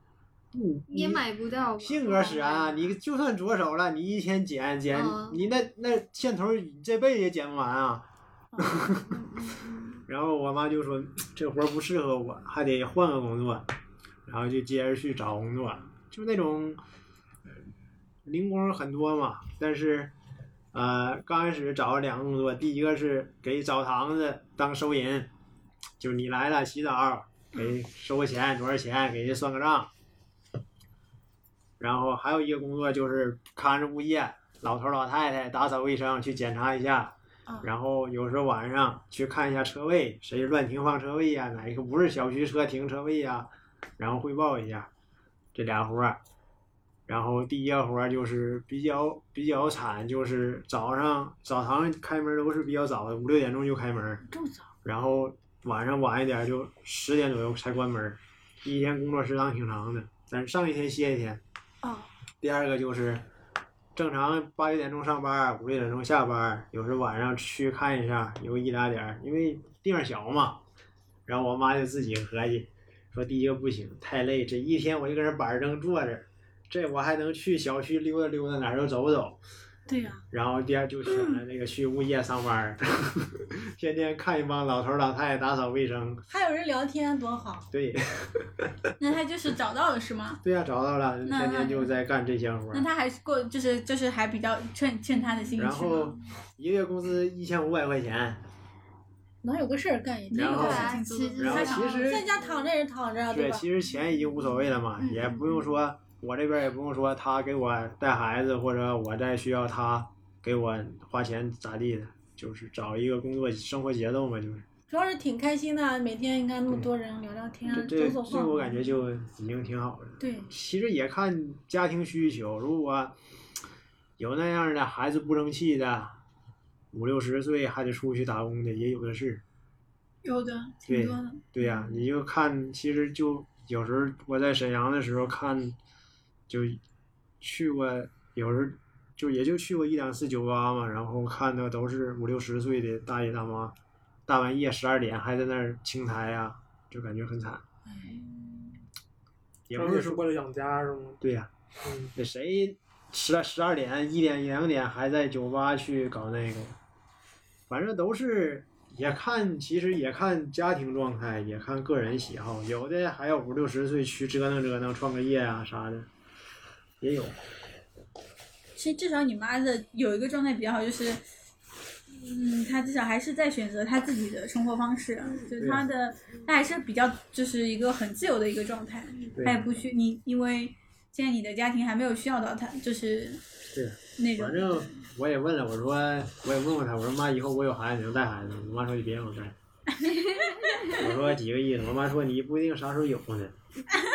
你也买不到吧。
性格使然啊！你就算左手了，你一天剪剪，
嗯
你那那线头你这辈子也剪不完啊。 然后我妈就说这活儿不适合我，还得换个工作，然后就接着去找工作，就那种呃零工很多嘛，但是呃刚开始找了两个工作，第一个是给澡堂子当收银，就是你来了洗澡给收个钱多少钱，给人算个账。然后还有一个工作就是看着物业，老头儿老太太打扫卫生去检查一下，然后有时候晚上去看一下车位，谁乱停放车位呀、哪一个不是小区车停车位呀、然后汇报一下这俩活儿。然后第一个活儿就是比较比较惨，就是早上澡堂开门都是比较早的，五六点钟就开门儿，
这么早？
然后晚上晚一点就十点左右才关门儿，一天工作时长挺长的，但是上一天歇一天。
啊，
第二个就是正常八九点钟上班，五六点钟下班，有时候晚上去看一下，有一两点儿，因为地方小嘛。然后我妈就自己合计，说第一个不行，太累，这一天我就搁这板儿正坐着，这我还能去小区溜达溜达，哪儿都走走。
对呀、
然后第二就选了那个去物业上班儿， 天天看一帮老头儿老太太打扫卫生。
还有人聊天多好。
对，
那他就是找到了是吗？
对呀、找到了，
那
天天就在干这些活儿
那。他还是过就是就是还比较趁趁他的兴趣
然
吗。
后一个月工资一千五百块钱，
啊
能有个事儿干也挺
然后
好
对
的
啊，
事
其
情做
实
做。
然后
还
其
好
实
在家躺着也是躺着，啊
对，
吧？
其实钱已经无所谓了嘛，
嗯
也不用说我这边也不用说他给我带孩子，或者我再需要他给我花钱咋地的，就是找一个工作生活节奏嘛，就是
主要是挺开心的，每天你看那么多人聊聊天，
嗯
这这
走走
这
晃。
我感觉就已经挺好的。
对，
其实也看家庭需求，如果有那样的孩子不争气的，五六十岁还得出去打工的也有的是。
有的挺
对
多的，
对呀、你就看，其实就有时候我在沈阳的时候看，就去过，有时候就也就去过一两次酒吧嘛，然后看到都是五六十岁的大爷大妈，大半夜十二点还在那儿清台呀、就感觉很惨。也
他
不
们
是
也是
说
为了养家是吗？
对呀、
嗯，
那谁十十二点、一点、两点还在酒吧去搞那个？反正都是也看，其实也看家庭状态，也看个人喜好。有的还有五六十岁去折腾折腾，创个业啊啥的，也有。
其实至少你妈的有一个状态比较好，就是，嗯，她至少还是在选择她自己的生活方式，啊就是她的，
啊
她还是比较就是一个很自由的一个状态，
对啊
她哎也不需你，因为现在你的家庭还没有需要到她，就是
对，啊
那种
反，正我也问了，我说我也问过他，我说妈，以后我有孩子能带孩子吗？我妈说你别让我带。我说几个意思？我妈说你不一定啥时候有呢。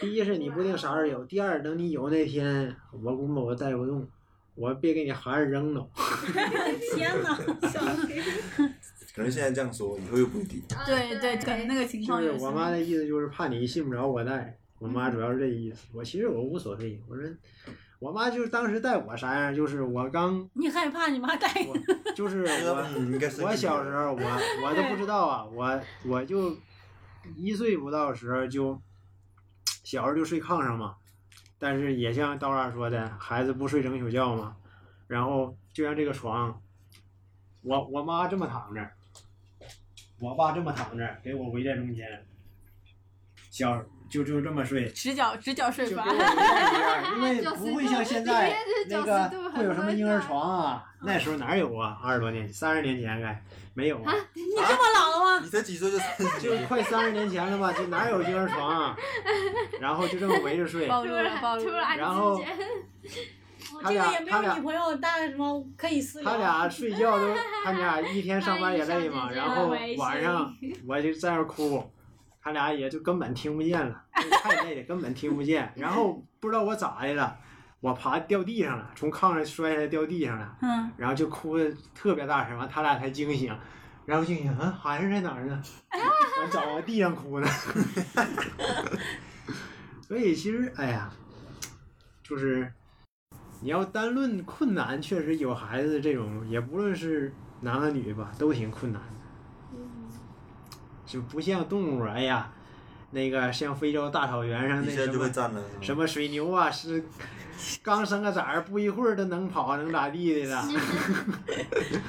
第一是你不一定啥时候有，第二等你有那天，我估摸我带不动，我别给你孩子扔了。
哎天哪， 笑死！
可能现在这样说，以后又不一定。
对啊对，可能那个情
就
况
是
有时
我
候
妈的意思，就是怕你信不着我带。我妈主要是这意思。我其实我无所谓，我说我妈就是当时带我啥样，就是我刚
你害怕你妈带你？
我就是我。
嗯，应该 是
我小时候，我我都不知道啊，我我就一岁不到的时候就小时候就睡炕上嘛，但是也像刀二说的，孩子不睡整宿觉嘛，然后就像这个床，我我妈这么躺着，我爸这么躺着，给我围在中间，小就就这么睡。
直角直角
就
睡
给我
法
围，在中间因 为
90
哎不会像现
度
在
你
那
看这90度
个
很
会有什么婴儿
温暖
床啊？那时候哪有啊？二十多年前，三十年前该没有啊。
你这么老了吗？
你才几岁就三十
就快三十年前了吧，就哪有婴儿床啊？然后就这么围着睡，
暴
突
露 了暴
然
露
突
了，
然
然后
之间，
我
他
这
俩
个也没
他俩
有女朋友，大概什么可以私聊？
他俩睡觉都，他俩一天上班也累嘛，然后晚上我就在那儿哭，他俩也就根本听不见了，太累了根本听不见。然后不知道我咋的了，我爬掉地上了，从炕上摔下来掉地上了，
嗯，
然后就哭的特别大声，完他俩才惊醒，然后惊醒，啊，孩子在哪儿呢？我找我地上哭呢。 所以其实，哎呀，就是你要单论困难，确实有孩子这种，也不论是男和女吧，都挺困难的。 就不像动物，哎呀，那个像非洲大草原上
你
那
现在
什
就
么
会站了。
什么水牛啊，是刚生个崽儿，不一会儿都能跑，能咋地的了。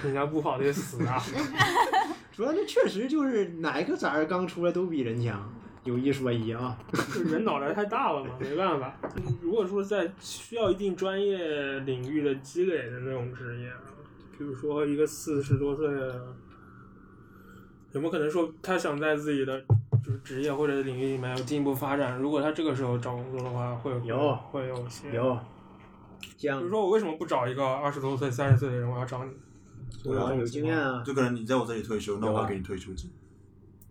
人家不好得死 啊！
主要那确实就是哪个崽儿刚出来都比人强，有一说一啊。
就人脑袋太大了嘛，没办法。 如果说在需要一定专业领域的积累的那种职业啊，比如说一个四十多岁的，有没有可能说他想在自己的就是职业或者领域里面有进一步发展？如果他这个时候找工作的话，会
有
会有些。
有，
比
像
如说，我为什么不找一个二十多岁、三十岁的人，我要找你？
我要有经验啊，
就可能你在我这里退休，那我
有
要
啊
给你退休金，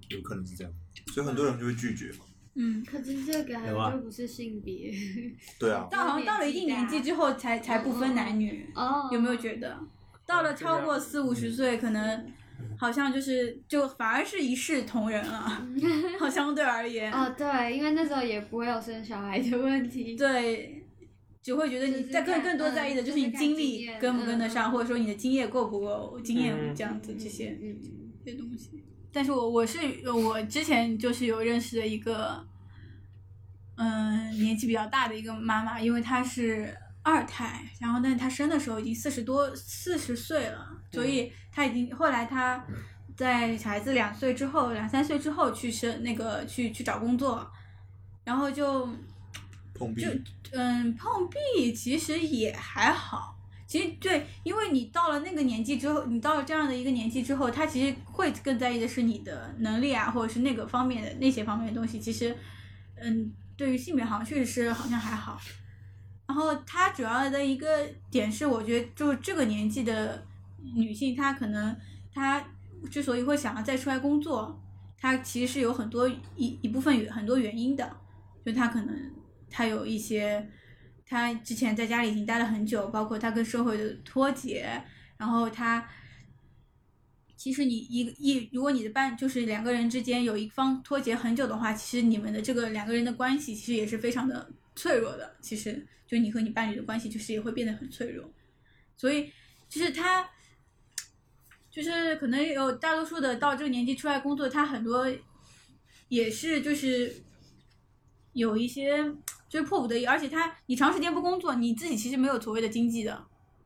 有可能是这样，所以很多人就会拒绝嘛。
嗯，
可是这个
有啊
就不是性别
对啊，
但好像到了一定年纪之后才才不分男女，
哦
有没有觉得？到了超过四五十岁，可能好像就是就反而是一视同仁 了，好相对而言，
哦，对，因为那时候也不会有生小孩的问题。
对，只会觉得你
就是
在更
看
更多
嗯
在意的就是
就是
你
看
精
经
力
验
跟不跟得
嗯
上，
嗯
或者说你的经验够不够经验
嗯
这样子这些
嗯，
这些东西。但是我我是呃我之前就是有认识的一个，嗯，年纪比较大的一个妈妈，因为她是二胎，然后但是她生的时候已经四十多四十岁了，所以她已经后来她在孩子两岁之后两三岁之后去生那个去去找工作，然后就
碰壁
就嗯碰壁其实也还好。其实对，因为你到了那个年纪之后，你到了这样的一个年纪之后，他其实会更在意的是你的能力啊，或者是那个方面的那些方面的东西。其实，嗯，对于性别好像确实是好像还好。然后她主要的一个点是，我觉得就是这个年纪的女性，她可能她之所以会想要再出来工作，她其实是有很多一一部分原很多原因的，就她可能她有一些，她之前在家里已经待了很久，包括她跟社会的脱节，然后她其实你一一如果你的伴就是两个人之间有一方脱节很久的话，其实你们的这个两个人的关系其实也是非常的脆弱的。其实就你和你伴侣的关系，就是也会变得很脆弱。所以就是他，就是可能有大多数的到这个年纪出来工作，他很多也是就是有一些就是迫不得已，而且他你长时间不工作，你自己其实没有所谓的经济的，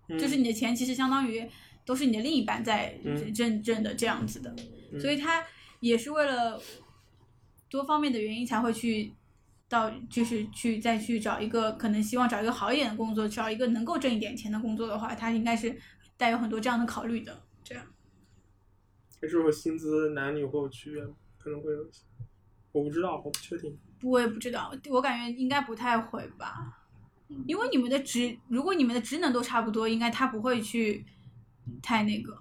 嗯
就是你的钱其实相当于都是你的另一半在
嗯
挣挣的这样子的，
嗯
所以他也是为了多方面的原因才会去到就是去再去找一个可能希望找一个好一点的工作，找一个能够挣一点钱的工作的话，他应该是带有很多这样的考虑的。这样，
也是有薪资男女会有区别吗？可能会有一些，我不知道，我不确定。
我也不知道，我感觉应该不太会吧，
嗯
因为你们的职，如果你们的职能都差不多，应该他不会去太那个。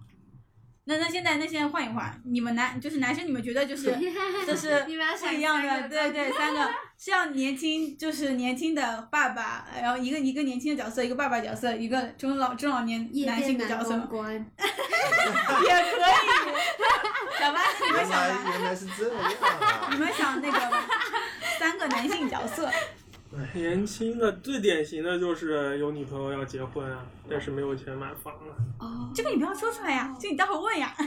那那现在那现在换一换，你们男就是男生，你们觉得就是就 是
你们要
不
想
一样
三
的，
个
对对，三个是要年轻，就是年轻的爸爸，然后一个一个年轻的角色，一个爸爸角色，一个中老中老年
夜
男性
店
的角
男
色
公关，
也可以。小白，你们
原
想吧
来原来是这样
你
啊！
们想那个吧三个男性角色。
年轻的最典型的就是有女朋友要结婚啊，但是没有钱买房啊。
哦，
这个你不要说出来呀，这个你待会儿问 呀。好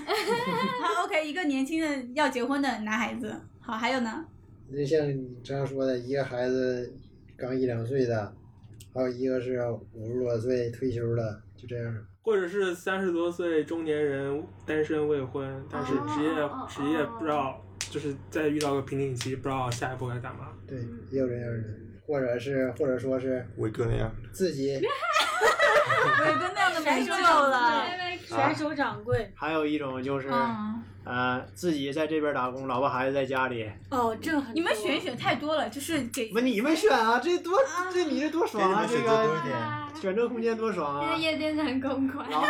，OK，一个年轻的要结婚的男孩子。好，还有呢？
那像你这样说的，一个孩子刚一两岁的，还有一个是五十多岁退休了，就这样。
或者是三十多岁中年人单身未婚，但是职业、
哦哦哦
职业不知道，就是再遇到个瓶颈期，不知道下一步该干嘛。
对，也有这样的，或者是或者说是
伟哥那样，
自己
伟哥那样的没
谁
救
说掌
了。
啊
柜？甩手掌柜。
还有一种就是，
嗯，
呃，自己在这边打工，老婆孩子在家里。
哦，这个很多
你们选一选太多了，就是给
不，你们选啊，这多这你这多爽啊，
给
这
你们选择多一
个
点
啊
选择空间多爽
那
啊
个！夜店男公关，
老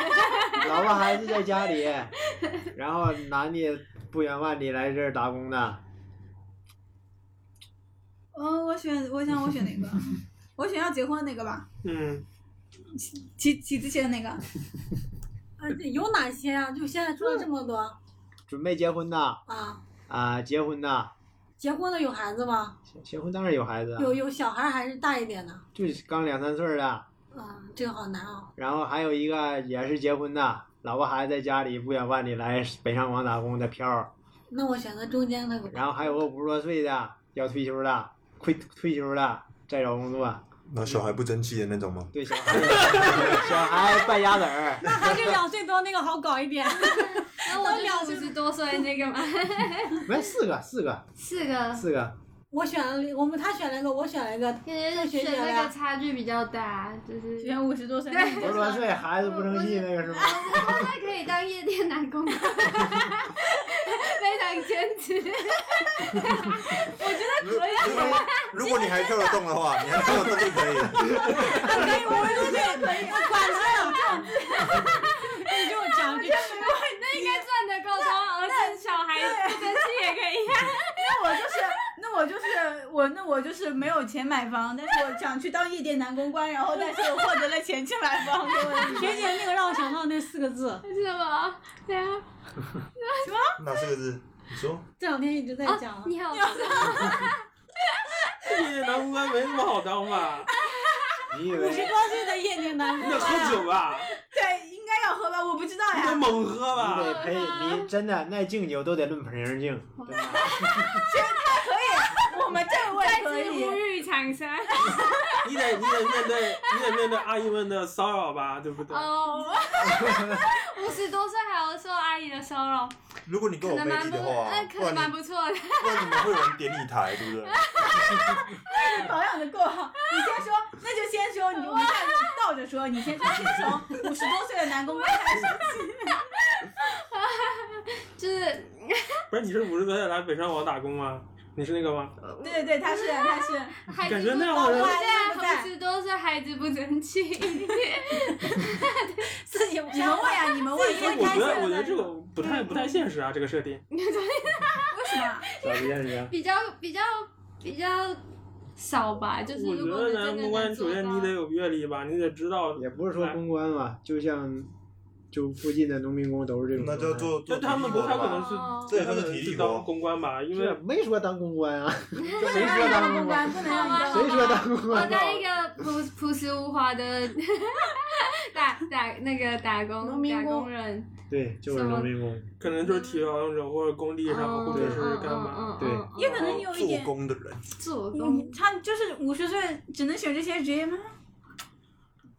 老婆孩子在家 里，然后男的不远万里来这儿打工的，
嗯，我选，我想我选 哪个？我选要结婚那个吧，
嗯，
起起子写的那个。
啊，这有哪些啊？就现在说了这么多
准备结婚的啊、
啊，
结婚的，
结婚的有孩子吗？
结婚当然有孩子啊，
有有小孩儿还是大一点的？
就是刚两三岁儿的，
啊，这个好难哦。
然后还有一个也是结婚的，老婆孩子在家里不远万里来北上广打工的飘儿，
那我选择中间那个吧。
然后还有个五十多岁的要退休的，快退休的再找工作，
那小孩不争气的那种吗？
对小孩小孩败家子儿。
那还是两岁多那个好搞一点。
那我就是五十多岁那个嘛，
没四个，四个，
四个，
四个，
我选了，我们他选了一个，我选了一个，
感觉
这
选
学起来
那
啊
个差距比较大，就是
选五十多 岁。
对
五十多岁孩子不争气那个是吗？
我 还可以当夜店男公关， 非常坚持。
如果 如果你还跳得动的话，你还跳得动就可以了。
可以，我们都选可以，我管他了，你就讲这个，
那应该赚得够多，儿子小孩不争气也可以。
那我就是，那我就是我，那我就是没有钱买房，但是我想去当夜店男公关，然后但是我获得了钱去买房。
学姐那个让我想到那四个字，
是吗？对啊，
那这个是你说
这两天一直在讲。
你好，
夜店男公关没那么好当吧？
你以
五十
为
多岁的夜店男公
那
关
喝
啊，
酒吧，
对，应该要喝吧？我不知道
那
呀，
猛喝
你
吧。
得陪你真的那敬酒都得论瓶儿敬，真的。
我们这位可以。
呼吁厂商
你得你得面对你得面对阿姨们的骚扰吧，对 不对？
哦，五十多岁还要受阿姨的骚扰，
如果你够
可
有
能
魅
蛮
力
不，
的话啊
那，可
不然
能蛮
你
不错的。
不然怎么会有人点你台，对不对？
保养的够好，你先说，那就先说，你我们下次倒着说，你先说，先从五十多岁的男公关开始。
就是
不是你是五十多岁来北上广打工吗？你是那个吗？
对对对，他是他是，
孩
感
子
觉
不
那样
懂
的人
我
对
现
不
在
对
五十多岁，嗯孩子不争气。
自己
你们问呀，你们问，
所以
先
我
开
觉得
始了
我觉得这个不太不太现实啊，这个设定。
为什么？
咋不认识？
比较比较比较少吧， 就是
我
如
觉
果你
得
真
男
的
公
能
关
做
首先你
到
哎
得有阅历吧，你得知道
也不是说公关吧，就像
就附近的农民工都是这种
那
状
就
态。
做
就
做
他们不太可能
吧，
是，
哦
这也
他
算
们
是体力
是
活
当。公关吧，因为
是没说当公关 啊，
不
谁
能
说当
让当
公
公
关？
关，不能让你当
谁说当公
我
关？
在一个朴朴实无华的打打那个打工
农民
打
工
工人，
对，就是农民工。
可能就是体力劳动者或者工地上，
嗯
或者是
嗯
干嘛。
嗯嗯
对
嗯嗯
也可能有一
做
点，
工的人，
做工
嗯，他就是五十岁只能选这些职业吗？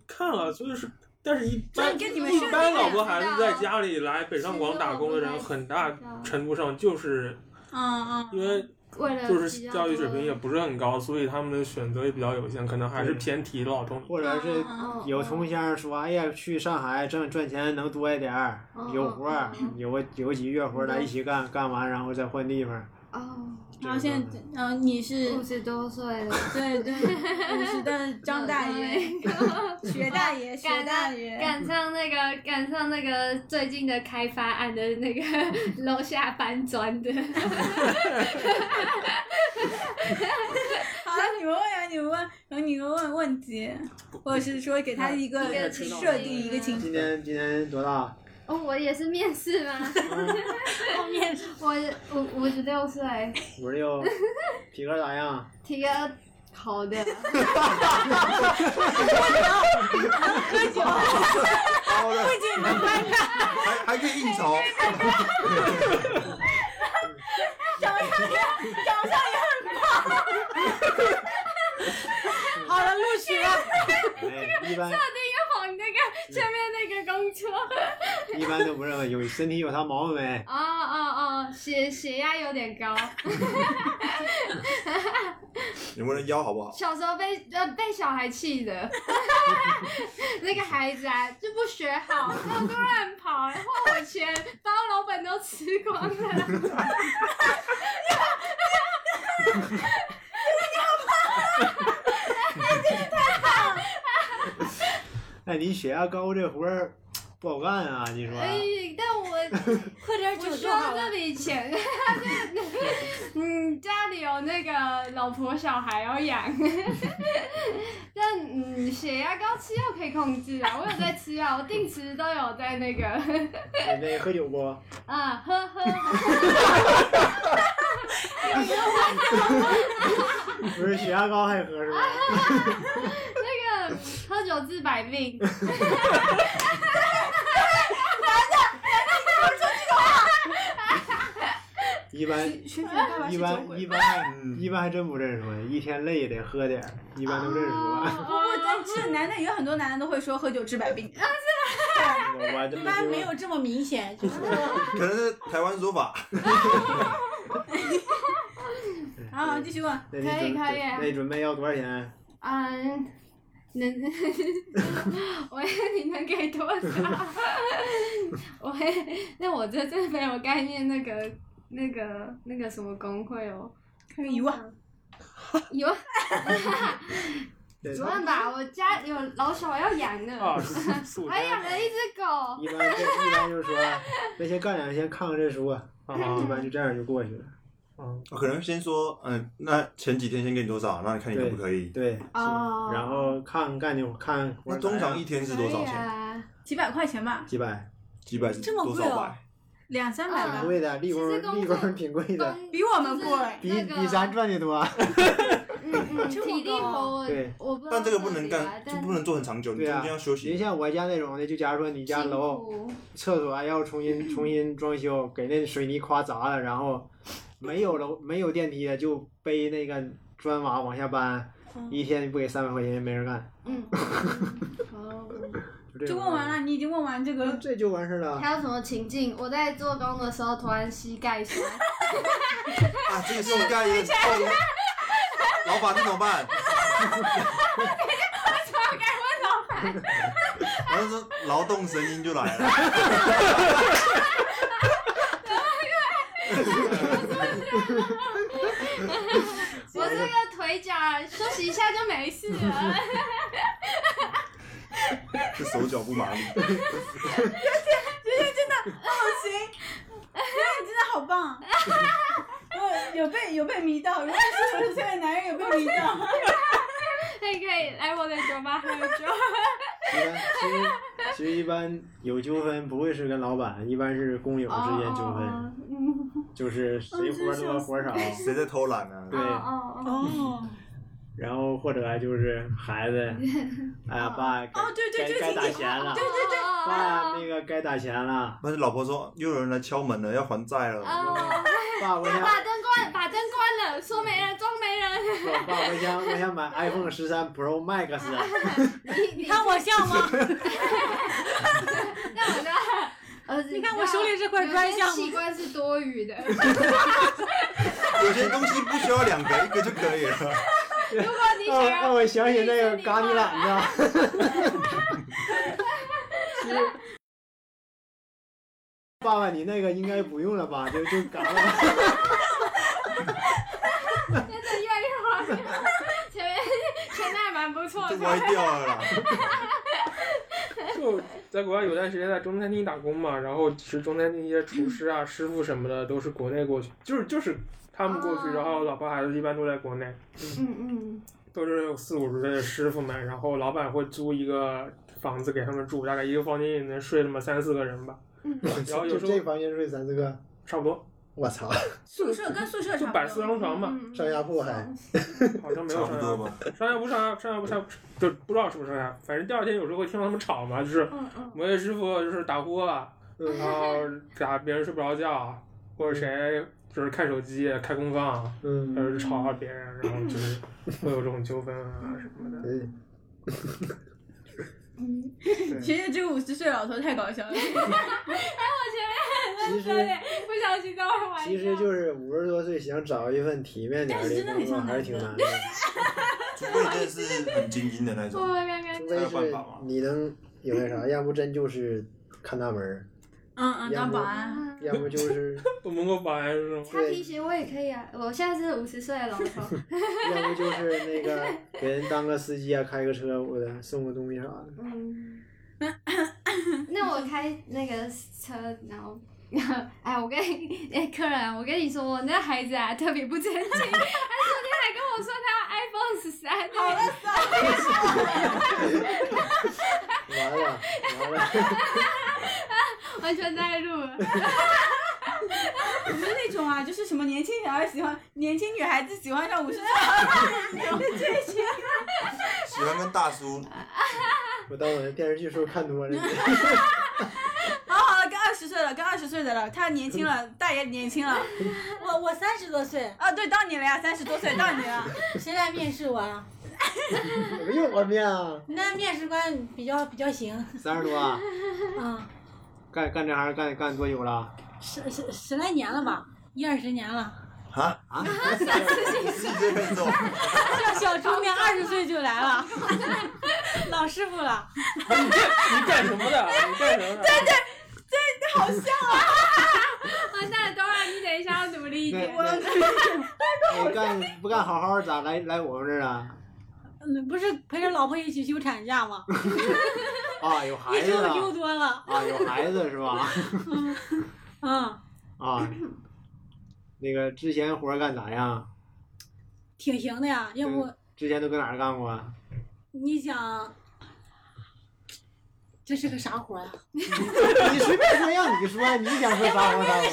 看了，所以是，但是一
所以
般
跟你们
一
设
般
定
老
两
婆
知
孩
道
子在家里来北上广打工的人，
是
很大
知道
程度上就是
嗯
因为
为了
就是
比较
教育水
多
平也不是很高，所以他们的选择也比较有限，可能还是
对
偏体力劳动。
或者是
嗯
有同乡说，哎呀，去上海挣赚钱能多一点儿
嗯，
有活儿
嗯，
有个有几月活儿咱一起干，干完然后再换地方。
哦，
然后现在，嗯、你是
五十多岁了，
对对，五十的 张大爷，学大爷，学大爷，
赶上那个赶上那个最近的开发案的那 个楼下搬砖的，
好了，你们问呀，你们问，然后你们问问题，或者是说给他一
一个
个
情
设
境
定一个嗯情
今年今年多大？
哦，我也是面试吗？
后面
哦 我五五十六岁，
五十六，体格咋样？
体格好 的，
高的，还还可以应酬，哦
好了，录取了。
哎，一般
捧那个前面那个公车，
一般都不认为有身体有啥毛病没？
哦哦哦，血血压有点高，
你问人腰好不好？
小时候被呃被小孩气 的，那个孩子啊就不学好，到处乱跑，然后我钱包老本都吃光了。
哎，你血压高这活儿不好干啊，你说？
哎，但我
喝点
我
酒
需
就
要
好
这
了。
笔钱，嗯，家里有那个老婆小孩要养， 但嗯，血压高吃药可以控制啊，我有在吃药，我定时都有在那个
你那喝酒不？
啊喝喝，
不是血压高还喝是吧？
那个喝酒治百病，
一般
学姐爸
哎
爸
一
是酒
般
鬼。
一般还
嗯
一般还真不认输，一天累也得喝点儿，一般都认输。
哦
不不，但是男的有很多男的都会说喝酒治百病，
我 我还真
一
没
般
听
没
过
有这么明显，就 是
可能是台湾说法，
然后继续问，
嗯那你
可以
准
可以
那你准备要多少钱？啊
嗯，能，我你能给多少？我那我这真没有概念，那个那个那个什么工会哦，
看看一万，
有
对
主任吧，我家有老小要养
啊，
呢，
暑
还养
假
了一只狗。
一般就一般就说那先干两天看看再说，
嗯
一
啊，
般就这样就过去了。
嗯，
可能先说，嗯，那前几天先给你多少，那你看你可不可以？
对，
哦
然后看干就看活
那
儿咋
通
样。
常一天是多少
可以
钱？
啊？
几百块钱吧，
几百，
几百是
这么
多
贵
少
哦
百？
两三百吧
挺，贵的，立
啊其
功
实工
立
作
功挺贵的，
工
比我们贵
比
就是那个
比咱赚的多。啊
嗯 嗯，
这么
体力
高
啊
活我
对
我不知道
但这个不
到
能
底啊
干，就
但
不能做很长久，你
对啊
中间要休
您
息。
像我家那种的，就假如说你家
辛
楼
哦
苦
厕所要重新重新装修，给那水泥夸砸了，然后没有楼没有电梯了，就背那个砖瓦往下搬，一天不给三百块钱没人干，
嗯，嗯哦。
就这
就
种
问完了，你已经问完这
那
个，
这就完事儿了。
还有什么情境？我在做工的时候突然膝盖酸，
啊，这个膝盖 也很痛。老板，这怎么办？ 然后说劳动声音就来了，
我这个腿脚休息一下就没事了。
这手脚不麻利。
哎真的好棒，我 有被有被迷到，如果是五十岁的男人有被迷到，
可以可以来我的酒吧喝酒。
一般其实其实一般有纠纷不会是跟老板，一般是工友之间纠纷，
哦嗯
就是谁活多活少，
谁在偷懒啊呢、
对
哦哦
哦，
然后或者就是孩子，哎呀爸，该
哦对对
该该
对
打
对
钱了
对，对对，
爸
哦
那个该打钱了，
但是老婆说又有人来敲门了，要还债了。
哦，
爸我
大
想
把灯关，把灯关了，说没人装没人，
爸我想我想买 iPhone 十三 Pro Max，
你你
你看我像 吗？
那我那。 儿子，
你看我手里这块砖像吗
有些器官是多余的。
有些东西不需要两个，一个就可以了。
如果你想
让让
要，
我想起那个嘎尼懒子。 爸爸，你那个应该不用了吧？就就嘎了。
真的越来越好 笑。前面前面还蛮不 错
这
的，
歪掉了啦。
就在国外有段时间在中餐厅打工嘛，然后其实中餐厅一些厨师啊、师傅什么的都是国内过去，就是就是他们过去，
哦
然后老婆孩子一般都在国内，
嗯嗯，
都是有四五十岁的师傅们，然后老板会租一个房子给他们住，大概一个房间也能睡那么三四个人吧，然后有
就
时候
这房间睡三四个，
差不多
我操，
就
宿舍跟宿舍
就
差
摆
不
四
多。
张床嘛，
嗯
上下铺还。
好像没
差
有
不
上下
多
铺，
吧，
上下铺上下上下铺上就不知道是不是上下铺，反正第二天有时候会听到他们吵嘛，就是
嗯嗯，
某些师傅就是打呼啊，
嗯
然后打别人睡不着觉，啊或者谁就是看手机、开功放，
嗯
或者是吵到啊别人，然后就是会有这种纠纷啊什么的。
对，
其实这个五十岁老头太搞笑了，
其实
对，不小心都会玩
其实就是五十多岁想找一份体面点儿哎的工作还是挺难 的，
除非你真的是很精英的那
我
种，
们刚刚
除非是你能有那啥，要不真就是看大门儿，
嗯嗯，当保安，
啊
要不就是
我门口保安是吗？
擦皮鞋我也可以啊，我现在是五十岁的老头。
要不就是那个给人当个司机啊，开个车我的送个东西啥的。
嗯，那我开那个车，然后。 哎，我跟你哎，客人，我跟你说，我那孩子啊，特别不争气。他昨天还跟我说他要 iPhone 十三，好了，
完了完了，
完全带入了。
我是那种啊，就是什么年轻小孩喜欢年轻女孩子喜欢上五十岁，
喜欢跟大叔
我当我的电视剧是不是看多了？
好好哦了，跟二十岁了，跟二十岁的了，他年轻了，大爷年轻了，
我我三十多岁，
啊，对，到你了呀，三十多岁到你了，
谁来面试我啊？
怎么又换面啊？
那面试官比较比较 行，
三十多啊，
嗯，
干干这行干干多久了？
十十十来年了吧，一二十年了。
啊 啊，自己在看中，
像小猪面二十岁就来了， 老师傅了。
你干什么的？你干什么的？
完蛋了，等会儿你等一下要努力一
那
点。
那你干不干好好咋来来我们这儿啊？
嗯，不是陪着老婆一起休产假吗？
啊，有
一
孩子
周丢
了
多了，
啊，有孩子是吧？
嗯，
啊，那个之前活儿干咋样？
挺行的呀。要不
之前都搁哪儿干过啊？
你想，这是个啥活呀、啊
你随便说，让你说，你想说
哎
啥活啥活。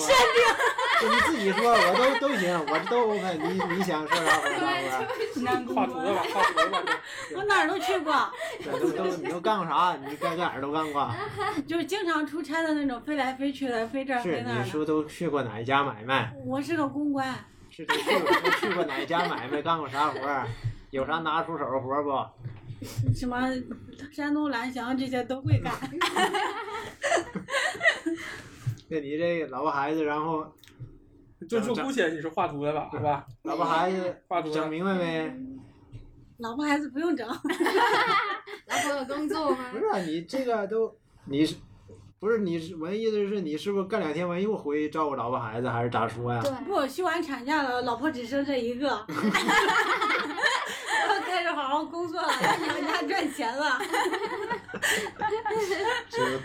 你自己说，我都都行，我都 open。你你想说啥活啥活，
南宫
画图的吧，画图的吧。
我哪儿都去过，
我都都你都干过啥？你该干哪儿都干 过。
就是经常出差的那种，飞来飞去的，飞这儿
是，
飞那
你
儿的。
说都去过哪一家买卖？
我是个公关，
是都去都去过哪一家买卖？干过啥活儿？有啥拿出手的活儿不？
什么山东蓝翔这些都会干。
那你这老婆孩子，然后
就就姑且你是画图的吧，好吧？
老婆孩子
画图
整
的。
明白没？
老婆孩子不用整，
老婆有工作吗
不？是啊，你这个都你是。不是你是，我的意思是你是不是干两天完又回去照顾老婆孩子，还是咋说呀？
对，
不休完产假了，老婆只剩这一个， 要开始好好工作了，要养家赚钱了。
就是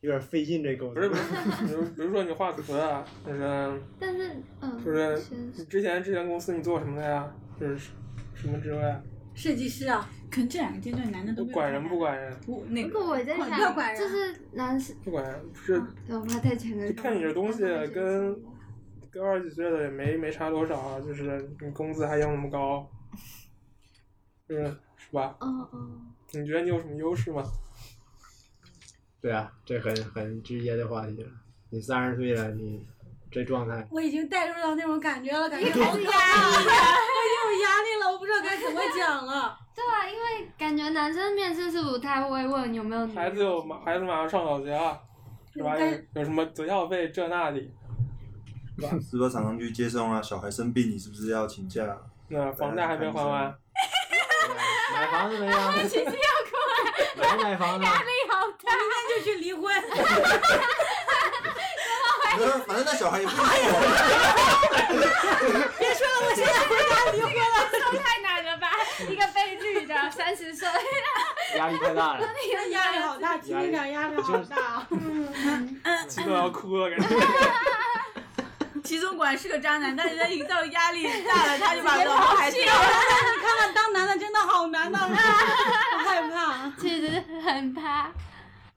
有点费劲这沟
不是
通
不。是，比如比如说你画图的，那个
但是嗯，
不是
是
你之前之前公司你做什么的呀？就是什么职位啊？
设计师啊，
可能这两个阶段男的都
不
没有
管人不
管
管人
不那
如
个
果我在
管不要管
想，
人
就是男生，啊
不管人，是
我怕太强了。
就看你的东西啊跟跟二十几岁的也没没差多少啊，就是你工资还要那么高，就是是吧？
哦哦，
你觉得你有什么优势吗？
对啊，这很很直接的话题了。你三十岁了，你这状态，
我已经带入到那种感觉了，感觉好压 啊，我已经有压力了，我不知道该怎么讲了。
对啊，因为感觉男生面试是不太会问有没有女
孩子有马孩子马上上小学了，是吧？
但
有有什么择校费这那里，
是不是常常去接送啊？小孩生病，你是不是要请假？
那房贷还没还完，
买房子没有？哪买房子啊？
那就去离婚，
没事反正 那小孩也不用。
太难了吧？一个被绿 的三十岁，
压力太大了。
压力好大，听着讲压力好大啊。
激动要哭了，感觉。
齐总管是个渣男，但是他一到压力大了，他就把老婆孩子要了。
你看看，当男的真的好难呐，我害怕。
其实很怕。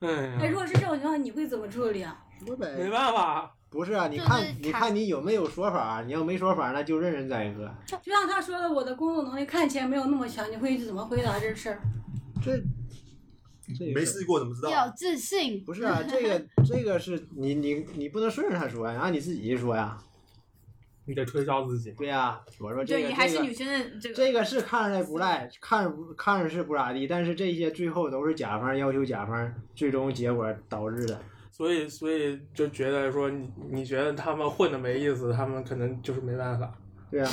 哎
哎，
呀，
如果是这种情况，你会怎么处理啊？
不
没
得，
办法，
不是啊？你
就是
看，你
卡
看你有没有说法？你要没说法，那就任人宰割。
就像他说的，我的工作能力看起来没有那么强，你会怎么回答这事儿？
这这
没试过怎么知
啊
道？
有自信。
不是啊？这个这个是你你你不能顺着他说呀，按你自己说呀。
你得推销自己。
对呀、我说这
对
个
你还是
这个
女生的这个，
这个是看着不赖，看着不看着是不咋地，但是这些最后都是甲方要求甲方最终结果导致的。
所以，所以就觉得说你，你觉得他们混的没意思，他们可能就是没办法。
对啊，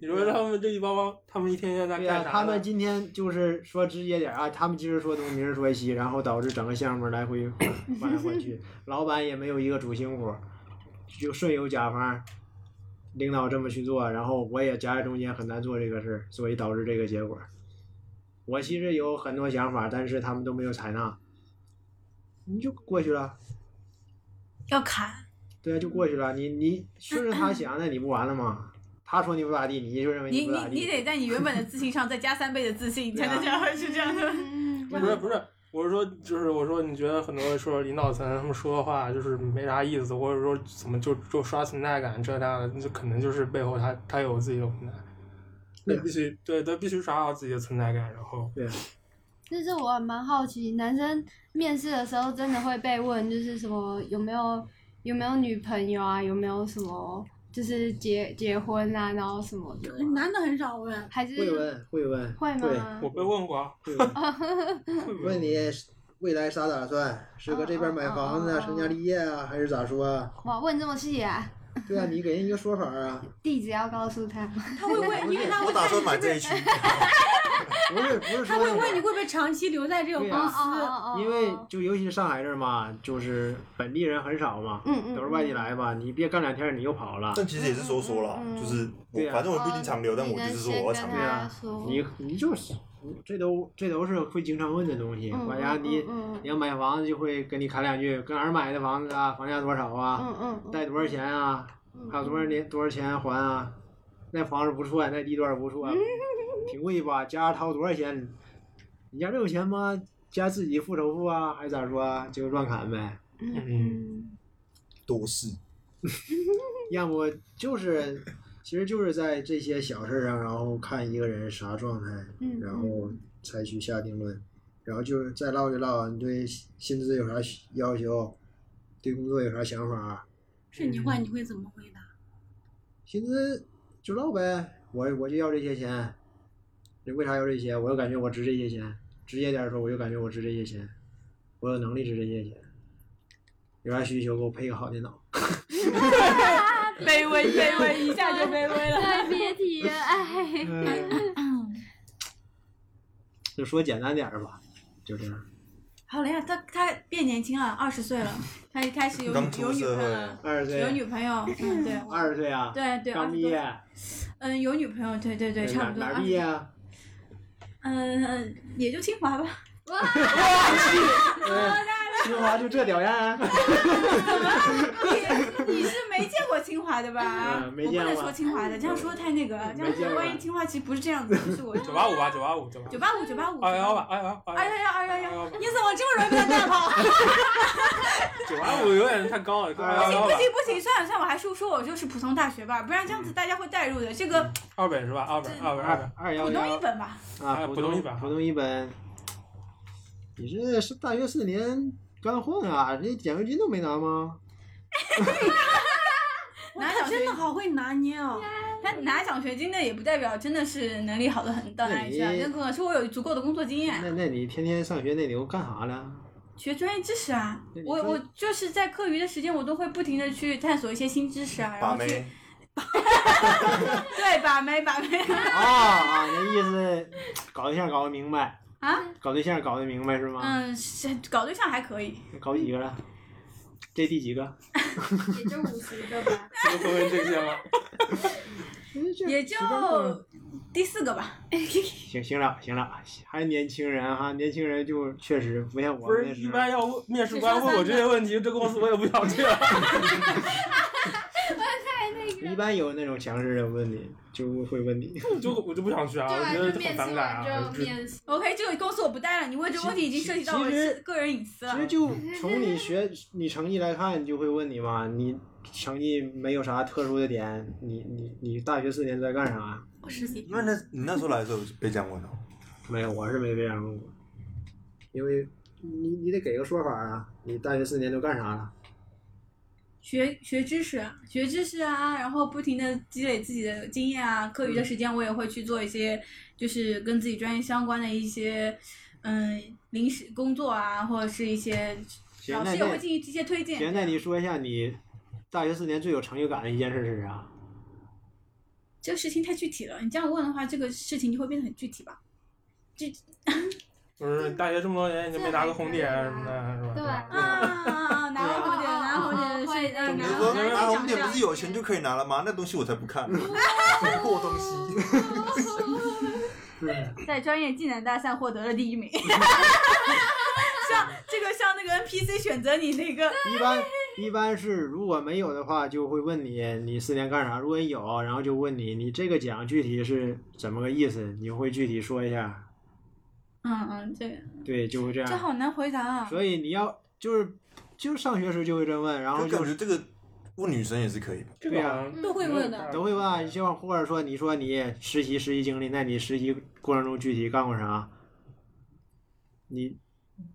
你说他们这一帮帮，他们一天天在
对
干
啊，
啥呢？
他们今天就是说直接点儿啊，他们今儿说东，明儿说西，然后导致整个项目来回 换来换去，老板也没有一个主心骨，就顺由甲方领导这么去做，然后我也夹在中间很难做这个事儿，所以导致这个结果。我其实有很多想法，但是他们都没有采纳，你就过去了。
要砍，
对啊，就过去了。你你顺着他想，那你不完了吗？他说你不咋地，你就认为
你
不
你
咋地。
你得在你原本的自信上再加三倍的自信，你才能这样是这样的。
嗯，
不是不是，我是说，就是我说，你觉得很多说领导层他们说的话就是没啥意思，或者说怎么就就刷存在感这那的，就可能就是背后他他有自己的无奈，那
啊
必须对他必须刷好自己的存在感，然后
就是我蛮好奇，男生面试的时候真的会被问，就是什么有没有有没有女朋友啊，有没有什么就是结结婚啊，然后什么的，
男的很少问，
还是
会问会问
会吗？
我被问过啊，
会问，问你未来啥打算？是搁这边买房子
哦哦
啊，
哦
成家立业啊，还是咋说啊？
哇，问这么细啊，
对啊，你给人一个说法啊，
地址要告诉 他吗？
他会问，因为他
我
会
打
看
算
你
买
会不
这
会
一，区。
不是不是
他
说
会问你
那
会不会长期留在这个
对
公
啊
哦
个，
司。
因
嗯
为就尤其是上海这儿嘛，就是本地人很少嘛，
嗯嗯，
都是外地来嘛，你别干两天你又跑了，
但其实也是说说啦，
嗯嗯嗯
就是我
对啊
反正我不一定常留，但我就是说我要常
对
留。
啊你
你
你就是这都这都是会经常问的东西，
嗯
我家你。
嗯
你要买房子就会跟你侃两句，跟哪儿买的房子啊，房价多少啊，
嗯嗯，
贷多少钱啊，
嗯，
还有多少年多少钱还啊，那房子不错，那地段不 错，啊挺贵吧？家掏多少钱？你家这有钱吗？家自己付首付啊，还是咋说啊？就乱砍呗。
嗯
都是
要不就是，其实就是在这些小事上，然后看一个人啥状态，
嗯，
然后才去下定论，然后就是再唠一唠，啊你对薪资有啥要求，对工作有啥想法？
是你话，你会怎么回答？
薪资就唠呗，我我就要这些钱，你为啥要这些？我就感觉我值这些钱，直接点儿说，我就感觉我值这些钱，我有能力值这些钱。有啥需求给我配个好电脑，
卑微卑微一下就卑微了。
再别提了，哎，
就说简单点儿吧，就这样。
好了呀，他他变年轻了，二十岁了，他一开始有
刚
女有
出
女
社
朋友
会
了，，
二十
有
岁，
女朋友，嗯，对
二十岁啊，
对对，
刚
二十
毕
多
业
岁，，嗯，有女朋友，对对对，
哪
差不多
哪
啊
儿，毕业啊？
嗯，嗯也就清华吧，
清华华就这屌样啊？
你是没见过清华的吧？
嗯没见过
我不能说清华的，这样说太那个了。这样
没见
说
过
万一清华其实不是这样子，不是 我。
九八五吧，九八五，九八
九八五，九八五，
五，哎二幺幺吧，，二幺
二幺幺，二幺
二
幺。
幺吧，
你怎么这么容易被他带跑？
九八五有点太高了，跟二
不
幺
行
幺
不
吧，
行不行，算了算了，我还是说我就是普通大学吧，不然这
嗯
样子大家会带入的。这个
二本是吧？二本，二本，二
二
本，
二幺
普通
幺
一本吧，
哎
啊，
普通一本
本，普通一本。你这是大学四年干混啊？人家奖学金都没拿吗？
哇
拿
他
奖学
真的好会拿捏哦。
他拿奖学金的也不代表真的是能力好的很到哪里去啊，
那你
那可能是我有足够的工作经验啊。
那那你天天上学，那你都干啥了？
学专业知识啊
对！你
我
说
我就是在课余的时间，我都会不停的去探索一些新知识啊，然
把
后去
妹，
对把妹把妹
啊啊，那意思搞对象搞得明白，
啊，
搞对象搞得明白是吗？
嗯，是搞对象还可以，
搞几个了？这第几个？
也就五十个吧。
这个会问这些吗？
也嗯就第四个吧。
哎行行了行了，还年轻人哈，年轻人就确实不像我
不
们那
是，一
时候。
般要问面试官问我这些问题，这公司我也不想去了。
一般有那种强势的问你，就会问你。
就我就不想去啊，
对
我
啊，
觉得
就
很
面试
反感啊
完。就
就
面试。
OK，这个公司我不带了，你问这个问题已经涉及到我
其实
的个人隐私
其实
了。
就从你学你成绩来看，就会问你嘛，你成绩没有啥特殊的点，你你你大学四年在干啥？
我实习，
那那你那时候来的时候被这样 问了，哦
没有，我是没被这样问过，因为你你得给个说法啊，你大学四年都干啥了？
学学知识啊，学知识啊，然后不停的积累自己的经验啊。课余的时间我也会去做一些，就是跟自己专业相关的一些，嗯，临时工作啊，或者是一些
行
老
那
师也
那
会进行一些推荐。
行，那你说一下你大学四年最有成就感的一件事是啥？
这个事情太具体了，你这样问的话，这个事情就会变得很具体吧？
不是大学这么多年，你就没拿个红点什么的，是吧？
对啊
啊啊啊！拿
对啊
红点，拿红点
会
是
的
嗯
你
拿
就说
红点是
拿
奖
红点不
项
是有钱就可以拿了吗？那东西我才不 看，破东西。
在专业技能大赛获得了第一名。 像这个像那个 NPC 选择你那个，
一般一般是如果没有的话，就会问你你四年干啥。如果你有，然后就问你你这个奖具体是怎么个意思，你会具体说一下。
嗯嗯，这个
对，就会这
这
样。
好难回答啊。
所以你要就是就是上学时就会这么问，然后
就
就
感
是
觉这个问女生也是可以吧？
这个好
啊
像
都会问的
都会问啊，就或者说你说你实习实习经历，那你实习过程中具体干过啥？你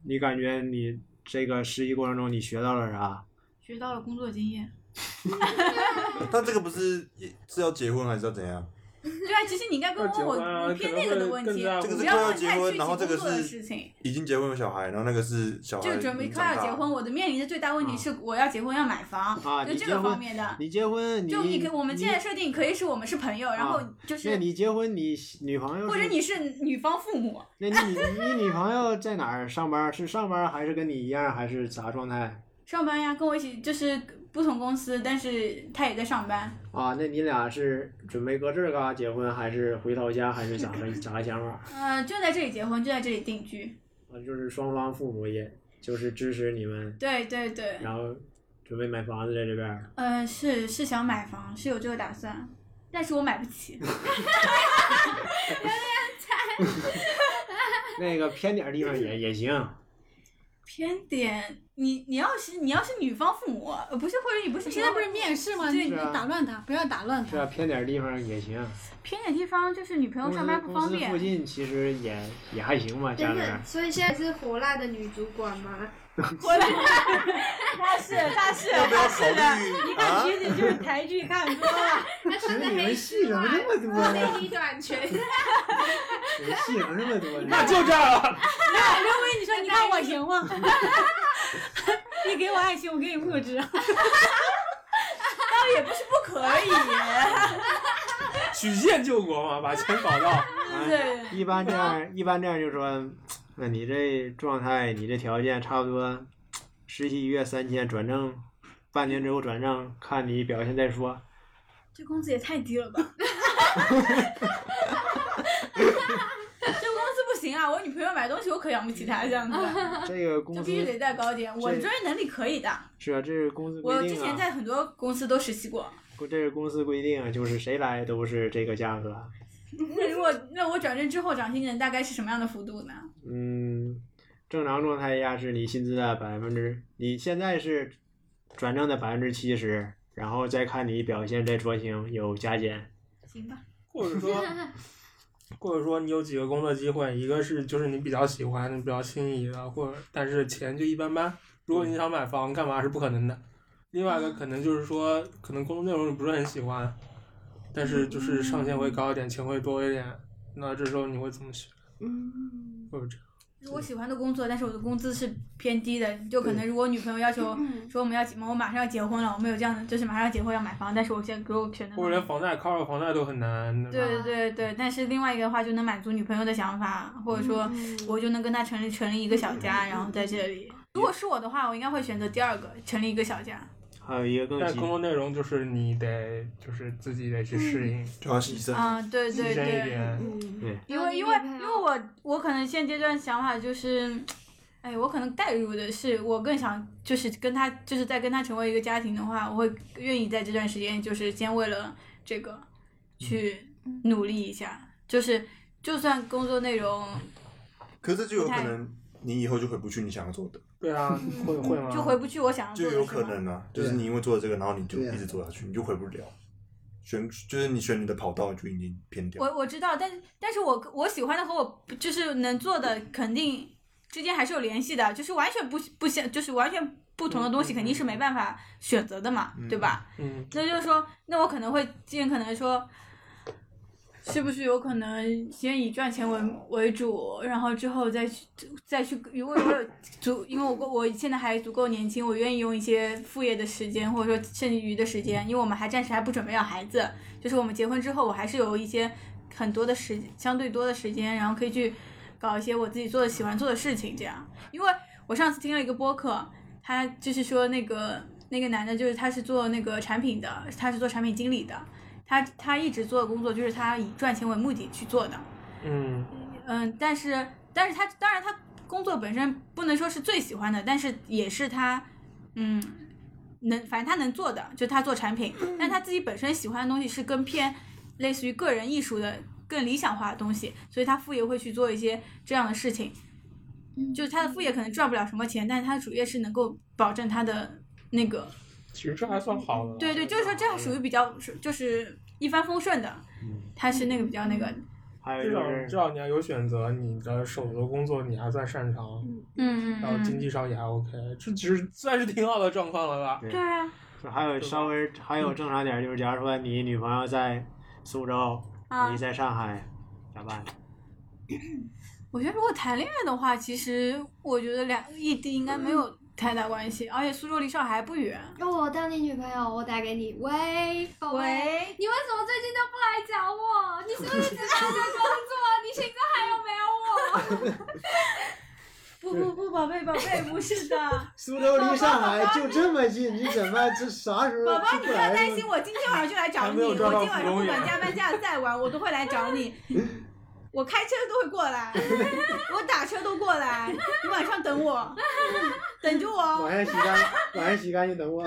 你感觉你这个实习过程中你学到了啥？
学到了工作经验。
但这个不是是要结婚还是要怎样？
对啊，其实你应该跟
要结
问我
婚啊
你偏那个的问
可能
题，啊
会
这个
更加
不
是
要
快要
问
结
太具
婚，
体
然后
工
这个
作的
是
事情。
已经结婚有小孩，然后那个是小孩
就准备
已经
快
长
要
大
结婚，
了。啊
我的面临的最大问题是我要结婚要买房，
啊
就
你
这
结
个
婚
方面的。
你结婚你
就你可我们现在设定可以是我们是朋友，然后就
那
是
你结婚，你女朋友
或者
是？
你是女方父母，
那你你女朋友在哪儿上班？是上班还是跟你一样，还是啥状态
上班呀，跟我一起就是不同公司，但是他也在上班。
啊？那你俩是准备搁这儿嘎结婚，还是回老家，还是咋个咋个想法？
呃，就在这里结婚，就在这里定居。
啊，就是双方父母也就是支持你们，
对对对，
然后准备买房子在这边儿。
呃，是是想买房，是有这个打算，但是我买不起。
那个偏点儿地方也也行，
偏点，你你要是你要是女方父母，呃，不是或者你不是
现在不是面试吗？你
是啊
打乱他，不要打乱
是
他。
啊
吧？偏点儿地方也行。
偏点地方，就是女朋友
公
上班
司
不
公
方
司
便
附。近其实也也还行吧，家
真
里
的
边，。
所以现在是火辣的女主管吗？
我的他是他是
要不要考虑啊？
其实就是台剧看多 了，
那穿着黑丝袜，内衣短裙，
你们戏能这么 多呢？
那就这样了。
所以你说你看我行吗？ 你给我爱心，我给你物质。
倒也不是不可以。
曲线救国嘛，把钱搞到。
啊
对，
一般这样，一般这样就说，那你这状态，你这条件差不多，实习一月三千，转正半年之后转正，看你表现再 说。
这工资也 太低了吧！这工资不行啊！啊，我女朋友买东西我可养不起她这样子，啊
这个公
就
司
必须得再高点。我
这
专业能力可以的，
是啊，这是公司
我
规
之
定
前
啊，
在很多公司都实习过。
不这是公司规定啊，就是谁来都是这个价格。
那如果那我转正之后涨薪能大概是什么样的幅度呢？
嗯，正常状态下是你薪资的百分之，你现在是转正的百分之七十，然后再看你表现在酌情有加减。
行吧，
或者 说，或者说你有几个工作机会，一个是就是你比较喜欢、你比较心仪的，或者但是钱就一般般。如果你想买房干嘛是不可能的。另外一个可能就是说，可能工作内容你不是很喜欢，但是就是上限会高一点，钱会多一点。那这时候你会怎么选？
嗯，
会有这样？
是我喜欢的工作，但是我的工资是偏低的，就可能如果女朋友要求说我们要结我马上要结婚了，我们有这样的，就是马上要结婚要买房，但是我现在给我选的
或者连房贷 cover 房贷都很难，
对
吧？
对对对，但是另外一个的话就能满足女朋友的想法，或者说我就能跟她成立成立一个小家，然后在这里。如果是我的话，我应该会选择第二个，成立一个小家。
还有一个更
但
极
工作内容就是你得就是自己得去适应，
就要牺牲。
啊、对
牺牲一
嗯对对，
点。
因为因为因为我我可能现阶段想法就是，哎，我可能带入的是，我更想就是跟他就是在跟他成为一个家庭的话，我会愿意在这段时间就是先为了这
嗯
个去努力一下，就是就算工作内容
嗯可是这就有可能，你以后就回不去你想要做的，
对啊，会会吗？
就回不去我想要做
就
的
有
是
可
吗
能啊，就
对啊
是你因为做了这个，然后你就
对啊
一直做下去，你就回不了。选就是你选你的跑道就已经偏掉。
我我知道，但是但是我我喜欢的和我就是能做的肯定之间还是有联系的，就是完全不不相，就是完全不同的东
嗯
西肯定是没办法选择的嘛，对吧？
嗯，
那就是说，那我可能会尽可能说，是不是有可能先以赚钱为为主，然后之后再去再去，如果我有足，因为我够我现在还足够年轻，我愿意用一些副业的时间，或者说剩余的时间，因为我们还暂时还不准备要孩子，就是我们结婚之后，我还是有一些很多的时相对多的时间，然后可以去搞一些我自己做的喜欢做的事情，这样，因为我上次听了一个播客，他就是说那个那个男的，就是他是做那个产品的，他是做产品经理的，他他一直做的工作就是他以赚钱为目的去做的，
嗯，
嗯，但是但是他当然他工作本身不能说是最喜欢的，但是也是他嗯能反正他能做的，就他做产品，但他自己本身喜欢的东西是更偏类似于个人艺术的更理想化的东西，所以他副业会去做一些这样的事情。就是他的副业可能赚不了什么钱，但是他的主业是能够保证他的那个
其实这还算好的。
对对，就是说这还属于比较是就是一帆风顺的，他是那个比较那个，
还有
至
就
少
是
至少你要有选择，你的手头工作你还算擅长，
嗯嗯
然后经
嗯，
济上也还 OK，这其实算是挺好的状况了吧？
对
对啊，
还有
对吧
稍微还有正常点儿，就是假如说你女朋友在苏州，
啊
你在上海，咋办？
我觉得如果谈恋爱的话，其实我觉得两异地应该没有太大关系，而且苏州离上海还不远。
那我当你女朋友，我打给你，喂，宝贝，
喂，
你为什么最近都不来找我？你是不是只忙着工作？你现在还有没有我？
不不不，宝贝宝贝，不是 的，
苏州离上海就这么近，你怎么这啥时候
宝宝
就
你
不
不要
来
担
了
心，？我哦今天晚上就来找
还
你，
没有
我今
抓到
晚上不
芙蓉
管
眼
加班加的再晚，我都会来找 你。我开车都会过来，我打车都过来，你晚上等我，等着我哦。
晚上洗干，晚上洗干净等我。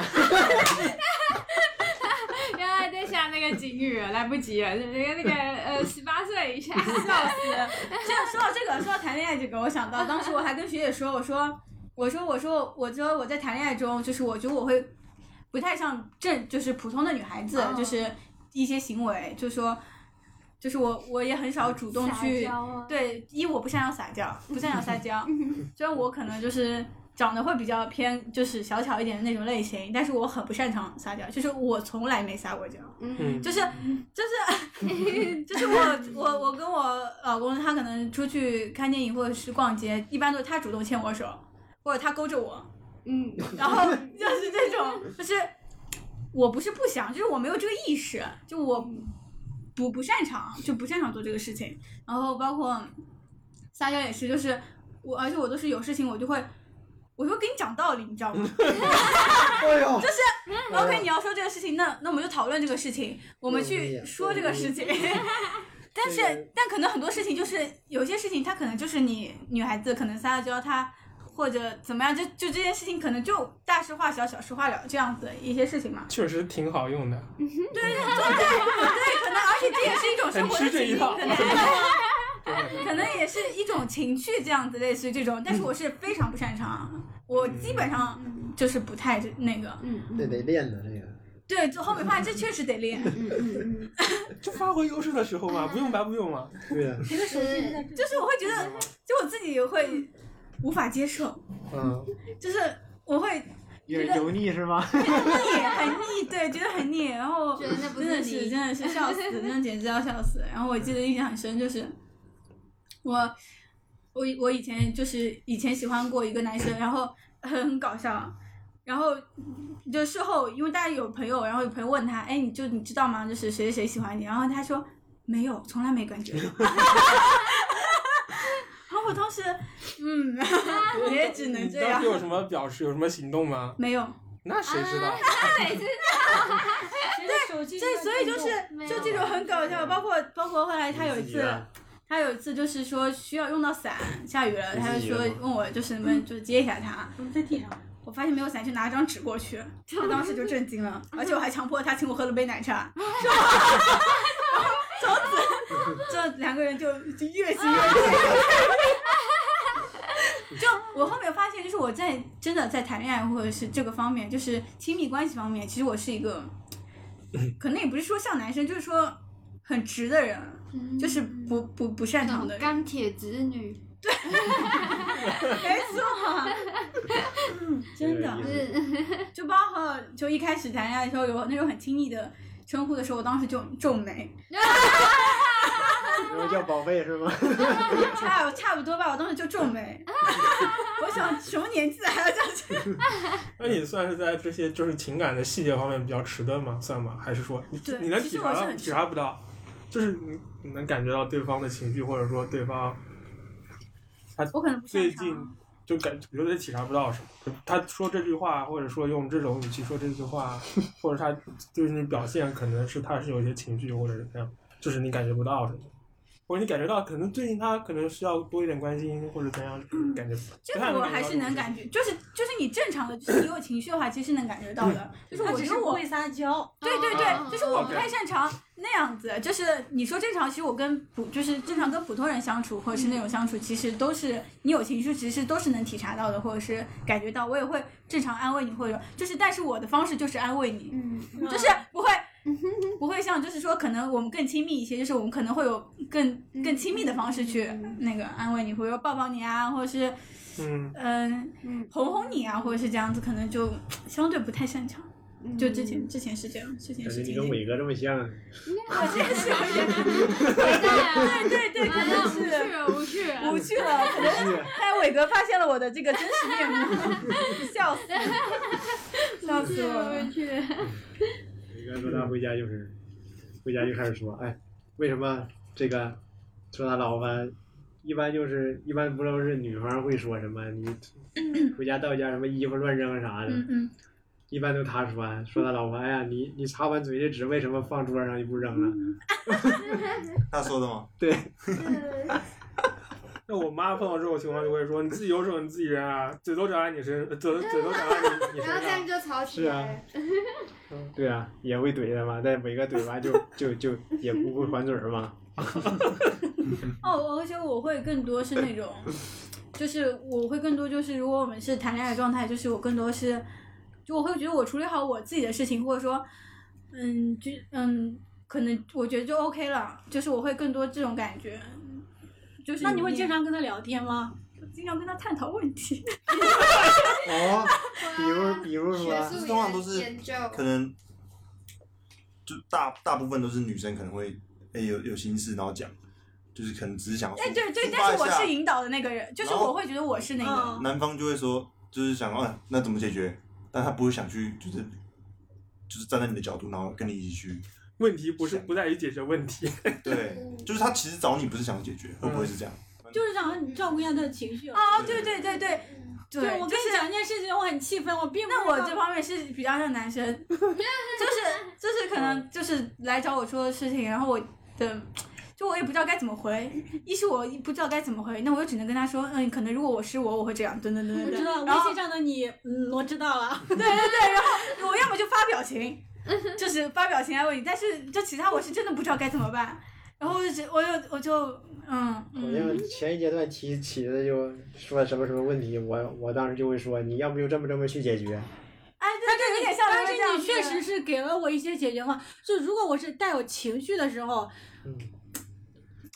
原来在下那个警语，来不及了，那个那个呃，十八岁以下。
笑死！ 这样说到这个，说到谈恋爱这个，我想到当时我还跟学姐说，我说，我说，我说，我说我在谈恋爱中，就是我觉得我会不太像正，就是普通的女孩子，
哦
就是一些行为，就说，就是我我也很少主动去
撒娇嗯啊
对，一我不擅长撒娇，不擅长撒娇，虽然我可能就是长得会比较偏就是小巧一点的那种类型，但是我很不擅长撒娇，就是我从来没撒过娇。
嗯，
就是就是就是 我我我跟我老公他可能出去看电影或者是逛街，一般都是他主动牵我手，或者他勾着我，
嗯，
然后就是这种，就是我不是不想，就是我没有这个意识，就我不不擅长，就不擅长做这个事情。然后包括撒娇也是，就是我，而且我都是有事情我就会，我就会跟你讲道理，你知道吗？
哎呦，
就是 OK，你要说这个事情，那那我们就讨论这个事情，我们
有意
去
啊
说这个事情。但是，但可能很多事情就是有些事情，它可能就是你女孩子可能撒了娇，她或者怎么样，就就这件事情可能就大事化小，小事化了这样子一些事情嘛。
确实挺好用的，
对，可能而且这也是一种生活
很
的
吃这
情
一
绪，
套
可能可能也是一种情趣这样子，类似于这种。但是我是非常不擅长，我
嗯
基本上就是不太那个。
嗯嗯
这得练的这个。
对，就后面发现这确实得练，
嗯嗯嗯，
就发挥优势的时候嘛，不用白不用 嘛。
对呀、
谁的手机是在这？
就是我会觉得，就我自己会无法接受，
嗯，
就是我会
有点油腻是吗？
腻，很腻，对，觉得很腻。然后
觉得那不
真的
是
是
你
真的是笑死，真的简直要笑死。然后我记得印象很深，就是我我我以前就是以前喜欢过一个男生，然后很很搞笑。然后就事后，因为大家有朋友，然后有朋友问他，哎，你就你知道吗？就是谁谁谁喜欢你？然后他说没有，从来没感觉到。 然后我当时，嗯，也只能这
你当
样
时，有什么表示，有什么行动吗？
没有。
那谁知
啊
啊
道？
谁的手机
对，
在
所以
震
就
动
是就这种很搞笑，包括包括后来他有一次，他有一次就是说需要用到伞，下雨了，他就说问我就是能不能就是接一下他，
我们嗯在地上。
我发现没有伞，就拿张纸过去，他当时就震惊
啊
了，而且我还强迫他请我喝了杯奶茶，然 后从此这两个人就就越
啊
行越近。就我后面发现，就是我在真的在谈恋爱或者是这个方面，就是亲密关系方面，其实我是一个，可能也不是说像男生，就是说很直的人，就是不不不擅
那
长
种
的人。
嗯钢铁直女，
没错，嗯 真的。就包括就一开始谈恋爱的时候有那种很亲密的称呼的时候，我当时就皱眉，
然后叫宝贝是吗？
差差不多吧，我当时就皱眉， 我想什么年纪了还要这样子？
那你算是在这些就是情感的细节方面比较迟钝吗？算吗？还是说你
对
你能
其实
体
我是
察
很
体察不到？就是你你能感觉到对方的情绪，或者说对方
我可能不擅
最
长
近就感觉得体察不到什么。就他说这句话，或者说用这种语气说这句 话，或者他对你表现，可能是他是有一些情绪，或者是怎样，就是你感觉不到的。或者你感觉到，可能最近他可能需要多一点关心，或者怎样，感觉
嗯这个我还是能感觉，就是就是你正常的，就是你有情绪的话，其实能感觉到的。就是
嗯他
我
只
觉
是
得
不
我
会撒娇，
对对
哦
对，就是我不
OK
太擅长那样子。就是你说正常，其实我跟普就是正常跟普通人相处，或者是那种
嗯
相处，其实都是你有情绪，其实都是能体察到的，或者是感觉到。我也会正常安慰你，或者就是，但是我的方式就是安慰你，
嗯
嗯
就是不会。 不会像，就是说，可能我们更亲密一些，就是我们可能会有更
嗯
更亲密的方式去那个安慰你，或者说抱抱你啊，或者是
嗯，
嗯、
嗯
哄哄你啊，或者是这样子，可能就相对不太擅长。就之前
嗯
之前是这样，之前
感
是
觉你
这样
跟。伟哥这么像，
我之前是有点
对 啊，
对对对，可
完
能
了，无趣
是
了，无趣 了，
无趣了，可能在伟哥发现了我的这个真实面目，笑死，笑
无趣
死我
了，
了
无。趣了。
伟哥说他回家就是，回家就开始说，哎，为什么这个说他老婆，一般就是一般不都是女方会说什么你回家到家什么衣服乱扔啥的，
嗯嗯，
一般都他穿，说他老婆，哎呀，你你擦完嘴的纸为什么放桌上就不扔了？
他说的吗？
对，
那我妈碰到这种情况就会说：“你自己有手你自己扔啊，嘴都长在你身，呃嘴都嘴都长在 你你
然后这
身上。
样就吵起
啊
来，
对啊，也会怼他嘛，但伟哥怼完就就就也不会还嘴儿嘛。
哦，而且我会更多是那种，就是我会更多就是，如果我们是谈恋爱的状态，就是我更多是，就我会觉得我处理好我自己的事情，或者说，嗯，就嗯，可能我觉得就 OK 了，就是我会更多这种感觉。就是
那你会经常跟他聊天吗？
经常跟他探讨问题。
哦，比如比如
学
说，
术
通常都
研
是
研究，
可能就大大部分都是女生可能会哎、有有心事，然后讲，就是可能只是想抒
哎，对对，
抒发
但
一
是我
下
是引导的那个人，就是
然后
我会觉得我是那个。
嗯，
男方就会说，就是想哦、啊，那怎么解决？但他不会想去，就是就是站在你的角度，然后跟你一起去。
问题不是不在于解决问题，
对，
嗯
就是他其实找你不是想要解决，会不会是这样？
就是想你照顾一下他的情绪。
哦，对对对对，对，
对，我
就
跟
是
你讲一件事情，我很气愤，我并不知道。
那我这方面是比较像男生，
嗯
就是就是可能就是来找我说的事情，然后我的就我也不知道该怎么回，一是我不知道该怎么回，那我就只能跟他说，嗯，可能如果我是我，我会这样，等等等
我
等
知
等。
道
然
微
后
信上的你，嗯，我知道了。
对对对，然后我要么就发表情，
嗯
就是发表情安慰你，但是就其他我是真的不知道该怎么办，然后我就我就我就嗯
好
嗯，
像前一阶段提起的就说什么什么问题，我我当时就会说，你要不就这么这么去解决，
哎，对对，有点像，
但
有
是
点像
你确实是给了我一些解决方案。就如果我是带有情绪的时候，
嗯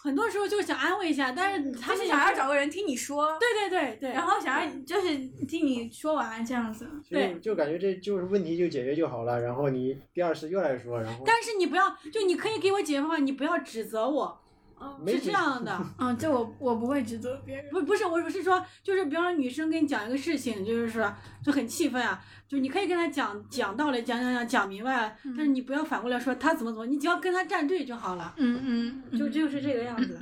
很多时候就想安慰一下，但是
他
他
嗯是
们
想
也
要
是
找个人听你说，
对对对对，
然后想要就是听你说完这样子。
就就感觉这就是问题就解决就好了，然后你第二次又来说，然后
但是你不要，就你可以给我解决方案，你不要指责我，
没
是
解
这 样的。
嗯，这我我不会指责别人。
不不是，我是说，就是比方说女生跟你讲一个事情，就是说就很气愤啊，就你可以跟她讲讲道理，讲讲讲讲明白，
嗯
但是你不要反过来说她怎么怎么，你只要跟她站队就好了，
嗯嗯，
就
就
就是这个样子。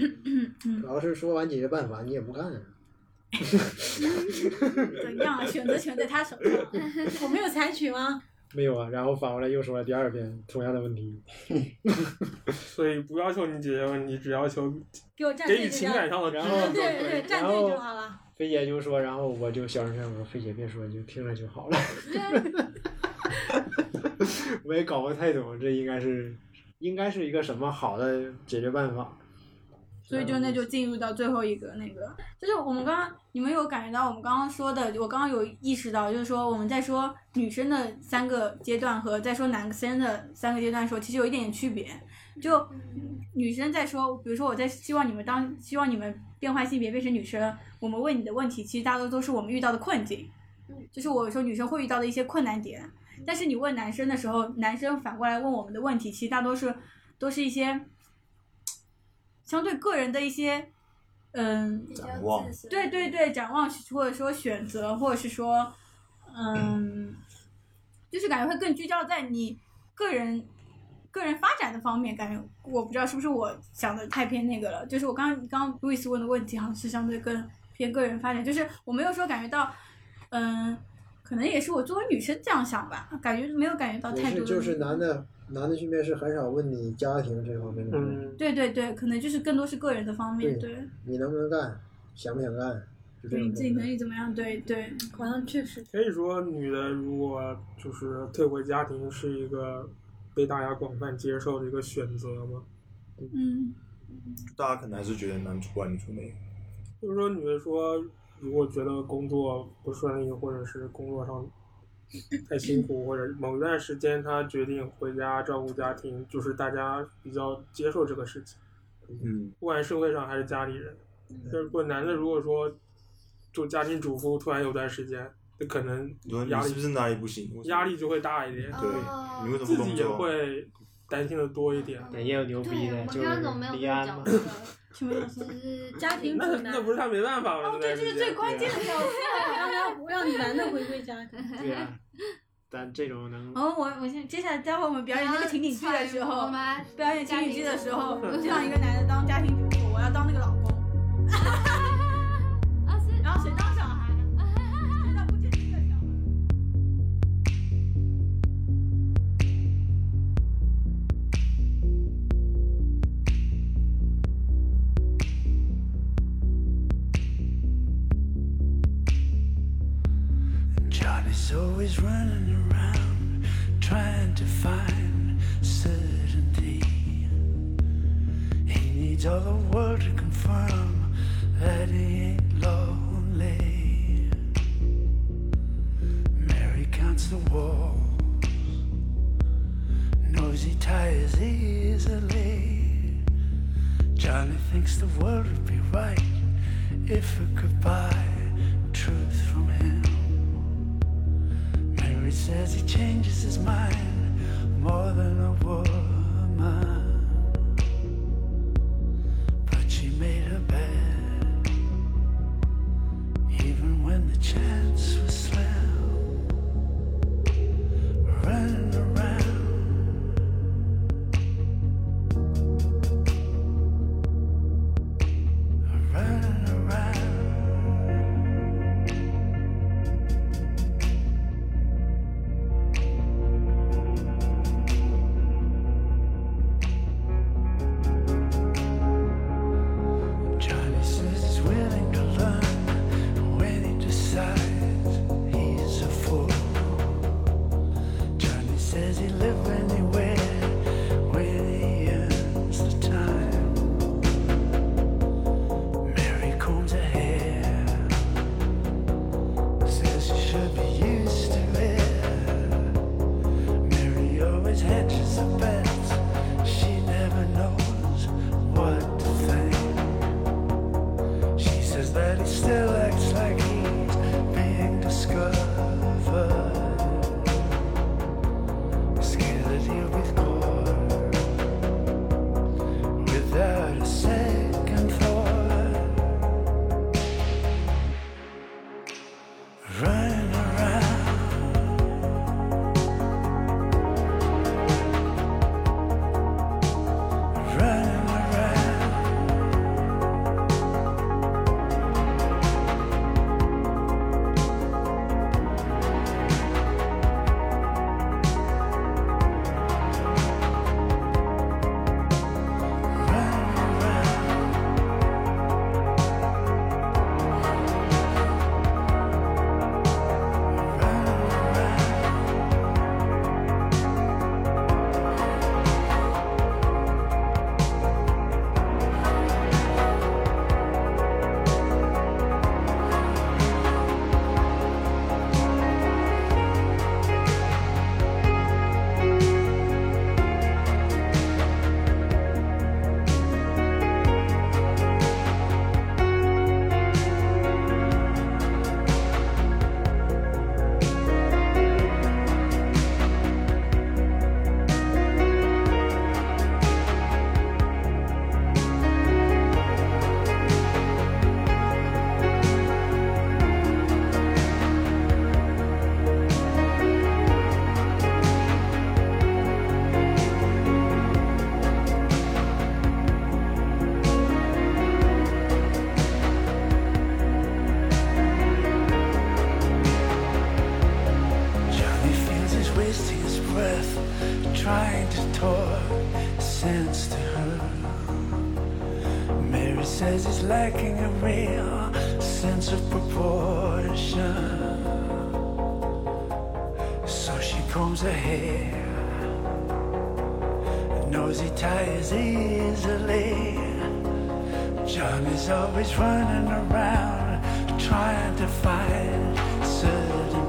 主要是说完解决办法你也不干啊，
怎
啊
样？选择权在他手上。
我没有采取吗？
没有啊，然后反过来又说了第二遍同样的问题，
所以不要求你解决问题，只要求
给我站
给
队
予
就
情感
让。
上的支
然
持
后
对对，站队就好了。
菲姐就说，然后我就小声劝我说，菲姐别说，你就听着就好了。 我也搞不太懂，这应该是应该是一个什么好的解决办法。嗯
所以就那就进入到最后一个那个，就是我们刚刚你们有感觉到我们刚刚说的，我刚刚有意识到，就是说我们在说女生的三个阶段和在说男生的三个阶段的时候，其实有一点点区别。就
嗯
女生在说，比如说我在希望你们当希望你们变换性别变成女生，我们问你的问题，其实大多都是我们遇到的困境，就是我说女生会遇到的一些困难点。但是你问男生的时候，男生反过来问我们的问题，其实大多是都是一些相对个人的一些，嗯，
展望，
对对对，展望或者说选择，或者是说，嗯，就是感觉会更聚焦在你个人个人发展的方面。感觉我不知道是不是我想的太偏那个了，就是我刚刚刚刚 Louis 问的问题，好像是相对更偏个人发展，就是我没有说感觉到，嗯。可能也是我作为女生这样想吧，感觉没有感觉到
也
太多
是
的
就是
那个
男的男的去面试很少问你家庭这方面的问题，
嗯，
对对对，可能就是更多是个人的方面，
对
对，
你能不能干，想不想干，就这
对
种
你自己能
状态。
力怎么样，对对，
好像确实，
可以说女的如果就是退回家庭是一个被大家广泛接受的一个选择嘛。
嗯，
大家可能还是觉得男主外女主内，
就是说，女的说，如果觉得工作不顺利，或者是工作上太辛苦，或者某一段时间她决定回家照顾家庭，就是大家比较接受这个事情，
嗯，
不管社会上还是家里人。但是，果男的如果说做家庭主妇，突然有段时间，那可能
你说你
压
是不
力
是哪里不行？为什么
压力就会大一点，
对，
哦
你为什么
自
不
己
嗯工
也
作？
会担心的多一点。
对，也有牛逼
对，
的，
我
就
刚刚怎么没
是
有
李
跟你
安
讲
嘛
这。个？
什么意思？
就是
家庭
那
主男
那不是他没办法了，
哦，对，这
这
是最关键的 条件。
让让让男的回归家庭。
对呀，但这种能
然后哦我我现接下来待会我们表演那个情景剧的时
我
候，
们
表演情景剧的时候，就让一个男的当家庭主妇，我要当那个老公，
啊是
然后谁当小孩？ 谁当不正经的小孩？
Johnny's always running around trying to find certainty. He needs all the world to confirm that he ain't lonely. Mary counts the walls, knows he tires easily. Johnny thinks the world would be right if it could buy truth from him. Mary says he changes his mind more than a woman. But she made her bed, even when the chance was slim. Running around, running around. trying to talk sense to her. Mary says he's lacking a real sense of proportion. So she combs her hair. Nosy ties easily. Johnny's always running around trying to find certain